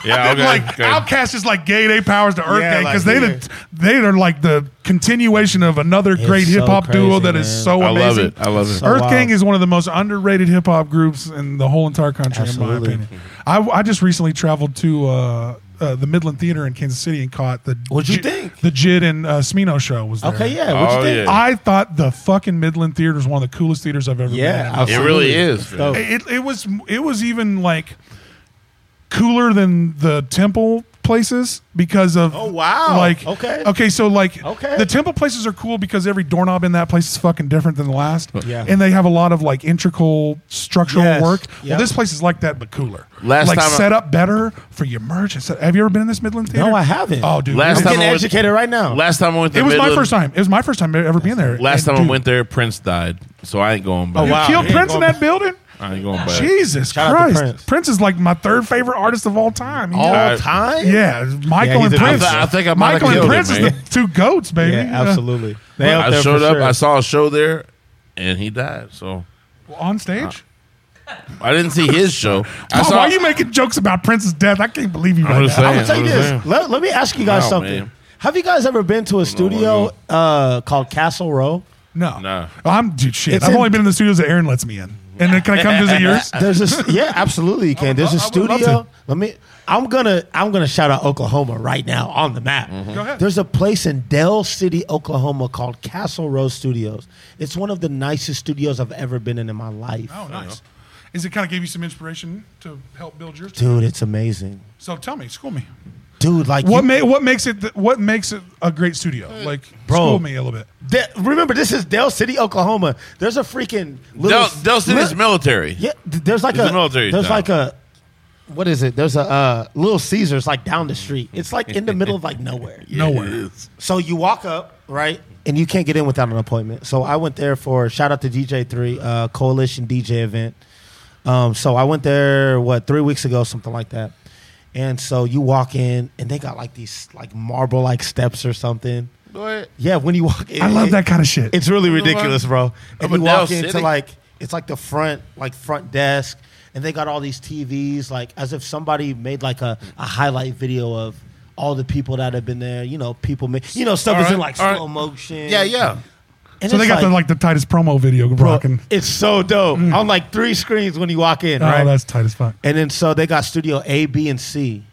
Speaker 2: Yeah, okay.
Speaker 1: like
Speaker 2: okay.
Speaker 1: Outcast is like gave their powers to Earth
Speaker 3: Yeah,
Speaker 1: Gang because
Speaker 3: like,
Speaker 1: they
Speaker 3: yeah.
Speaker 1: the, they are like the continuation of another
Speaker 3: It's
Speaker 1: great
Speaker 3: so
Speaker 1: hip hop duo
Speaker 3: crazy,
Speaker 1: that is
Speaker 3: man.
Speaker 1: so
Speaker 2: I
Speaker 1: amazing.
Speaker 2: love it. I love it.
Speaker 3: So-
Speaker 1: Earth
Speaker 3: wild.
Speaker 1: Gang is one of the most underrated hip hop groups in the whole entire country, in my
Speaker 3: Absolutely.
Speaker 1: opinion. I, I just recently traveled to uh, uh, the Midland Theater in Kansas City and caught the
Speaker 3: What'd you
Speaker 1: J-
Speaker 3: think?
Speaker 1: the Jid and uh, Smino show was there.
Speaker 3: okay, yeah. What
Speaker 2: Oh,
Speaker 3: you think?
Speaker 2: yeah.
Speaker 1: I thought the fucking Midland Theater is one of the coolest theaters I've ever
Speaker 3: Yeah,
Speaker 1: been. in.
Speaker 2: It really
Speaker 3: absolutely.
Speaker 2: is. man.
Speaker 3: Dope.
Speaker 1: It, it was it was even like cooler than the temple places because of
Speaker 3: Oh, wow.
Speaker 1: like
Speaker 3: Okay.
Speaker 1: okay so like
Speaker 3: Okay.
Speaker 1: the temple places are cool because every doorknob in that place is fucking different than the last
Speaker 3: Yeah.
Speaker 1: and they have a lot of like integral structural
Speaker 3: Yes.
Speaker 1: work well
Speaker 3: Yep.
Speaker 1: this place is like that but cooler
Speaker 2: Last
Speaker 1: like
Speaker 2: time I-
Speaker 1: set up better for your merch and stuff. have you ever been in this Midland theater
Speaker 3: I haven't.
Speaker 1: oh dude
Speaker 2: Last
Speaker 1: it-
Speaker 3: I'm
Speaker 2: time
Speaker 3: getting
Speaker 2: I went-
Speaker 3: educated right now.
Speaker 2: Last time I went to
Speaker 1: it was my
Speaker 2: Midland-
Speaker 1: first time it was my first time ever being there And,
Speaker 2: Last time
Speaker 1: dude,
Speaker 2: I went there, Prince died, so I ain't going back.
Speaker 3: Oh,
Speaker 1: you
Speaker 3: wow.
Speaker 1: killed
Speaker 3: Yeah,
Speaker 1: Prince in
Speaker 3: going-
Speaker 1: that building
Speaker 2: I ain't going back.
Speaker 1: Jesus
Speaker 3: Shout out to
Speaker 1: Christ. Prince.
Speaker 3: Prince.
Speaker 1: is like my third favorite artist of all time.
Speaker 3: all
Speaker 1: yeah.
Speaker 2: I-
Speaker 3: time.
Speaker 1: Yeah, Michael
Speaker 3: Yeah,
Speaker 1: and
Speaker 3: he's a-
Speaker 1: Prince.
Speaker 2: I thi- I think I might have
Speaker 1: Michael and
Speaker 2: killed
Speaker 1: Prince
Speaker 2: him,
Speaker 1: is
Speaker 2: man.
Speaker 1: the two goats, baby. Uh,
Speaker 3: Yeah, absolutely. They out
Speaker 2: I
Speaker 3: there
Speaker 2: showed
Speaker 3: for
Speaker 2: up.
Speaker 3: sure.
Speaker 2: I saw a show there, and he died. So
Speaker 1: Uh, on stage.
Speaker 2: I didn't see his show. I
Speaker 1: Paul,
Speaker 2: saw.
Speaker 1: why are you making jokes about Prince's death? I can't believe you
Speaker 2: I'm
Speaker 1: right
Speaker 2: just
Speaker 1: now.
Speaker 2: saying.
Speaker 3: I'm gonna tell you
Speaker 2: I'm just saying.
Speaker 3: this. Let, let me ask you guys
Speaker 2: Wow,
Speaker 3: something.
Speaker 2: man.
Speaker 3: Have you guys ever been to a studio uh, called Castle Row?
Speaker 1: No, Oh,
Speaker 2: Nah.
Speaker 1: I'm dude. Shit,
Speaker 3: It's
Speaker 1: I've
Speaker 3: in-
Speaker 1: only been in the studios that Aaron lets me in. And then can I come visit yours?
Speaker 3: There's a yeah, absolutely you can. There's a
Speaker 1: I would love
Speaker 3: studio. Let me. I'm gonna I'm gonna shout out Oklahoma right now on the map.
Speaker 1: Mm-hmm. Go ahead.
Speaker 3: There's a place in Dell City, Oklahoma called Castle Row Studios. It's one of the nicest studios I've ever been in in my life.
Speaker 1: Oh, nice. Is it kind of gave you some inspiration to help build yours?
Speaker 3: Dude, it's amazing.
Speaker 1: So tell me, school me.
Speaker 3: Dude, like
Speaker 1: What
Speaker 3: you-
Speaker 1: ma- what makes it th- what makes it a great studio? Like
Speaker 3: Bro.
Speaker 1: school me a little bit.
Speaker 3: De- remember this is Dell City, Oklahoma. There's a freaking little
Speaker 2: Del, Del City's
Speaker 3: li-
Speaker 2: military.
Speaker 3: Yeah, th- there's like
Speaker 2: It's
Speaker 3: a
Speaker 2: a military
Speaker 3: there's
Speaker 2: town.
Speaker 3: like a what is it? There's a uh, Little Caesars like down the street. It's like in the middle of like nowhere.
Speaker 1: Nowhere.
Speaker 3: So you walk up right, and you can't get in without an appointment. So I went there for shout out to DJ Three uh, Coalition DJ event. Um, so I went there what three weeks ago, something like that. And so you walk in, and they got like these like marble like steps or something.
Speaker 2: What?
Speaker 3: Yeah, when you walk in,
Speaker 1: I love
Speaker 3: it-
Speaker 1: that kind of shit.
Speaker 3: it's really ridiculous, bro. And
Speaker 2: but
Speaker 3: you walk
Speaker 2: Dell
Speaker 3: into
Speaker 2: City-
Speaker 3: like it's like the front like front desk, and they got all these TVs, like as if somebody made like a, a highlight video of all the people that have been there. You know, people, ma- you know, stuff
Speaker 2: All
Speaker 3: is in
Speaker 2: right,
Speaker 3: like
Speaker 2: all right.
Speaker 3: slow motion.
Speaker 2: Yeah, yeah.
Speaker 3: And
Speaker 1: so they
Speaker 3: it's
Speaker 1: got the like the tightest promo video
Speaker 3: bro,
Speaker 1: rocking. Mm.
Speaker 3: It's so dope. On like three screens when you walk in,
Speaker 1: Oh,
Speaker 3: right?
Speaker 1: that's tight as fuck.
Speaker 3: And then so they got studio A, B, and C,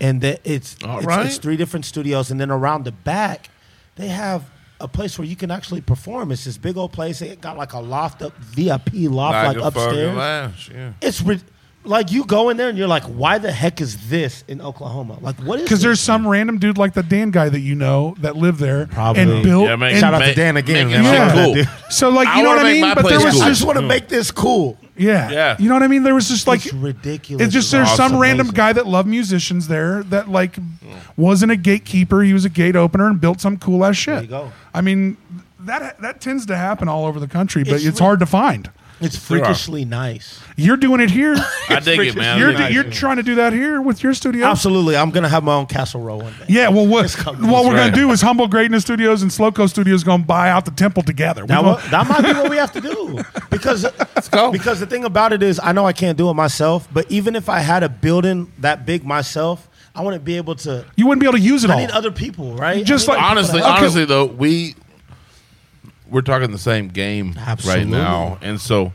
Speaker 3: and the, it's
Speaker 2: All
Speaker 3: it's,
Speaker 2: right.
Speaker 3: it's three different studios. And then around the back, they have a place where you can actually perform. It's this big old place. It got like a loft up VIP loft like,
Speaker 2: a fucking
Speaker 3: upstairs.
Speaker 2: lash, Yeah.
Speaker 3: It's rid- like you go in there and you're like, why the heck is this in Oklahoma? Like what is?
Speaker 1: Because
Speaker 3: this?
Speaker 1: there's some random dude like the Dan guy that you know that lived there
Speaker 3: Probably.
Speaker 1: and built.
Speaker 2: Yeah, man.
Speaker 1: and-
Speaker 3: Shout out to
Speaker 2: Make-
Speaker 3: Dan again.
Speaker 2: make it
Speaker 3: man. I
Speaker 1: Yeah.
Speaker 3: love that
Speaker 2: cool.
Speaker 3: dude.
Speaker 1: So like, you
Speaker 2: I
Speaker 1: know
Speaker 2: wanna
Speaker 1: what I
Speaker 2: make
Speaker 1: mean?
Speaker 2: my
Speaker 1: But there
Speaker 2: place
Speaker 1: was
Speaker 2: cool.
Speaker 3: I
Speaker 1: just
Speaker 3: just want to make this cool.
Speaker 1: yeah.
Speaker 2: Yeah.
Speaker 1: You know what I mean? There was just like
Speaker 3: It's ridiculous.
Speaker 1: It's just
Speaker 3: bro.
Speaker 1: there's some
Speaker 3: It's
Speaker 1: random
Speaker 3: amazing.
Speaker 1: guy that loved musicians there that like wasn't a gatekeeper. He was a gate opener and built some cool ass shit.
Speaker 3: you go.
Speaker 1: I mean, that that tends to happen all over the country, but it's,
Speaker 3: It's ri-
Speaker 1: hard to find.
Speaker 3: It's
Speaker 2: There are.
Speaker 3: freakishly nice.
Speaker 1: You're doing it here.
Speaker 2: I dig it, man. I
Speaker 1: you're
Speaker 2: dig it.
Speaker 1: you're trying to do that here with your studio.
Speaker 3: Absolutely. I'm going to have my own Castle Row one day.
Speaker 1: Yeah, well, what,
Speaker 3: It's coming.
Speaker 1: what we're
Speaker 2: right.
Speaker 1: gonna do is Humble Greatness Studios and Slowco Studios gonna buy out the temple together. We
Speaker 3: That,
Speaker 1: gonna-
Speaker 3: wa- that might be what we have to do because
Speaker 2: go.
Speaker 3: because the thing about it is I know I can't do it myself. But even if I had a building that big myself, I wouldn't be able to.
Speaker 1: you wouldn't be able to use it
Speaker 3: I
Speaker 1: all.
Speaker 3: need other people, right?
Speaker 1: Just
Speaker 3: I need
Speaker 1: like-
Speaker 3: other
Speaker 2: honestly,
Speaker 3: people to help.
Speaker 2: honestly though, we we're talking the same game
Speaker 3: Absolutely.
Speaker 2: right now, and so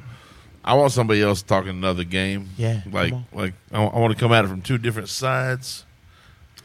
Speaker 2: I want somebody else talking another game.
Speaker 3: Yeah,
Speaker 2: like
Speaker 3: come
Speaker 2: like I, want to come at it from two different sides,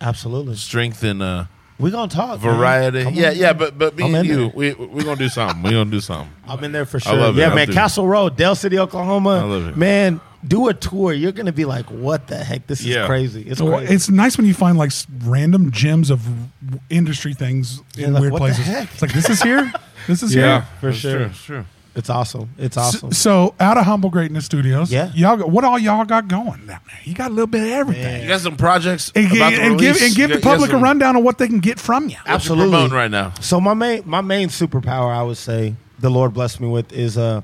Speaker 3: absolutely.
Speaker 2: strength and uh,
Speaker 3: We're gonna talk man.
Speaker 2: variety.
Speaker 3: Come on.
Speaker 2: Yeah, yeah, but but me
Speaker 3: I'm
Speaker 2: and
Speaker 3: in
Speaker 2: you,
Speaker 3: there.
Speaker 2: we we're gonna do something. We're gonna do something.
Speaker 3: I'm in there for
Speaker 2: I
Speaker 3: sure.
Speaker 2: love it.
Speaker 3: yeah,
Speaker 2: I
Speaker 3: man.
Speaker 2: do.
Speaker 3: Castle Road, Dell City, Oklahoma.
Speaker 2: I love it.
Speaker 3: Man, do a tour. You're gonna be like, what the heck? This is
Speaker 2: Yeah.
Speaker 3: crazy. It's
Speaker 1: So
Speaker 3: crazy.
Speaker 1: it's nice when you find like s- random gems of w- industry things in
Speaker 3: like,
Speaker 1: weird
Speaker 3: what the
Speaker 1: places.
Speaker 3: heck?
Speaker 1: It's like this is here. This is here.
Speaker 3: for
Speaker 2: that's
Speaker 3: sure.
Speaker 2: true, that's true.
Speaker 3: It's awesome. It's
Speaker 1: S-
Speaker 3: awesome.
Speaker 1: So out of Humble Greatness Studios,
Speaker 3: Yeah.
Speaker 1: y'all got, what all y'all got going down there? You got a little bit of everything.
Speaker 2: You got some projects
Speaker 1: And,
Speaker 2: about to
Speaker 1: and give
Speaker 2: release?
Speaker 1: and give
Speaker 2: You
Speaker 1: the
Speaker 2: got- you got
Speaker 1: public a
Speaker 2: some-
Speaker 1: rundown of what they can get from you.
Speaker 2: what you're
Speaker 3: Absolutely.
Speaker 2: promoting right now.
Speaker 3: So my main my main superpower, I would say, the Lord blessed me with is uh,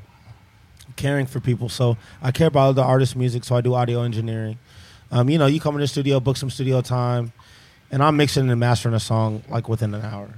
Speaker 3: caring for people. So I care about the artist music. So I do audio engineering. Um, you know, you come in the studio, book some studio time, and I'm mixing and mastering a song like within an hour.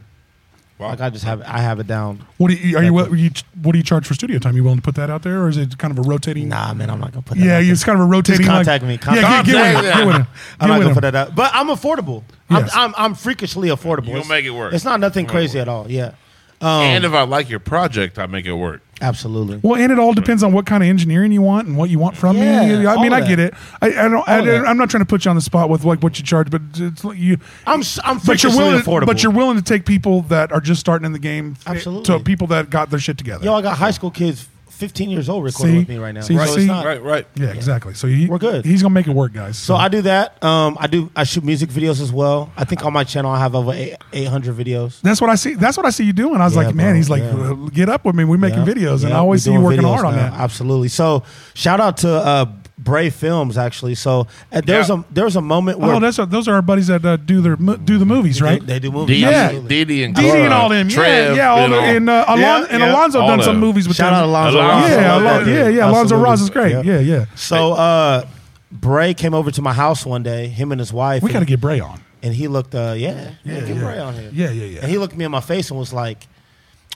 Speaker 2: Wow.
Speaker 3: Like I just have I have it down.
Speaker 1: What do you are you what,
Speaker 3: Definitely.
Speaker 1: you what do you charge for studio time? You willing to put that out there, or is it kind of a rotating?
Speaker 3: Nah, man, I'm not gonna put that.
Speaker 1: Yeah,
Speaker 3: out
Speaker 1: it's kind of a rotating.
Speaker 3: Just
Speaker 1: like-
Speaker 3: contact me.
Speaker 1: Yeah,
Speaker 3: Contact
Speaker 1: get,
Speaker 2: me.
Speaker 1: get with him. Get with him. Get with
Speaker 3: I'm not gonna
Speaker 1: him.
Speaker 3: put that out. But I'm affordable.
Speaker 1: Yes.
Speaker 3: I'm, I'm I'm freakishly affordable.
Speaker 2: You'll
Speaker 3: It's-
Speaker 2: make it work.
Speaker 3: It's not nothing
Speaker 2: You'll make it
Speaker 3: crazy at all. Yeah.
Speaker 2: and if I like your project, I make it work.
Speaker 3: Absolutely.
Speaker 1: Well, and it all depends on what kind of engineering you want and what you want from me.
Speaker 3: Yeah,
Speaker 1: I mean,
Speaker 3: all
Speaker 1: I
Speaker 3: that.
Speaker 1: get it. I, I don't. I,
Speaker 3: All that.
Speaker 1: don't- I'm not trying to put you on the spot with like what you charge, but it's like you.
Speaker 3: I'm s- I'm
Speaker 1: but you're
Speaker 3: freakishly
Speaker 1: willing.
Speaker 3: affordable.
Speaker 1: But you're willing to take people that are just starting in the game. eh,
Speaker 3: Absolutely.
Speaker 1: To people that got their shit together.
Speaker 3: Yo, I got high school kids, 15 years old, recording
Speaker 1: See?
Speaker 3: with me right now.
Speaker 1: See,
Speaker 3: so
Speaker 1: Right.
Speaker 3: it's
Speaker 1: see?
Speaker 3: not.
Speaker 2: Right, right.
Speaker 1: yeah, exactly. So he,
Speaker 3: We're good.
Speaker 1: He's gonna make it work, guys.
Speaker 3: So I do that. Um, I do. I shoot music videos as well. I think on my channel I have over eight- 800 videos.
Speaker 1: That's what I see. That's what I see you doing. I was
Speaker 3: Yeah,
Speaker 1: like, man,
Speaker 3: bro,
Speaker 1: he's like,
Speaker 3: yeah.
Speaker 1: "Well, get up with me. We're making
Speaker 3: Yep,
Speaker 1: videos, and
Speaker 3: yep,
Speaker 1: I always see
Speaker 3: we
Speaker 1: you
Speaker 3: doing
Speaker 1: working
Speaker 3: videos
Speaker 1: hard on
Speaker 3: now.
Speaker 1: that.
Speaker 3: Absolutely. So shout out to uh, Brave Films actually. So uh, there's
Speaker 2: Yeah.
Speaker 3: a there's a moment where
Speaker 1: Oh, that's those are our buddies that uh, do their mo- do the movies, right?
Speaker 3: they, they do movies.
Speaker 2: Dee,
Speaker 1: Yeah.
Speaker 3: Absolutely.
Speaker 2: Dee Dee and
Speaker 1: Dee Dee and
Speaker 2: Cora,
Speaker 1: all them. yeah,
Speaker 2: Trev,
Speaker 1: yeah. All
Speaker 2: and
Speaker 1: the,
Speaker 2: all.
Speaker 1: and uh, Alon-
Speaker 3: Yeah,
Speaker 1: and
Speaker 3: yeah.
Speaker 1: Alonzo
Speaker 2: All
Speaker 1: done
Speaker 2: of
Speaker 1: some
Speaker 2: them.
Speaker 1: movies with
Speaker 3: Shout
Speaker 1: them.
Speaker 3: out Alonzo
Speaker 2: Alonzo.
Speaker 3: Ross.
Speaker 1: Yeah,
Speaker 2: I love
Speaker 1: Alon-
Speaker 2: that
Speaker 1: yeah,
Speaker 2: dude.
Speaker 1: yeah. Alonzo
Speaker 3: Absolutely.
Speaker 1: Ross is great.
Speaker 3: Yep.
Speaker 1: Yeah, yeah.
Speaker 3: So uh, Bray came over to my house one day, him and his wife.
Speaker 1: We got to
Speaker 3: and,
Speaker 1: get Bray on.
Speaker 3: and he looked, uh, yeah, yeah, get
Speaker 1: yeah.
Speaker 3: Bray on here.
Speaker 1: Yeah, yeah, yeah.
Speaker 3: And he looked me in my face and was like,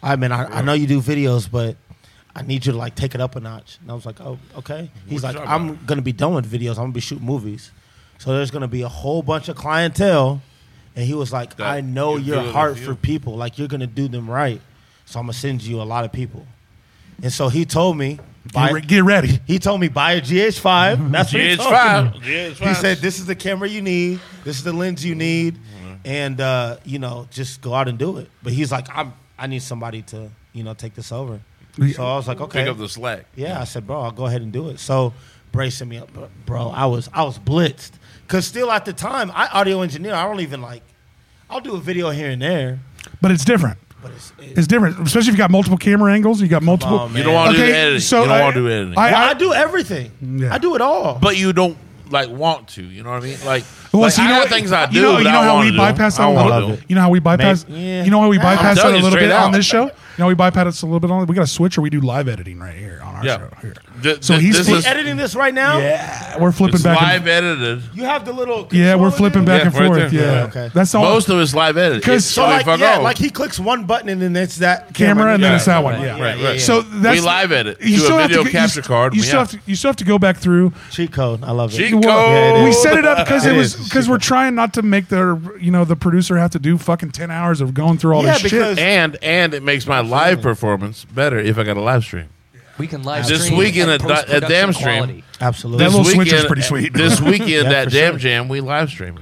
Speaker 3: I mean, I, I know you do videos, but I need you to like take it up a notch. And I was like, oh, okay. He's
Speaker 2: What you
Speaker 3: like,
Speaker 2: talking
Speaker 3: I'm going to be done with videos. I'm going to be shooting movies. So there's going to be a whole bunch of clientele. And he was like,
Speaker 2: That
Speaker 3: I know
Speaker 2: you
Speaker 3: your
Speaker 2: feel
Speaker 3: heart
Speaker 2: the
Speaker 3: for
Speaker 2: feel.
Speaker 3: people. Like, you're going to do them right. So I'm going to send you a lot of people. And so he told me,
Speaker 1: Get, re- get ready.
Speaker 3: he told me buy a GH5. That's what he told
Speaker 2: GH5.
Speaker 3: me.
Speaker 2: GH5.
Speaker 3: He said this is the camera you need. This is the lens you need, and uh, you know just go out and do it. But he's like, I'm. I need somebody to you know take this over.
Speaker 1: Yeah.
Speaker 3: So I was like, okay,
Speaker 2: Pick up the slack.
Speaker 3: yeah. I said, bro, I'll go ahead and do it. So bracing me up, bro. bro I was I was blitzed because still at the time I audio engineer. I don't even like. I'll do a video here and there,
Speaker 1: But it's different.
Speaker 3: but it's. it's
Speaker 1: It's different, especially if you got multiple camera angles. You got multiple.
Speaker 3: on, man.
Speaker 2: You don't want to do
Speaker 1: Okay,
Speaker 2: the editing.
Speaker 1: so
Speaker 2: you don't
Speaker 1: I-
Speaker 2: want to do editing.
Speaker 1: I-
Speaker 3: Well, I, do everything.
Speaker 1: Yeah.
Speaker 3: I do it all.
Speaker 2: but you don't like want to. You know what I mean? Like,
Speaker 1: Well,
Speaker 2: like
Speaker 1: see,
Speaker 2: I
Speaker 1: know
Speaker 2: got
Speaker 1: what-
Speaker 2: things I do.
Speaker 1: You know,
Speaker 2: but
Speaker 1: you
Speaker 2: I
Speaker 1: know how
Speaker 2: wanna
Speaker 1: we
Speaker 2: do.
Speaker 1: bypass
Speaker 2: I
Speaker 1: that a
Speaker 2: wanna
Speaker 1: little
Speaker 2: do.
Speaker 1: bit. You know how we bypass.
Speaker 3: yeah.
Speaker 1: You know how we bypass that
Speaker 2: telling
Speaker 1: a
Speaker 2: you
Speaker 1: little bit
Speaker 2: straight
Speaker 1: on
Speaker 2: out.
Speaker 1: this show. You know we bypass a little bit on. We got to switch, or we do live editing right here on our
Speaker 2: Yeah.
Speaker 1: show. Here.
Speaker 2: Th-
Speaker 1: so
Speaker 2: th-
Speaker 1: he's
Speaker 2: this
Speaker 1: fli-
Speaker 2: is-
Speaker 3: editing this right now.
Speaker 1: yeah, we're flipping
Speaker 2: It's
Speaker 1: back. and-
Speaker 2: live edited.
Speaker 3: You have the little.
Speaker 1: yeah, we're
Speaker 3: controller
Speaker 1: flipping
Speaker 3: there?
Speaker 1: back
Speaker 2: Yeah,
Speaker 1: and
Speaker 2: right
Speaker 1: forth.
Speaker 2: there.
Speaker 1: yeah.
Speaker 3: Yeah, okay.
Speaker 1: that's all.
Speaker 2: Most of it's live edited.
Speaker 1: 'Cause-
Speaker 2: It's
Speaker 1: So,
Speaker 3: So
Speaker 2: all
Speaker 3: like,
Speaker 2: fuck
Speaker 3: yeah,
Speaker 2: all.
Speaker 3: like he clicks one button and then it's that
Speaker 1: camera and then
Speaker 2: Yeah.
Speaker 1: it's that one. Yeah,
Speaker 2: Right, right.
Speaker 1: So that's
Speaker 2: we live edit
Speaker 1: You
Speaker 2: to
Speaker 1: still
Speaker 2: a
Speaker 1: have to
Speaker 2: video
Speaker 1: go- you
Speaker 2: capture
Speaker 1: st-
Speaker 2: card.
Speaker 1: You
Speaker 2: yeah.
Speaker 1: still have to. You still have to go back through.
Speaker 3: cheat code. I love it.
Speaker 2: Cheat
Speaker 1: Well,
Speaker 2: code.
Speaker 1: we set it
Speaker 2: Oh,
Speaker 1: up because it
Speaker 3: It
Speaker 1: was
Speaker 3: is.
Speaker 1: because we're trying not to make the you know the producer have to do fucking ten hours of going through all
Speaker 3: Yeah,
Speaker 1: this
Speaker 3: because-
Speaker 1: shit.
Speaker 2: and and it makes my live performance better if I got a live stream.
Speaker 4: We can live
Speaker 2: This
Speaker 4: stream
Speaker 2: weekend at
Speaker 4: at
Speaker 2: di- at
Speaker 4: post-production
Speaker 2: Damn Stream.
Speaker 4: quality.
Speaker 3: Absolutely.
Speaker 1: That little switch is pretty sweet.
Speaker 2: This weekend
Speaker 3: Yeah,
Speaker 2: that
Speaker 3: for
Speaker 2: Jam
Speaker 3: sure.
Speaker 2: Jam we live stream.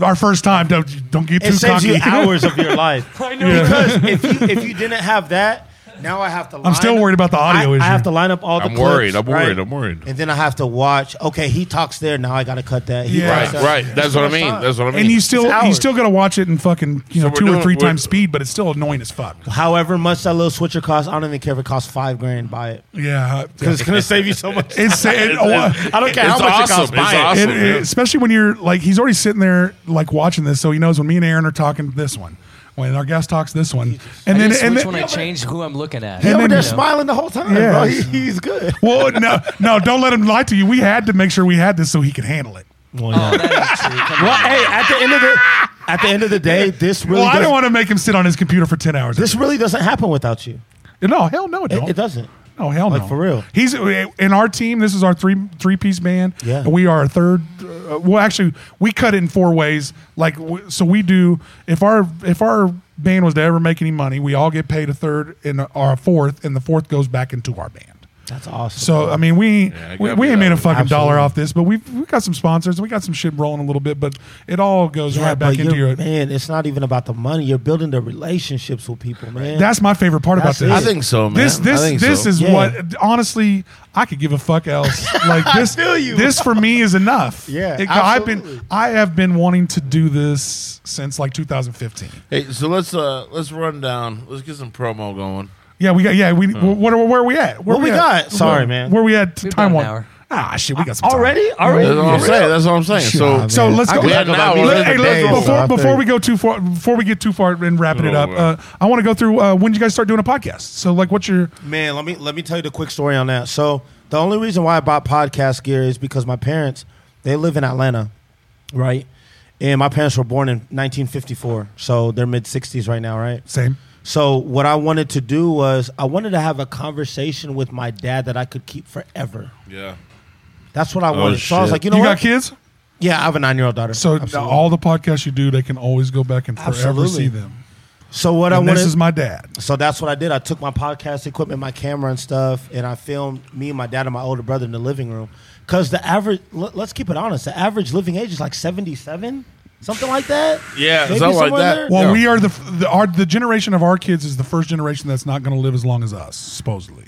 Speaker 1: Our first time. Don't don't get too
Speaker 3: it saves
Speaker 1: cocky.
Speaker 3: you hours of your life.
Speaker 4: I know.
Speaker 3: Because if you if you didn't have that, now I have to. Line
Speaker 1: still worried about the audio
Speaker 3: I,
Speaker 1: issue.
Speaker 3: I have to line up all the.
Speaker 2: I'm worried,
Speaker 3: clips,
Speaker 2: I'm worried,
Speaker 3: right?
Speaker 2: I'm worried.
Speaker 3: And then I have to watch. Okay, he talks there. Now I got to cut that. He
Speaker 1: Yeah.
Speaker 3: talks
Speaker 2: Right,
Speaker 3: there.
Speaker 2: right.
Speaker 3: It's
Speaker 2: That's
Speaker 3: too
Speaker 2: what I
Speaker 3: much
Speaker 2: mean.
Speaker 3: time.
Speaker 2: That's what I mean.
Speaker 1: And you still
Speaker 3: It's
Speaker 1: you
Speaker 3: hours.
Speaker 1: still gotta watch it in fucking you know
Speaker 2: we're
Speaker 1: two or
Speaker 2: doing-
Speaker 1: three
Speaker 2: we're-
Speaker 1: times speed, but it's still annoying as fuck.
Speaker 3: However much that little switcher costs, I don't even care if it costs five grand. Buy it
Speaker 1: Yeah,
Speaker 3: because it's gonna save you so much.
Speaker 1: it's it, oh,
Speaker 3: I don't care
Speaker 2: it's
Speaker 3: how much
Speaker 2: awesome.
Speaker 3: it
Speaker 2: It's
Speaker 3: costs. Buy it.
Speaker 2: awesome.
Speaker 1: It- it- especially when you're like he's already sitting there like watching this, so he knows when me and Aaron are talking this one. when our guest talks this one, and
Speaker 4: I
Speaker 1: then
Speaker 4: just
Speaker 1: and
Speaker 4: switch
Speaker 1: then,
Speaker 4: when I change who I'm looking at.
Speaker 1: Yeah,
Speaker 3: Him
Speaker 1: but
Speaker 3: over
Speaker 1: then,
Speaker 3: there
Speaker 1: you know.
Speaker 3: smiling the whole time,
Speaker 1: Yeah.
Speaker 3: bro. He- he's good.
Speaker 1: well, no, no, don't let him lie to you. We had to make sure we had this so he could handle it.
Speaker 4: Oh, that ain't true. Come on.
Speaker 3: Well, hey, at the end of the at the end of the day, this really
Speaker 1: well, I
Speaker 3: does,
Speaker 1: don't want to make him sit on his computer for ten hours.
Speaker 3: this really doesn't happen without you.
Speaker 1: no, hell no, it
Speaker 3: It,
Speaker 1: don't.
Speaker 3: it doesn't.
Speaker 1: No, Oh, hell
Speaker 3: Like,
Speaker 1: no.
Speaker 3: for real.
Speaker 1: He's in our team. This is our three three piece band.
Speaker 3: Yeah.
Speaker 1: And we are a third. Uh, well, actually, we cut it in four ways. Like w- so, we do. If our if our band was to ever make any money, we all get paid a third and a- or a fourth, and the fourth goes back into our band.
Speaker 3: That's awesome.
Speaker 1: So uh, I mean, we
Speaker 2: Yeah,
Speaker 1: we,
Speaker 2: I
Speaker 1: we
Speaker 2: gotta be
Speaker 1: ain't
Speaker 2: that
Speaker 1: made a
Speaker 2: way.
Speaker 1: fucking dollar
Speaker 3: Absolutely.
Speaker 1: off this, but we we got some sponsors. and We got some shit rolling a little bit, but it all goes
Speaker 3: Yeah,
Speaker 1: right
Speaker 3: but
Speaker 1: back into
Speaker 3: you're-
Speaker 1: your.
Speaker 3: man. It's not even about the money. You're building the relationships with people, man.
Speaker 1: That's my favorite part
Speaker 3: That's
Speaker 1: about
Speaker 3: it.
Speaker 1: this.
Speaker 2: I think so, man.
Speaker 1: This this
Speaker 2: I think
Speaker 1: this
Speaker 2: so.
Speaker 1: is
Speaker 3: Yeah.
Speaker 1: what honestly I could give a fuck else. Like this
Speaker 3: feel you.
Speaker 1: this for me is enough.
Speaker 3: Yeah,
Speaker 1: I've
Speaker 3: absolutely.
Speaker 1: been I have been wanting to do this since like 2015.
Speaker 2: Hey, so let's uh let's run down. Let's get some promo going.
Speaker 1: Yeah, we got yeah, we what are, where are we at? Where
Speaker 3: Hmm. What we
Speaker 1: at?
Speaker 3: got?
Speaker 1: Where-
Speaker 3: Sorry, man.
Speaker 1: Where we at
Speaker 4: We've
Speaker 1: time
Speaker 4: got
Speaker 1: one?
Speaker 4: an hour.
Speaker 1: Ah shit, we got some time.
Speaker 3: already, already.
Speaker 2: That's what I'm
Speaker 3: Yeah.
Speaker 2: saying. That's what I'm saying. So
Speaker 3: Shit,
Speaker 1: So
Speaker 3: man.
Speaker 1: let's
Speaker 2: I
Speaker 1: go.
Speaker 2: could
Speaker 1: Let-
Speaker 2: talk about
Speaker 1: hey,
Speaker 2: music
Speaker 1: let's-
Speaker 2: for days,
Speaker 1: before,
Speaker 3: so I
Speaker 1: before
Speaker 3: think-
Speaker 1: we go too far, before we get too far in wrapping it
Speaker 2: Oh,
Speaker 1: up,
Speaker 2: wow.
Speaker 1: uh, I want to go through uh, when did you guys start doing a podcast. So, like, what's your
Speaker 3: Man, let me let me tell you the quick story on that. So the only reason why I bought podcast gear is because my parents they live in Atlanta, right? And my parents were born in 1954, so they're mid 60s right now, right?
Speaker 1: same?
Speaker 3: So what I wanted to do was I wanted to have a conversation with my dad that I could keep forever.
Speaker 2: yeah,
Speaker 3: That's what I wanted. so I
Speaker 2: Oh,
Speaker 3: was
Speaker 2: shit.
Speaker 3: like, you
Speaker 1: You,
Speaker 3: know what?
Speaker 1: got kids,
Speaker 3: Yeah, I have a nine year old daughter.
Speaker 1: so
Speaker 3: Absolutely.
Speaker 1: all the podcasts you do, they can always go back and forever
Speaker 3: Absolutely.
Speaker 1: see them.
Speaker 3: so what I
Speaker 1: and
Speaker 3: wanted
Speaker 1: this is my dad.
Speaker 3: So that's what I did. I took my podcast equipment, my camera and stuff, and I filmed me and my dad and my older brother in the living room. Because the average, l- let's keep it honest, the average living age is like 77, something like that.
Speaker 2: Yeah,
Speaker 3: Maybe
Speaker 2: something like
Speaker 3: somewhere
Speaker 2: that.
Speaker 3: there.
Speaker 1: Well,
Speaker 2: Yeah.
Speaker 1: we are the the, our, the generation of our kids is the first generation that's not going to live as long as us, supposedly.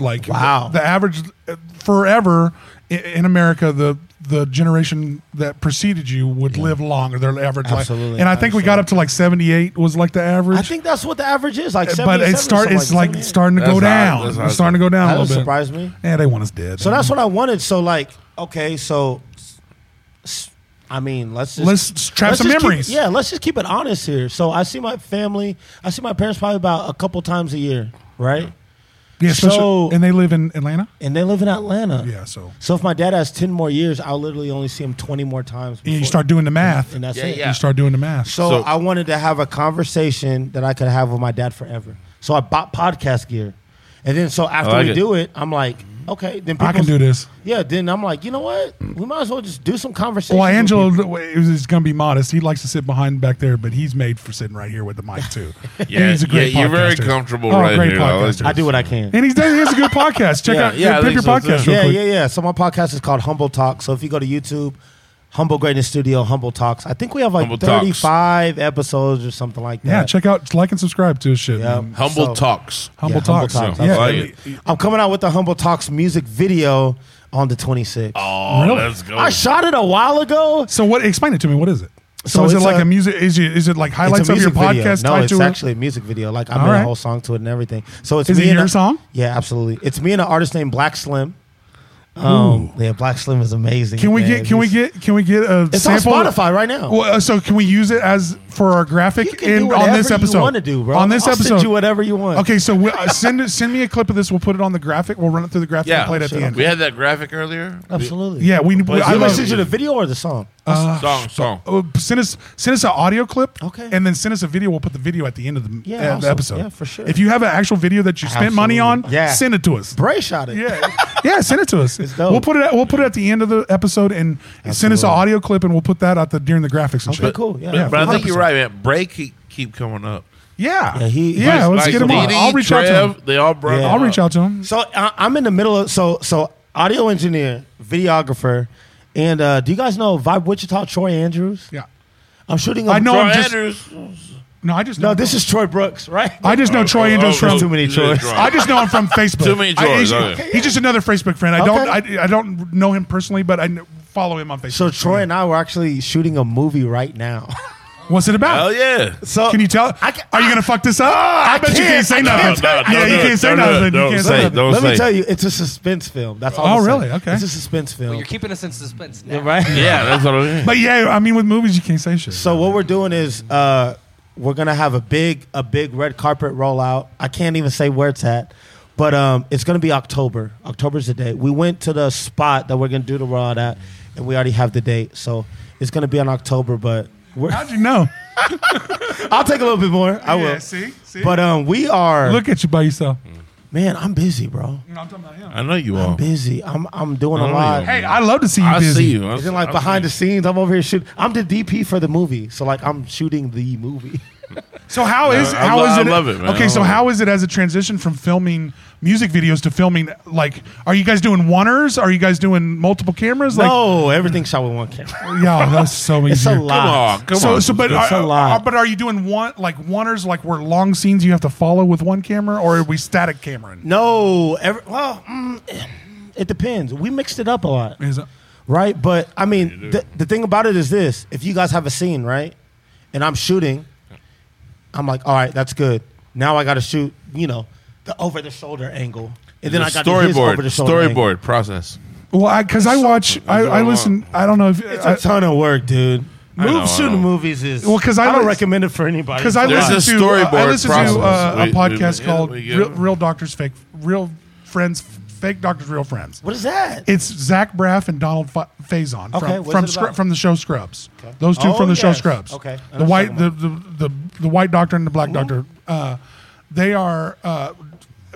Speaker 1: Like
Speaker 3: Wow.
Speaker 1: the, the average uh, forever i- in America, the the generation that preceded you would live longer. Their average
Speaker 3: Absolutely.
Speaker 1: life, and I think we got up to like seventy eight was like the average.
Speaker 3: I think that's what the average is, like 77.
Speaker 1: but it start
Speaker 3: something
Speaker 1: it's like
Speaker 3: that.
Speaker 1: starting to
Speaker 2: That's
Speaker 1: go
Speaker 2: high.
Speaker 1: down.
Speaker 2: That's high.
Speaker 1: It's starting to go down
Speaker 3: That
Speaker 1: a
Speaker 3: doesn't
Speaker 1: little bit.
Speaker 3: surprise me.
Speaker 1: Yeah, they want us dead.
Speaker 3: So that's what I wanted. So, like, okay, so, s- I mean, let's just.
Speaker 1: Let's s- trap some
Speaker 3: just keep-
Speaker 1: memories.
Speaker 3: yeah, let's just keep it honest here. So I see my family, I see my parents probably about a couple times a year, right?
Speaker 1: yeah. especially-
Speaker 3: so-
Speaker 1: and they live in Atlanta.
Speaker 3: And they live in Atlanta.
Speaker 1: Yeah, so
Speaker 3: So if my dad has ten more years, I'll literally only see him twenty more times.
Speaker 1: and you
Speaker 3: before-
Speaker 1: start doing the math.
Speaker 3: and that's
Speaker 2: Yeah,
Speaker 3: it.
Speaker 2: yeah.
Speaker 1: You start doing the math.
Speaker 3: So,
Speaker 2: So-
Speaker 3: I wanted to have a conversation that I could have with my dad forever. So I bought podcast gear, and then so after
Speaker 2: I like
Speaker 3: we
Speaker 2: it.
Speaker 3: do it, I'm like, okay, then people,
Speaker 1: I can do this.
Speaker 3: Yeah, then I'm like, you know what? We might as well just do some conversation.
Speaker 1: Well,
Speaker 3: with
Speaker 1: Oh, Angelo
Speaker 3: people.
Speaker 1: is going to be modest. He likes to sit behind back there, but he's made for sitting right here with the mic too.
Speaker 2: Yeah,
Speaker 1: he's a great
Speaker 2: yeah, you're very
Speaker 1: podcaster.
Speaker 2: comfortable
Speaker 1: Oh,
Speaker 2: right
Speaker 1: great
Speaker 2: here. I like
Speaker 1: podcaster.
Speaker 2: that.
Speaker 3: I do what I can.
Speaker 1: and he's done. He has a good podcast. Check
Speaker 2: Yeah,
Speaker 1: out.
Speaker 2: yeah, I
Speaker 1: Yeah, pick
Speaker 2: think
Speaker 1: your
Speaker 2: so, too.
Speaker 1: podcast. real
Speaker 3: yeah,
Speaker 1: quick.
Speaker 3: yeah, yeah. So my podcast is called Humble Talks. So if you go to YouTube, Humble Greatness Studio, Humble Talks. I think we have like
Speaker 2: Humble Talks.
Speaker 3: 35 episodes or something like that.
Speaker 1: Yeah, check out, like, and subscribe to his shit.
Speaker 3: Yeah.
Speaker 1: man.
Speaker 2: humble
Speaker 3: So-
Speaker 2: talks.
Speaker 1: Humble
Speaker 3: Yeah, Humble
Speaker 1: talks.
Speaker 3: Talks.
Speaker 1: Yeah,
Speaker 2: I like it.
Speaker 3: I'm coming out with the Humble Talks music video on the 26th.
Speaker 2: Oh,
Speaker 1: Really?
Speaker 2: let's go.
Speaker 3: I shot it a while ago.
Speaker 1: So what? Explain it to me. What is it? So,
Speaker 3: So
Speaker 1: is it
Speaker 3: it's
Speaker 1: like a,
Speaker 3: a-
Speaker 1: music? Is it is it like highlights
Speaker 3: It's a
Speaker 1: of your
Speaker 3: music video.
Speaker 1: podcast
Speaker 3: No,
Speaker 1: tied
Speaker 3: it's
Speaker 1: to it?
Speaker 3: actually a music video. Like I
Speaker 1: All
Speaker 3: made
Speaker 1: right.
Speaker 3: a whole song to it and everything. So it's
Speaker 1: Is
Speaker 3: me
Speaker 1: it
Speaker 3: and
Speaker 1: your
Speaker 3: a-
Speaker 1: song?
Speaker 3: Yeah, absolutely. It's me and an artist named Black Slim. Um, yeah, Black Slim is amazing.
Speaker 1: Can we
Speaker 3: man.
Speaker 1: get? Can we
Speaker 3: He's-
Speaker 1: get? Can we get a
Speaker 3: It's
Speaker 1: sample?
Speaker 3: on Spotify right now.
Speaker 1: Well, uh, so can we use it as for our graphic
Speaker 3: Oh. you can
Speaker 1: in
Speaker 3: do
Speaker 1: on
Speaker 3: whatever
Speaker 1: this episode?
Speaker 3: you want to do, bro.
Speaker 1: On this
Speaker 3: I'll
Speaker 1: episode,
Speaker 3: send you whatever you want.
Speaker 1: Okay, so we, uh, send it- send me a clip of this. We'll put it on the graphic. We'll run it through the graphic
Speaker 2: yeah,
Speaker 1: and play it at the end.
Speaker 2: we had that graphic earlier.
Speaker 3: absolutely.
Speaker 1: yeah, we. we I
Speaker 3: I
Speaker 1: love,
Speaker 3: listened to the video or the song.
Speaker 2: song, song.
Speaker 1: uh, send us send us an audio clip.
Speaker 3: Okay.
Speaker 1: and then send us a video. We'll put the video at the end of the,
Speaker 3: Yeah,
Speaker 1: uh, the
Speaker 3: awesome.
Speaker 1: episode.
Speaker 3: Yeah, for sure.
Speaker 1: If you have an actual video that you spent money on,
Speaker 3: Absolutely. Yeah.
Speaker 1: send it to us.
Speaker 3: Bray shot it.
Speaker 1: Yeah, yeah. Send it to us.
Speaker 3: dope.
Speaker 1: We'll put it. At, we'll put it at the end of the episode and send us an
Speaker 3: Absolutely.
Speaker 1: audio clip, and we'll put that out the during the graphics and
Speaker 3: Okay,
Speaker 1: shit.
Speaker 3: cool. Yeah,
Speaker 2: But- but I think you're
Speaker 1: 100%.
Speaker 2: right, man. Bray keep keep coming up.
Speaker 1: Yeah,
Speaker 3: Yeah, he-
Speaker 1: yeah.
Speaker 2: Like-
Speaker 1: Let's
Speaker 2: like
Speaker 1: get him on.
Speaker 2: Didi,
Speaker 1: I'll reach out
Speaker 2: Trev,
Speaker 1: to him.
Speaker 2: They all brought.
Speaker 3: Yeah.
Speaker 2: him
Speaker 1: I'll reach
Speaker 2: up.
Speaker 1: out to him.
Speaker 3: So I, I'm in the middle of so so audio engineer, videographer, and uh, do you guys know Vibe Wichita Troy Andrews?
Speaker 1: Yeah.
Speaker 3: I'm shooting. A,
Speaker 1: I know
Speaker 2: Troy
Speaker 1: I'm just-
Speaker 2: Andrews.
Speaker 1: No, I just know
Speaker 3: No, this is Troy Brooks, right?
Speaker 1: I just know Troy Andrews
Speaker 2: oh,
Speaker 1: from.
Speaker 3: too many
Speaker 2: he's a
Speaker 3: Troys.
Speaker 2: drunk.
Speaker 1: I just know him from Facebook.
Speaker 2: Too many
Speaker 1: I- he's,
Speaker 2: Troys, okay.
Speaker 1: he's just another Facebook friend. I don't. I, I don't know him personally, but I kn- follow him on Facebook.
Speaker 3: So Troy and I were actually shooting a movie right now.
Speaker 1: what's it about?
Speaker 2: Hell yeah.
Speaker 3: So
Speaker 1: Can you tell?
Speaker 3: I ca-
Speaker 1: Are you gonna fuck this up? I, bet you
Speaker 3: can't.
Speaker 1: can't say
Speaker 3: I
Speaker 1: nothing.
Speaker 2: No, no,
Speaker 1: yeah,
Speaker 2: don't
Speaker 1: you
Speaker 2: do
Speaker 1: can't
Speaker 2: it.
Speaker 1: say
Speaker 2: Don't do
Speaker 1: nothing.
Speaker 2: it.
Speaker 1: You
Speaker 2: Don't
Speaker 1: can't
Speaker 2: say
Speaker 1: say
Speaker 2: it.
Speaker 1: nothing.
Speaker 2: Don't
Speaker 3: Let me
Speaker 2: say.
Speaker 3: tell you, it's a suspense film. That's all.
Speaker 1: Oh,
Speaker 3: I'm saying.
Speaker 1: really? Okay.
Speaker 3: It's a suspense film,
Speaker 4: You're keeping us in suspense now.
Speaker 3: right?
Speaker 2: Yeah, that's what I mean.
Speaker 1: But yeah, I mean, with movies, you can't say shit.
Speaker 3: So what we're doing is uh, we're gonna have a big a big red carpet rollout. I can't even say where it's at, but um, it's gonna be October. October's the date. We went to the spot that we're gonna do the rollout at, and we already have the date, so it's gonna be on October. But we're,
Speaker 1: How'd you know?
Speaker 3: I'll take a little bit more. I
Speaker 1: Yeah,
Speaker 3: will.
Speaker 1: see? See?
Speaker 3: But um, we are.
Speaker 1: Look at you by yourself.
Speaker 2: Mm.
Speaker 3: man, I'm busy, bro.
Speaker 1: No, I'm talking about him.
Speaker 2: I know you
Speaker 3: I'm
Speaker 2: are.
Speaker 3: busy. I'm I'm doing a
Speaker 2: I know
Speaker 3: lot.
Speaker 2: you
Speaker 1: Hey, I love to see you
Speaker 2: I
Speaker 1: busy.
Speaker 2: see you. I
Speaker 3: It's in like behind the scenes. I'm over here shooting. I'm the DP for the movie, so like I'm shooting the movie.
Speaker 1: So how is
Speaker 2: I
Speaker 1: how
Speaker 2: lo-
Speaker 1: is
Speaker 2: I
Speaker 1: it?
Speaker 2: love it, man.
Speaker 1: Okay,
Speaker 2: I
Speaker 1: so
Speaker 2: love
Speaker 1: how is it as a transition from filming music videos to filming? Like, are you guys doing oneers? Are you guys doing multiple cameras? Like,
Speaker 3: no, everything's shot with one camera.
Speaker 1: yeah, that's so easy.
Speaker 3: It's a lot.
Speaker 2: Come on, come
Speaker 1: so,
Speaker 2: on.
Speaker 1: so, but
Speaker 3: It's
Speaker 1: are,
Speaker 3: a lot.
Speaker 1: are- but are you doing one like oneers like where long scenes you have to follow with one camera, or are we static cameraing?
Speaker 3: No, every, well, mm, it depends. We mixed it up a lot,
Speaker 1: Is it?
Speaker 3: right? But I mean, the, the thing about it is this: if you guys have a scene, right, and I'm shooting, I'm like, all right, that's good. Now I got to shoot, you know, the over the shoulder angle, and then I got to his
Speaker 2: storyboard.
Speaker 3: over the shoulder angle.
Speaker 2: Storyboard process.
Speaker 1: Well, I because I watch, I, I listen. I don't know if
Speaker 3: It's a ton of work, dude.
Speaker 2: I know,
Speaker 3: Move
Speaker 2: I
Speaker 3: shooting
Speaker 2: know.
Speaker 3: movies is
Speaker 1: Well, 'cause I
Speaker 3: don't
Speaker 1: lis-
Speaker 3: recommend it for anybody.
Speaker 1: because I
Speaker 3: It's a lot.
Speaker 2: There's
Speaker 1: listen
Speaker 2: a
Speaker 1: to uh, I
Speaker 2: storyboard
Speaker 1: listen
Speaker 2: process.
Speaker 1: to uh, a
Speaker 2: We- we-
Speaker 1: podcast
Speaker 2: yeah,
Speaker 1: called
Speaker 2: we get
Speaker 1: Real,
Speaker 2: it.
Speaker 1: Real Doctors Fake Real Friends Fake Doctors Real Friends.
Speaker 3: What is that?
Speaker 1: It's Zach Braff and Donald Fa- Faison
Speaker 3: Okay,
Speaker 1: from from,
Speaker 3: what's it about?
Speaker 1: Scrub from the show Scrubs. Those two
Speaker 3: Oh,
Speaker 1: from the show
Speaker 3: yes.
Speaker 1: Scrubs.
Speaker 3: Okay, Mm-hmm. I
Speaker 1: the
Speaker 3: know
Speaker 1: white
Speaker 3: what
Speaker 1: the,
Speaker 3: you're
Speaker 1: the, the the white doctor and the black doctor. Uh, they are uh,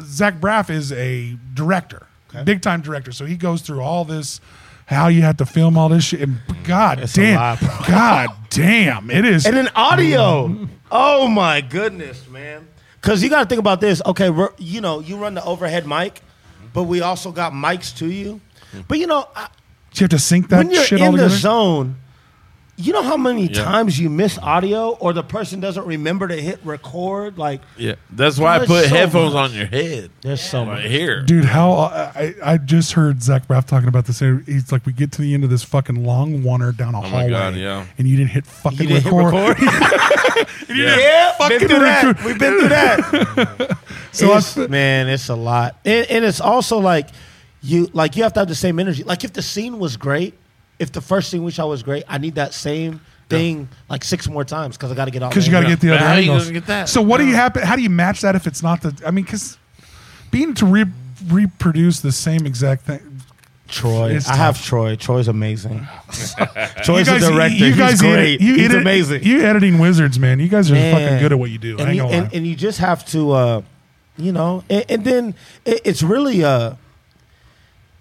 Speaker 1: Zach Braff is a director, big time director. So he goes through all this. How you had to film all this shit? And God
Speaker 3: Mm, a
Speaker 1: damn!
Speaker 3: lot, bro.
Speaker 1: God damn! It is.
Speaker 3: and an audio. oh my goodness, man! Because you got to think about this. Okay, we're, you know, you run the overhead mic, but we also got mics to you. But you know, I,
Speaker 1: Do you have to sync that
Speaker 3: when you're
Speaker 1: shit
Speaker 3: in
Speaker 1: all
Speaker 3: the
Speaker 1: together?
Speaker 3: zone, you know how many
Speaker 2: Yeah.
Speaker 3: times you miss audio, or the person doesn't remember to hit record. Like
Speaker 2: Yeah, that's why I
Speaker 3: There's
Speaker 2: put
Speaker 3: so
Speaker 2: headphones
Speaker 3: much.
Speaker 2: on your head.
Speaker 3: there's so
Speaker 2: Right
Speaker 3: much.
Speaker 2: here.
Speaker 1: Dude, how uh, I, I just heard Zach Braff talking about this. He's like, we get to the end of this fucking long oneer down a
Speaker 2: Oh my
Speaker 1: hallway,
Speaker 2: God, yeah.
Speaker 1: and you didn't hit fucking
Speaker 3: You didn't hit
Speaker 1: record.
Speaker 2: Oh
Speaker 3: record.
Speaker 2: Yeah.
Speaker 1: Fucking
Speaker 3: been through that.
Speaker 1: record.
Speaker 3: We've been through that.
Speaker 1: So I
Speaker 3: It's-
Speaker 1: th-
Speaker 3: man, it's a lot, and, and it's also like you like you have to have the same energy. Like if the scene was great, if the first scene we shot was great, I need that same thing like six more times because I got to get all.
Speaker 1: because you got to
Speaker 3: to
Speaker 1: get the
Speaker 2: But
Speaker 1: other
Speaker 2: how you
Speaker 1: angles.
Speaker 2: gonna get that?
Speaker 1: So what do you happen? How do you match that if it's not the? I mean, because being to re- reproduce the same exact thing.
Speaker 3: Troy.
Speaker 1: It's
Speaker 3: I have
Speaker 1: tough.
Speaker 3: Troy. Troy's amazing. Troy's a director.
Speaker 1: you guys
Speaker 3: He's
Speaker 1: edit-
Speaker 3: great.
Speaker 1: you
Speaker 3: He's
Speaker 1: edit-
Speaker 3: amazing.
Speaker 1: You editing wizards, man. You guys are fucking
Speaker 3: Man.
Speaker 1: good at what you do. I
Speaker 3: And
Speaker 1: ain't
Speaker 3: you,
Speaker 1: gonna
Speaker 3: and,
Speaker 1: lie.
Speaker 3: and you just have to, uh, you know, and, and then it, it's really, uh,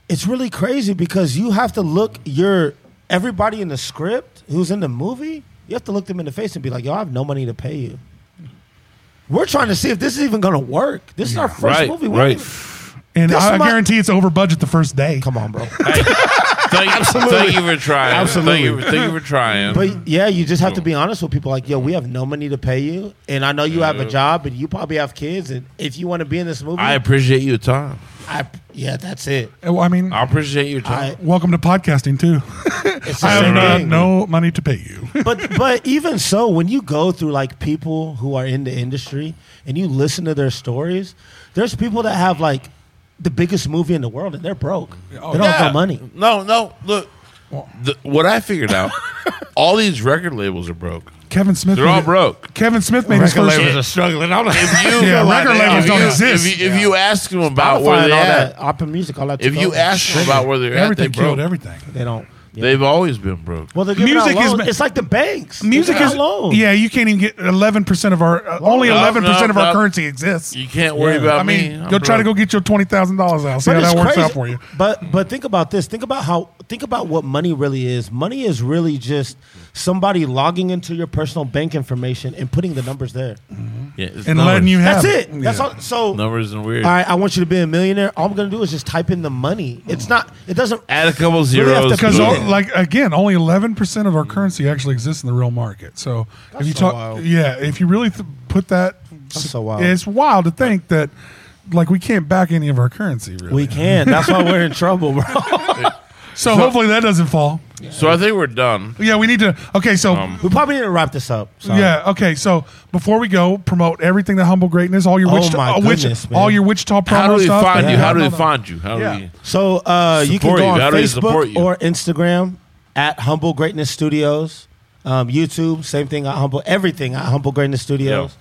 Speaker 3: it's really crazy because you have to look your everybody in the script who's in the movie. You have to look them in the face and be like, "Yo, I have no money to pay you." We're trying to see if this is even going to work. This is our first
Speaker 2: Right,
Speaker 3: movie. We
Speaker 2: right.
Speaker 3: haven't-
Speaker 1: And
Speaker 3: This
Speaker 1: I, I
Speaker 3: might-
Speaker 1: guarantee it's over budget the first day.
Speaker 3: Come on, bro.
Speaker 2: Thank, thank you for trying.
Speaker 3: Absolutely.
Speaker 2: Thank you, for- thank you for trying.
Speaker 3: But yeah, you just have to be honest with people. Like, yo, we have no money to pay you, and I know you have a
Speaker 2: Yeah.
Speaker 3: job, and you probably have kids, and if you want to be in this movie,
Speaker 2: I appreciate your time.
Speaker 3: I- yeah, that's it.
Speaker 1: Well, I mean,
Speaker 2: I appreciate your time.
Speaker 3: I,
Speaker 1: welcome to podcasting too.
Speaker 3: it's the
Speaker 1: I have
Speaker 3: same
Speaker 1: uh,
Speaker 3: thing.
Speaker 1: no money to pay you.
Speaker 3: but but even so, when you go through like people who are in the industry and you listen to their stories, there's people that have like the biggest movie in the world and they're broke.
Speaker 2: Oh,
Speaker 3: they don't have no money.
Speaker 2: No, no. Look, the, what I figured out, all these record labels are broke.
Speaker 1: Kevin Smith.
Speaker 2: They're all
Speaker 1: made it-
Speaker 2: broke.
Speaker 1: Kevin Smith made his first.
Speaker 3: are struggling. I'm like,
Speaker 2: If you,
Speaker 1: Yeah, record labels
Speaker 2: if
Speaker 1: don't
Speaker 2: you-
Speaker 1: exist.
Speaker 2: If you, if you ask them
Speaker 3: Spotify
Speaker 2: about
Speaker 3: and
Speaker 2: where
Speaker 3: all
Speaker 2: they're
Speaker 3: that
Speaker 2: at,
Speaker 3: Oh, opera music, all that.
Speaker 2: Ah, if
Speaker 3: took
Speaker 2: you
Speaker 3: over.
Speaker 2: ask them about where they're at, they
Speaker 1: Everything
Speaker 2: broke.
Speaker 1: killed everything.
Speaker 3: they don't. yeah.
Speaker 2: They've always been broke.
Speaker 3: well, they're giving
Speaker 1: Music
Speaker 3: music
Speaker 1: is ma-
Speaker 3: out loans. It's like the banks. They're
Speaker 1: Music
Speaker 3: giving
Speaker 1: is
Speaker 3: out loans.
Speaker 1: yeah. You can't even get eleven percent of our uh, only
Speaker 2: No,
Speaker 1: eleven percent of
Speaker 2: no,
Speaker 1: our
Speaker 2: no.
Speaker 1: currency exists.
Speaker 2: You can't worry
Speaker 3: Yeah.
Speaker 2: about
Speaker 1: I mean,
Speaker 2: me.
Speaker 1: go
Speaker 2: I'm
Speaker 1: try to
Speaker 2: broke.
Speaker 1: go get your twenty thousand dollars out. See how
Speaker 3: But
Speaker 1: that
Speaker 3: it's
Speaker 1: works
Speaker 3: crazy.
Speaker 1: out for you.
Speaker 3: But but think about this. Think about how think about what money really is. Money is really just somebody logging into your personal bank information and putting the numbers there.
Speaker 2: Yeah, it's
Speaker 1: And
Speaker 2: numbers.
Speaker 1: letting you have
Speaker 3: That's
Speaker 1: it.
Speaker 3: it. That's
Speaker 1: Yeah.
Speaker 3: all. So
Speaker 2: numbers and weird.
Speaker 3: all right, I want you to be a millionaire. All I'm gonna do is just type in the money. It's not. It doesn't.
Speaker 2: Add a couple
Speaker 3: have to
Speaker 2: zeros.
Speaker 1: Because
Speaker 3: Yeah.
Speaker 1: all- like again, only eleven percent of our currency actually exists in the real market. So if you
Speaker 3: so
Speaker 1: talk,
Speaker 3: wild.
Speaker 1: yeah, if you really th- put that,
Speaker 3: That's so wild.
Speaker 1: It's wild to think that like we can't back any of our currency. Really,
Speaker 3: We can. That's why we're in trouble, bro.
Speaker 1: So, hopefully that doesn't fall.
Speaker 2: so I think we're done.
Speaker 1: Yeah, we need to. Okay, so
Speaker 2: Um,
Speaker 3: we probably need to wrap this up. Sorry.
Speaker 1: Yeah. Okay. So before we go, promote everything that humble greatness. All your
Speaker 3: Oh
Speaker 1: Wichita,
Speaker 3: my
Speaker 1: uh, Wich-
Speaker 3: goodness, man.
Speaker 1: all your Wichita promo
Speaker 2: How do we
Speaker 1: stuff.
Speaker 2: find
Speaker 1: Yeah.
Speaker 2: you? How do
Speaker 1: Yeah.
Speaker 2: they find you? How
Speaker 1: Yeah.
Speaker 2: do we?
Speaker 3: So uh, you can
Speaker 2: Support
Speaker 3: go
Speaker 2: you.
Speaker 3: on
Speaker 2: How do they support
Speaker 3: Facebook
Speaker 2: you?
Speaker 3: or Instagram at Humble Greatness Studios. Um, YouTube, same thing. I humble everything. I humble Greatness Studios.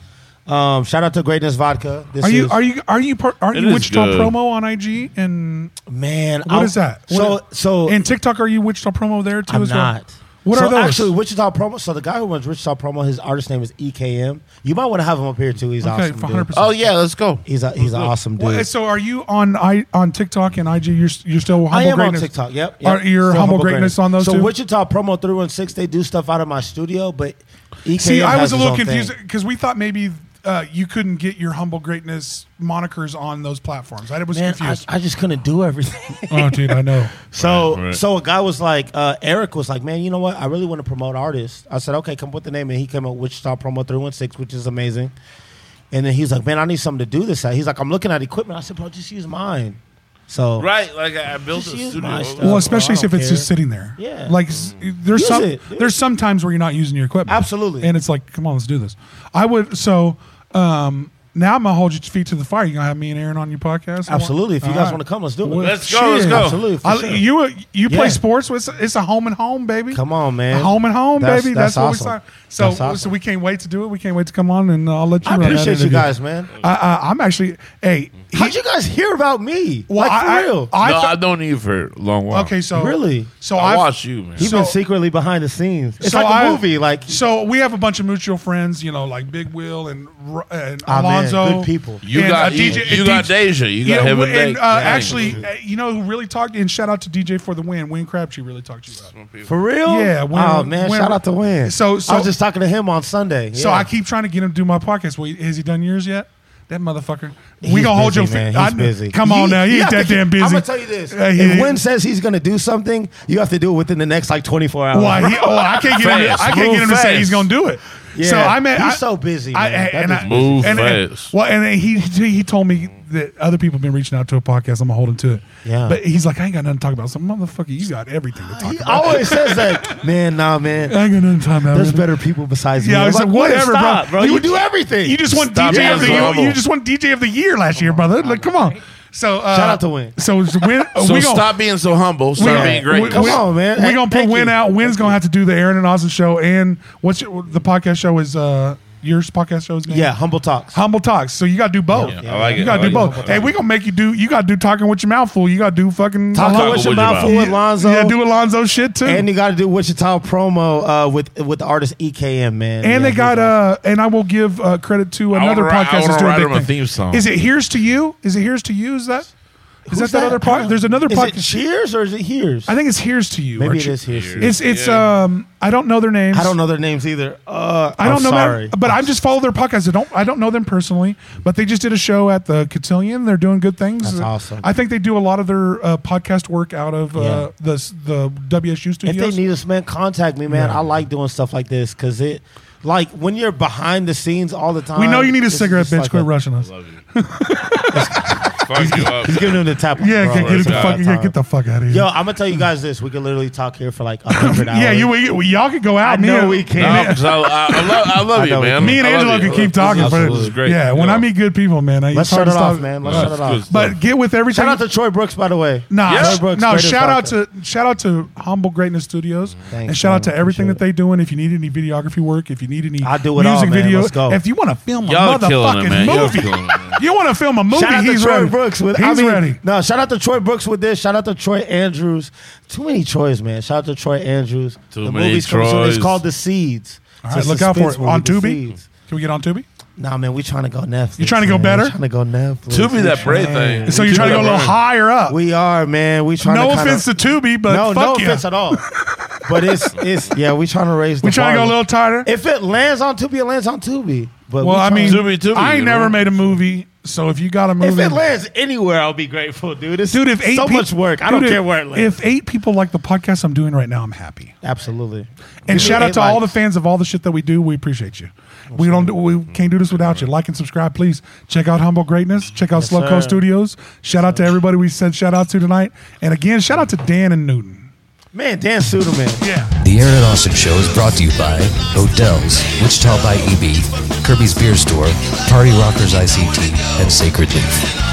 Speaker 3: Um, shout out to Greatness Vodka. This
Speaker 1: Are you
Speaker 3: is-
Speaker 1: are you are you part, aren't
Speaker 2: It
Speaker 1: you
Speaker 2: is
Speaker 1: Wichita
Speaker 2: good.
Speaker 1: promo on IG and
Speaker 3: man?
Speaker 1: what is
Speaker 3: I-
Speaker 1: that?
Speaker 3: So
Speaker 1: What-
Speaker 3: so
Speaker 1: and TikTok are you Wichita promo there too
Speaker 3: I'm
Speaker 1: as well?
Speaker 3: not.
Speaker 1: What
Speaker 3: So
Speaker 1: are those?
Speaker 3: Actually, Wichita promo. So the guy who runs Wichita promo, his artist name is EKM. You might want to have him up here too. He's
Speaker 1: okay,
Speaker 3: awesome.
Speaker 1: for
Speaker 3: dude.
Speaker 1: 100%.
Speaker 2: Oh yeah, let's go.
Speaker 3: He's a, he's an awesome dude.
Speaker 1: Well, so are you on I on TikTok and IG? You're you're still humble
Speaker 3: I am
Speaker 1: greatness.
Speaker 3: on TikTok. Yep.
Speaker 1: Are
Speaker 3: yep.
Speaker 1: your
Speaker 3: So
Speaker 1: humble, greatness, on those
Speaker 3: So
Speaker 1: two?
Speaker 3: Wichita promo three one six. They do stuff out of my studio, but EKM
Speaker 1: See, I
Speaker 3: has
Speaker 1: was a
Speaker 3: his
Speaker 1: little
Speaker 3: own thing.
Speaker 1: confused because we thought maybe uh, you couldn't get your humble greatness monikers on those platforms. I was
Speaker 3: Man, I,
Speaker 1: confused.
Speaker 3: I just couldn't do everything.
Speaker 1: oh, dude, I know.
Speaker 3: So
Speaker 2: Right, right.
Speaker 3: so a guy was like, uh, Eric was like, man, you know what? I really want to promote artists. I said, okay, come up with the name, and he came up with Wichita Promo Three One Six, which is amazing. And then he's like, man, I need something to do this at. He's like, I'm looking at equipment. I said, bro, just use mine. So
Speaker 2: Right, like I I built
Speaker 3: Just
Speaker 2: a
Speaker 3: use
Speaker 2: studio.
Speaker 3: my stuff.
Speaker 1: Well,
Speaker 3: Oh,
Speaker 1: especially
Speaker 3: I don't
Speaker 1: if it's just
Speaker 3: care.
Speaker 1: sitting there.
Speaker 3: Yeah.
Speaker 1: Like s- there's
Speaker 3: Use
Speaker 1: some
Speaker 3: it.
Speaker 1: there's some times where you're not using your equipment.
Speaker 3: Absolutely.
Speaker 1: And it's like, come on, let's do this. I would so um now I'm gonna hold your feet to the fire. You gonna have me and Aaron on your podcast?
Speaker 3: Absolutely. If you guys wanna come, let's do it.
Speaker 2: Let's go, let's go.
Speaker 3: Absolutely, for
Speaker 1: I-
Speaker 3: sure.
Speaker 1: You you play
Speaker 3: Yeah.
Speaker 1: sports? It's, it's a home and home, baby.
Speaker 3: Come on, man.
Speaker 1: A home and home,
Speaker 3: That's-
Speaker 1: baby. That's,
Speaker 3: that's
Speaker 1: what
Speaker 3: awesome.
Speaker 1: we saw. So
Speaker 3: That's awesome.
Speaker 1: so we can't wait to do it. We can't wait to come on, and uh, I'll let you.
Speaker 3: I
Speaker 1: run that
Speaker 3: appreciate you
Speaker 1: interview.
Speaker 3: guys, man.
Speaker 1: I, I, I'm actually. Hey, he-
Speaker 3: How'd you guys hear about me?
Speaker 1: well,
Speaker 3: like for
Speaker 1: I, I-
Speaker 3: real?
Speaker 1: I,
Speaker 2: no,
Speaker 1: thought-
Speaker 2: I've known you for a long while.
Speaker 1: okay, so
Speaker 3: Really?
Speaker 1: so
Speaker 2: I
Speaker 1: I've-
Speaker 2: watch you, man.
Speaker 3: He's
Speaker 1: so-
Speaker 3: been secretly behind the scenes. It's
Speaker 1: so
Speaker 3: like a
Speaker 1: I-
Speaker 3: movie. Like
Speaker 1: so we have a bunch of mutual friends, you know, like Big Will and R- and
Speaker 3: Ah, man,
Speaker 1: Alonzo,
Speaker 3: good people.
Speaker 2: You
Speaker 1: and,
Speaker 2: got
Speaker 1: uh, DJ,
Speaker 2: you
Speaker 1: and
Speaker 2: got
Speaker 1: DJ
Speaker 2: Deja, you got
Speaker 1: yeah,
Speaker 2: Heaven
Speaker 1: w- and,
Speaker 2: Day.
Speaker 1: uh,
Speaker 2: Dang.
Speaker 1: actually, uh, you know who really talked and shout out to DJ for the win. Win Crabtree really talked to you about. it.
Speaker 3: for real?
Speaker 1: Yeah, when-
Speaker 3: oh man,
Speaker 1: when-
Speaker 3: shout out to Win.
Speaker 1: So- so-
Speaker 3: I was just talking to him on Sunday.
Speaker 1: So
Speaker 3: Yeah.
Speaker 1: I keep trying to get him to do my podcast. Wait, has he done yours yet? That motherfucker. we
Speaker 3: He's
Speaker 1: gonna hold
Speaker 3: busy,
Speaker 1: your feet.
Speaker 3: man.
Speaker 1: I
Speaker 3: He's
Speaker 1: kn-
Speaker 3: busy.
Speaker 1: Come on now, he ain't that damn busy.
Speaker 3: I'm gonna tell you this:
Speaker 1: Uh, he-
Speaker 3: if Wynn says he's gonna do something, you have to do it within the next like 24 hours.
Speaker 1: Why? He, oh, I can't get him. To,
Speaker 2: Fast.
Speaker 1: I can't get him to say
Speaker 2: Move
Speaker 1: he's
Speaker 2: fast.
Speaker 1: gonna do it.
Speaker 3: Yeah.
Speaker 1: So I mean,
Speaker 3: He's
Speaker 1: I,
Speaker 3: so busy,
Speaker 1: I,
Speaker 3: man. That
Speaker 1: and I,
Speaker 3: dude's
Speaker 2: busy. Move
Speaker 1: and, and-
Speaker 2: fast.
Speaker 1: well, and he he he told me that other people have been reaching out to a podcast. I'm gonna hold him to it.
Speaker 3: Yeah. Ah,
Speaker 1: But he's like, I ain't got nothing to talk about. So motherfucker, you got everything to talk
Speaker 3: He
Speaker 1: about.
Speaker 3: always says that, man. Nah, man.
Speaker 1: I ain't got nothing to talk about.
Speaker 3: There's
Speaker 1: man."
Speaker 3: better people besides me.
Speaker 1: Yeah, I
Speaker 3: I'm
Speaker 1: was like,
Speaker 3: "Wynn,
Speaker 1: whatever, bro.
Speaker 3: stop, bro.
Speaker 1: You
Speaker 3: You,
Speaker 1: ju-
Speaker 3: do everything.
Speaker 1: You just won
Speaker 2: Stop
Speaker 1: DJ
Speaker 2: being
Speaker 1: of the
Speaker 2: so
Speaker 1: year.
Speaker 2: humble.
Speaker 1: You just won DJ of the year last year, brother. Like, come on. So uh,
Speaker 3: Shout out to Win.
Speaker 1: So it's Win. uh,
Speaker 2: so
Speaker 1: we gonna,
Speaker 2: stop being so humble. Start
Speaker 1: gonna-
Speaker 2: being great.
Speaker 1: we-
Speaker 3: Come
Speaker 1: we-
Speaker 3: on, man.
Speaker 1: We're
Speaker 3: Hey,
Speaker 1: gonna put
Speaker 3: thank
Speaker 1: Win
Speaker 3: you.
Speaker 1: out. Win's gonna have to do the Aaron and Austin show, and what's your, the podcast show is uh, yours. Podcast show is name?
Speaker 3: yeah, humble talks.
Speaker 1: Humble Talks. So you gotta do both.
Speaker 2: Yeah, I like
Speaker 1: you
Speaker 2: it.
Speaker 1: gotta
Speaker 2: I
Speaker 1: do
Speaker 2: like
Speaker 1: both.
Speaker 2: it.
Speaker 1: Hey, we gonna make you do. You gotta do talking with your mouth full. You gotta do fucking
Speaker 3: Talking
Speaker 2: Talk
Speaker 3: with
Speaker 2: with your
Speaker 3: your mouth
Speaker 2: mouth.
Speaker 3: full with Lonzo.
Speaker 1: Yeah, do Alonzo shit too.
Speaker 3: and you got to do Wichita promo uh, with with the artist EKM, man.
Speaker 1: And
Speaker 3: Yeah,
Speaker 1: they got
Speaker 3: he's awesome.
Speaker 1: uh, and I will give uh, credit to
Speaker 2: wanna
Speaker 1: another
Speaker 2: write- I
Speaker 1: podcast that's
Speaker 2: wanna
Speaker 1: doing a
Speaker 2: write
Speaker 1: big
Speaker 2: them a
Speaker 1: thing.
Speaker 2: theme song.
Speaker 1: Is it here's to you? Is it here's to you? Is that is that, that other
Speaker 3: I don't-
Speaker 1: podcast? There's another
Speaker 3: Is it
Speaker 1: podcast.
Speaker 3: Cheers or is it Hears?
Speaker 1: I think it's here's to you.
Speaker 3: Maybe
Speaker 1: or
Speaker 3: it
Speaker 1: Che-
Speaker 3: is Hears.
Speaker 2: Here's.
Speaker 1: It's it's
Speaker 2: Yeah.
Speaker 1: um I don't know their names.
Speaker 3: I don't know their names either. Uh,
Speaker 2: Oh,
Speaker 1: I don't
Speaker 3: I'm
Speaker 1: know
Speaker 3: sorry.
Speaker 1: them, but I just follow their podcast. I don't I don't know them personally, but they just did a show at the Cotillion. They're doing good things.
Speaker 3: That's awesome.
Speaker 1: I think they do a lot of their uh, podcast work out of uh,
Speaker 3: Yeah.
Speaker 1: the the WSU
Speaker 3: If
Speaker 1: studios.
Speaker 3: they need us, man, contact me, man. I like doing stuff like this because it, like, when you're behind the scenes all the time.
Speaker 1: we know you need a
Speaker 3: it's
Speaker 1: cigarette,
Speaker 3: just
Speaker 1: bitch.
Speaker 3: like
Speaker 1: Quit
Speaker 3: a-
Speaker 1: rushing us.
Speaker 2: Love you. Fuck you up.
Speaker 3: He's giving him the tap. on
Speaker 1: Yeah,
Speaker 3: bro,
Speaker 1: get, get
Speaker 3: it's
Speaker 1: the
Speaker 2: about
Speaker 1: fuck
Speaker 3: about
Speaker 1: yeah,
Speaker 3: time.
Speaker 1: get the fuck out of here.
Speaker 3: Yo, I'm gonna tell you guys this. We could literally talk here for like a hundred hours.
Speaker 1: yeah, you, you y'all could go out.
Speaker 3: I
Speaker 1: Me
Speaker 3: know
Speaker 1: and-
Speaker 3: we can.
Speaker 2: No, 'cause I, I, I love, I love
Speaker 3: I
Speaker 2: you,
Speaker 3: know we
Speaker 2: man.
Speaker 3: can.
Speaker 1: Me and
Speaker 2: I love
Speaker 1: Angelo
Speaker 2: you.
Speaker 1: could keep
Speaker 2: This is
Speaker 1: talking, but
Speaker 2: awesome. This is great.
Speaker 1: Yeah, when
Speaker 2: Yeah.
Speaker 1: I meet good people, man, I,
Speaker 3: Let's
Speaker 1: it's hard
Speaker 3: shut
Speaker 1: to
Speaker 3: it off,
Speaker 1: stop-
Speaker 3: man.
Speaker 2: No,
Speaker 3: Let's shut
Speaker 2: it's
Speaker 3: it off.
Speaker 2: good.
Speaker 1: But get with everything.
Speaker 3: Shout out to Troy Brooks, by the way.
Speaker 1: Nah,
Speaker 2: Yes.
Speaker 1: sh-
Speaker 3: Troy Brooks,
Speaker 1: no.
Speaker 3: greatest
Speaker 1: Shout out
Speaker 3: vodka.
Speaker 1: to shout out to Humble Greatness Studios,
Speaker 3: Mm. Thanks,
Speaker 1: and shout out
Speaker 3: man.
Speaker 1: to everything that
Speaker 3: Appreciate
Speaker 1: they doing. If you need any videography work, if you need any
Speaker 3: I do it all,
Speaker 1: music
Speaker 3: man.
Speaker 1: video,
Speaker 3: Let's go.
Speaker 1: if you want to film a
Speaker 2: Y'all killing it,
Speaker 1: motherfucking
Speaker 2: man. Y'all
Speaker 1: movie,
Speaker 2: killing it, man.
Speaker 1: you want to film a movie,
Speaker 3: Shout out
Speaker 1: he's
Speaker 3: to Troy
Speaker 1: ready.
Speaker 3: Brooks with
Speaker 1: he's
Speaker 3: I mean,
Speaker 1: ready.
Speaker 3: No, shout out to Troy Brooks with this. Shout out to Troy Andrews. Too many Troys, man. Shout out to Troy Andrews.
Speaker 2: Too
Speaker 3: the
Speaker 2: many
Speaker 3: movie's coming soon. It's
Speaker 2: Troys.
Speaker 3: called The Seeds.
Speaker 1: All
Speaker 3: It's
Speaker 1: right,
Speaker 3: a
Speaker 1: look out for
Speaker 3: suspense
Speaker 1: it
Speaker 3: movie,
Speaker 1: on
Speaker 3: The
Speaker 1: Tubi.
Speaker 3: Seeds.
Speaker 1: Can we get on Tubi?
Speaker 3: Nah, man, we trying to go Netflix.
Speaker 1: You trying to go
Speaker 3: man.
Speaker 1: better?
Speaker 3: We trying to go Netflix.
Speaker 2: Tubi
Speaker 3: We
Speaker 2: that Bray thing.
Speaker 1: So you're
Speaker 2: Tubi
Speaker 1: trying to go
Speaker 2: that
Speaker 1: a little
Speaker 2: Bray.
Speaker 1: higher up.
Speaker 3: We are, man. We trying
Speaker 1: No
Speaker 3: to kinda-
Speaker 1: offense to Tubi, but
Speaker 3: no,
Speaker 1: fuck
Speaker 3: no
Speaker 1: yeah.
Speaker 3: offense at all. But it's it's yeah, we trying to raise.
Speaker 1: we
Speaker 3: the
Speaker 1: trying to go
Speaker 3: bar.
Speaker 1: a little tighter.
Speaker 3: If it lands on Tubi, it lands on Tubi. But
Speaker 1: well,
Speaker 3: we
Speaker 1: I
Speaker 3: tryna-
Speaker 1: mean,
Speaker 2: Tubi, Tubi,
Speaker 1: I ain't
Speaker 2: you
Speaker 1: never
Speaker 2: know?
Speaker 1: made a movie, so if you got a
Speaker 3: if
Speaker 1: movie,
Speaker 3: it lands anywhere, I'll be grateful, dude. It's
Speaker 1: dude, if eight
Speaker 3: so
Speaker 1: peop-
Speaker 3: much work, I
Speaker 1: dude,
Speaker 3: don't
Speaker 1: if-
Speaker 3: care where it lands.
Speaker 1: If eight people like the podcast I'm doing right now, I'm happy.
Speaker 3: Absolutely.
Speaker 1: And
Speaker 3: Give me
Speaker 1: shout out
Speaker 3: eight
Speaker 1: to all the
Speaker 3: likes.
Speaker 1: fans of all the shit that we do. We appreciate you. We don't. do- We can't do this without you. Like and subscribe, please. Check out Humble Greatness. Check out Slow
Speaker 3: sir.
Speaker 1: Co Studios. Shout out to everybody we said shout out to tonight. And again, shout out to Dan and Newton.
Speaker 3: Man, Dan Suderman.
Speaker 1: Yeah.
Speaker 5: The Aaron and Austin Show is brought to you by Hotels, Wichita by EB, Kirby's Beer Store, Party Rockers ICT, and Sacred Leaf.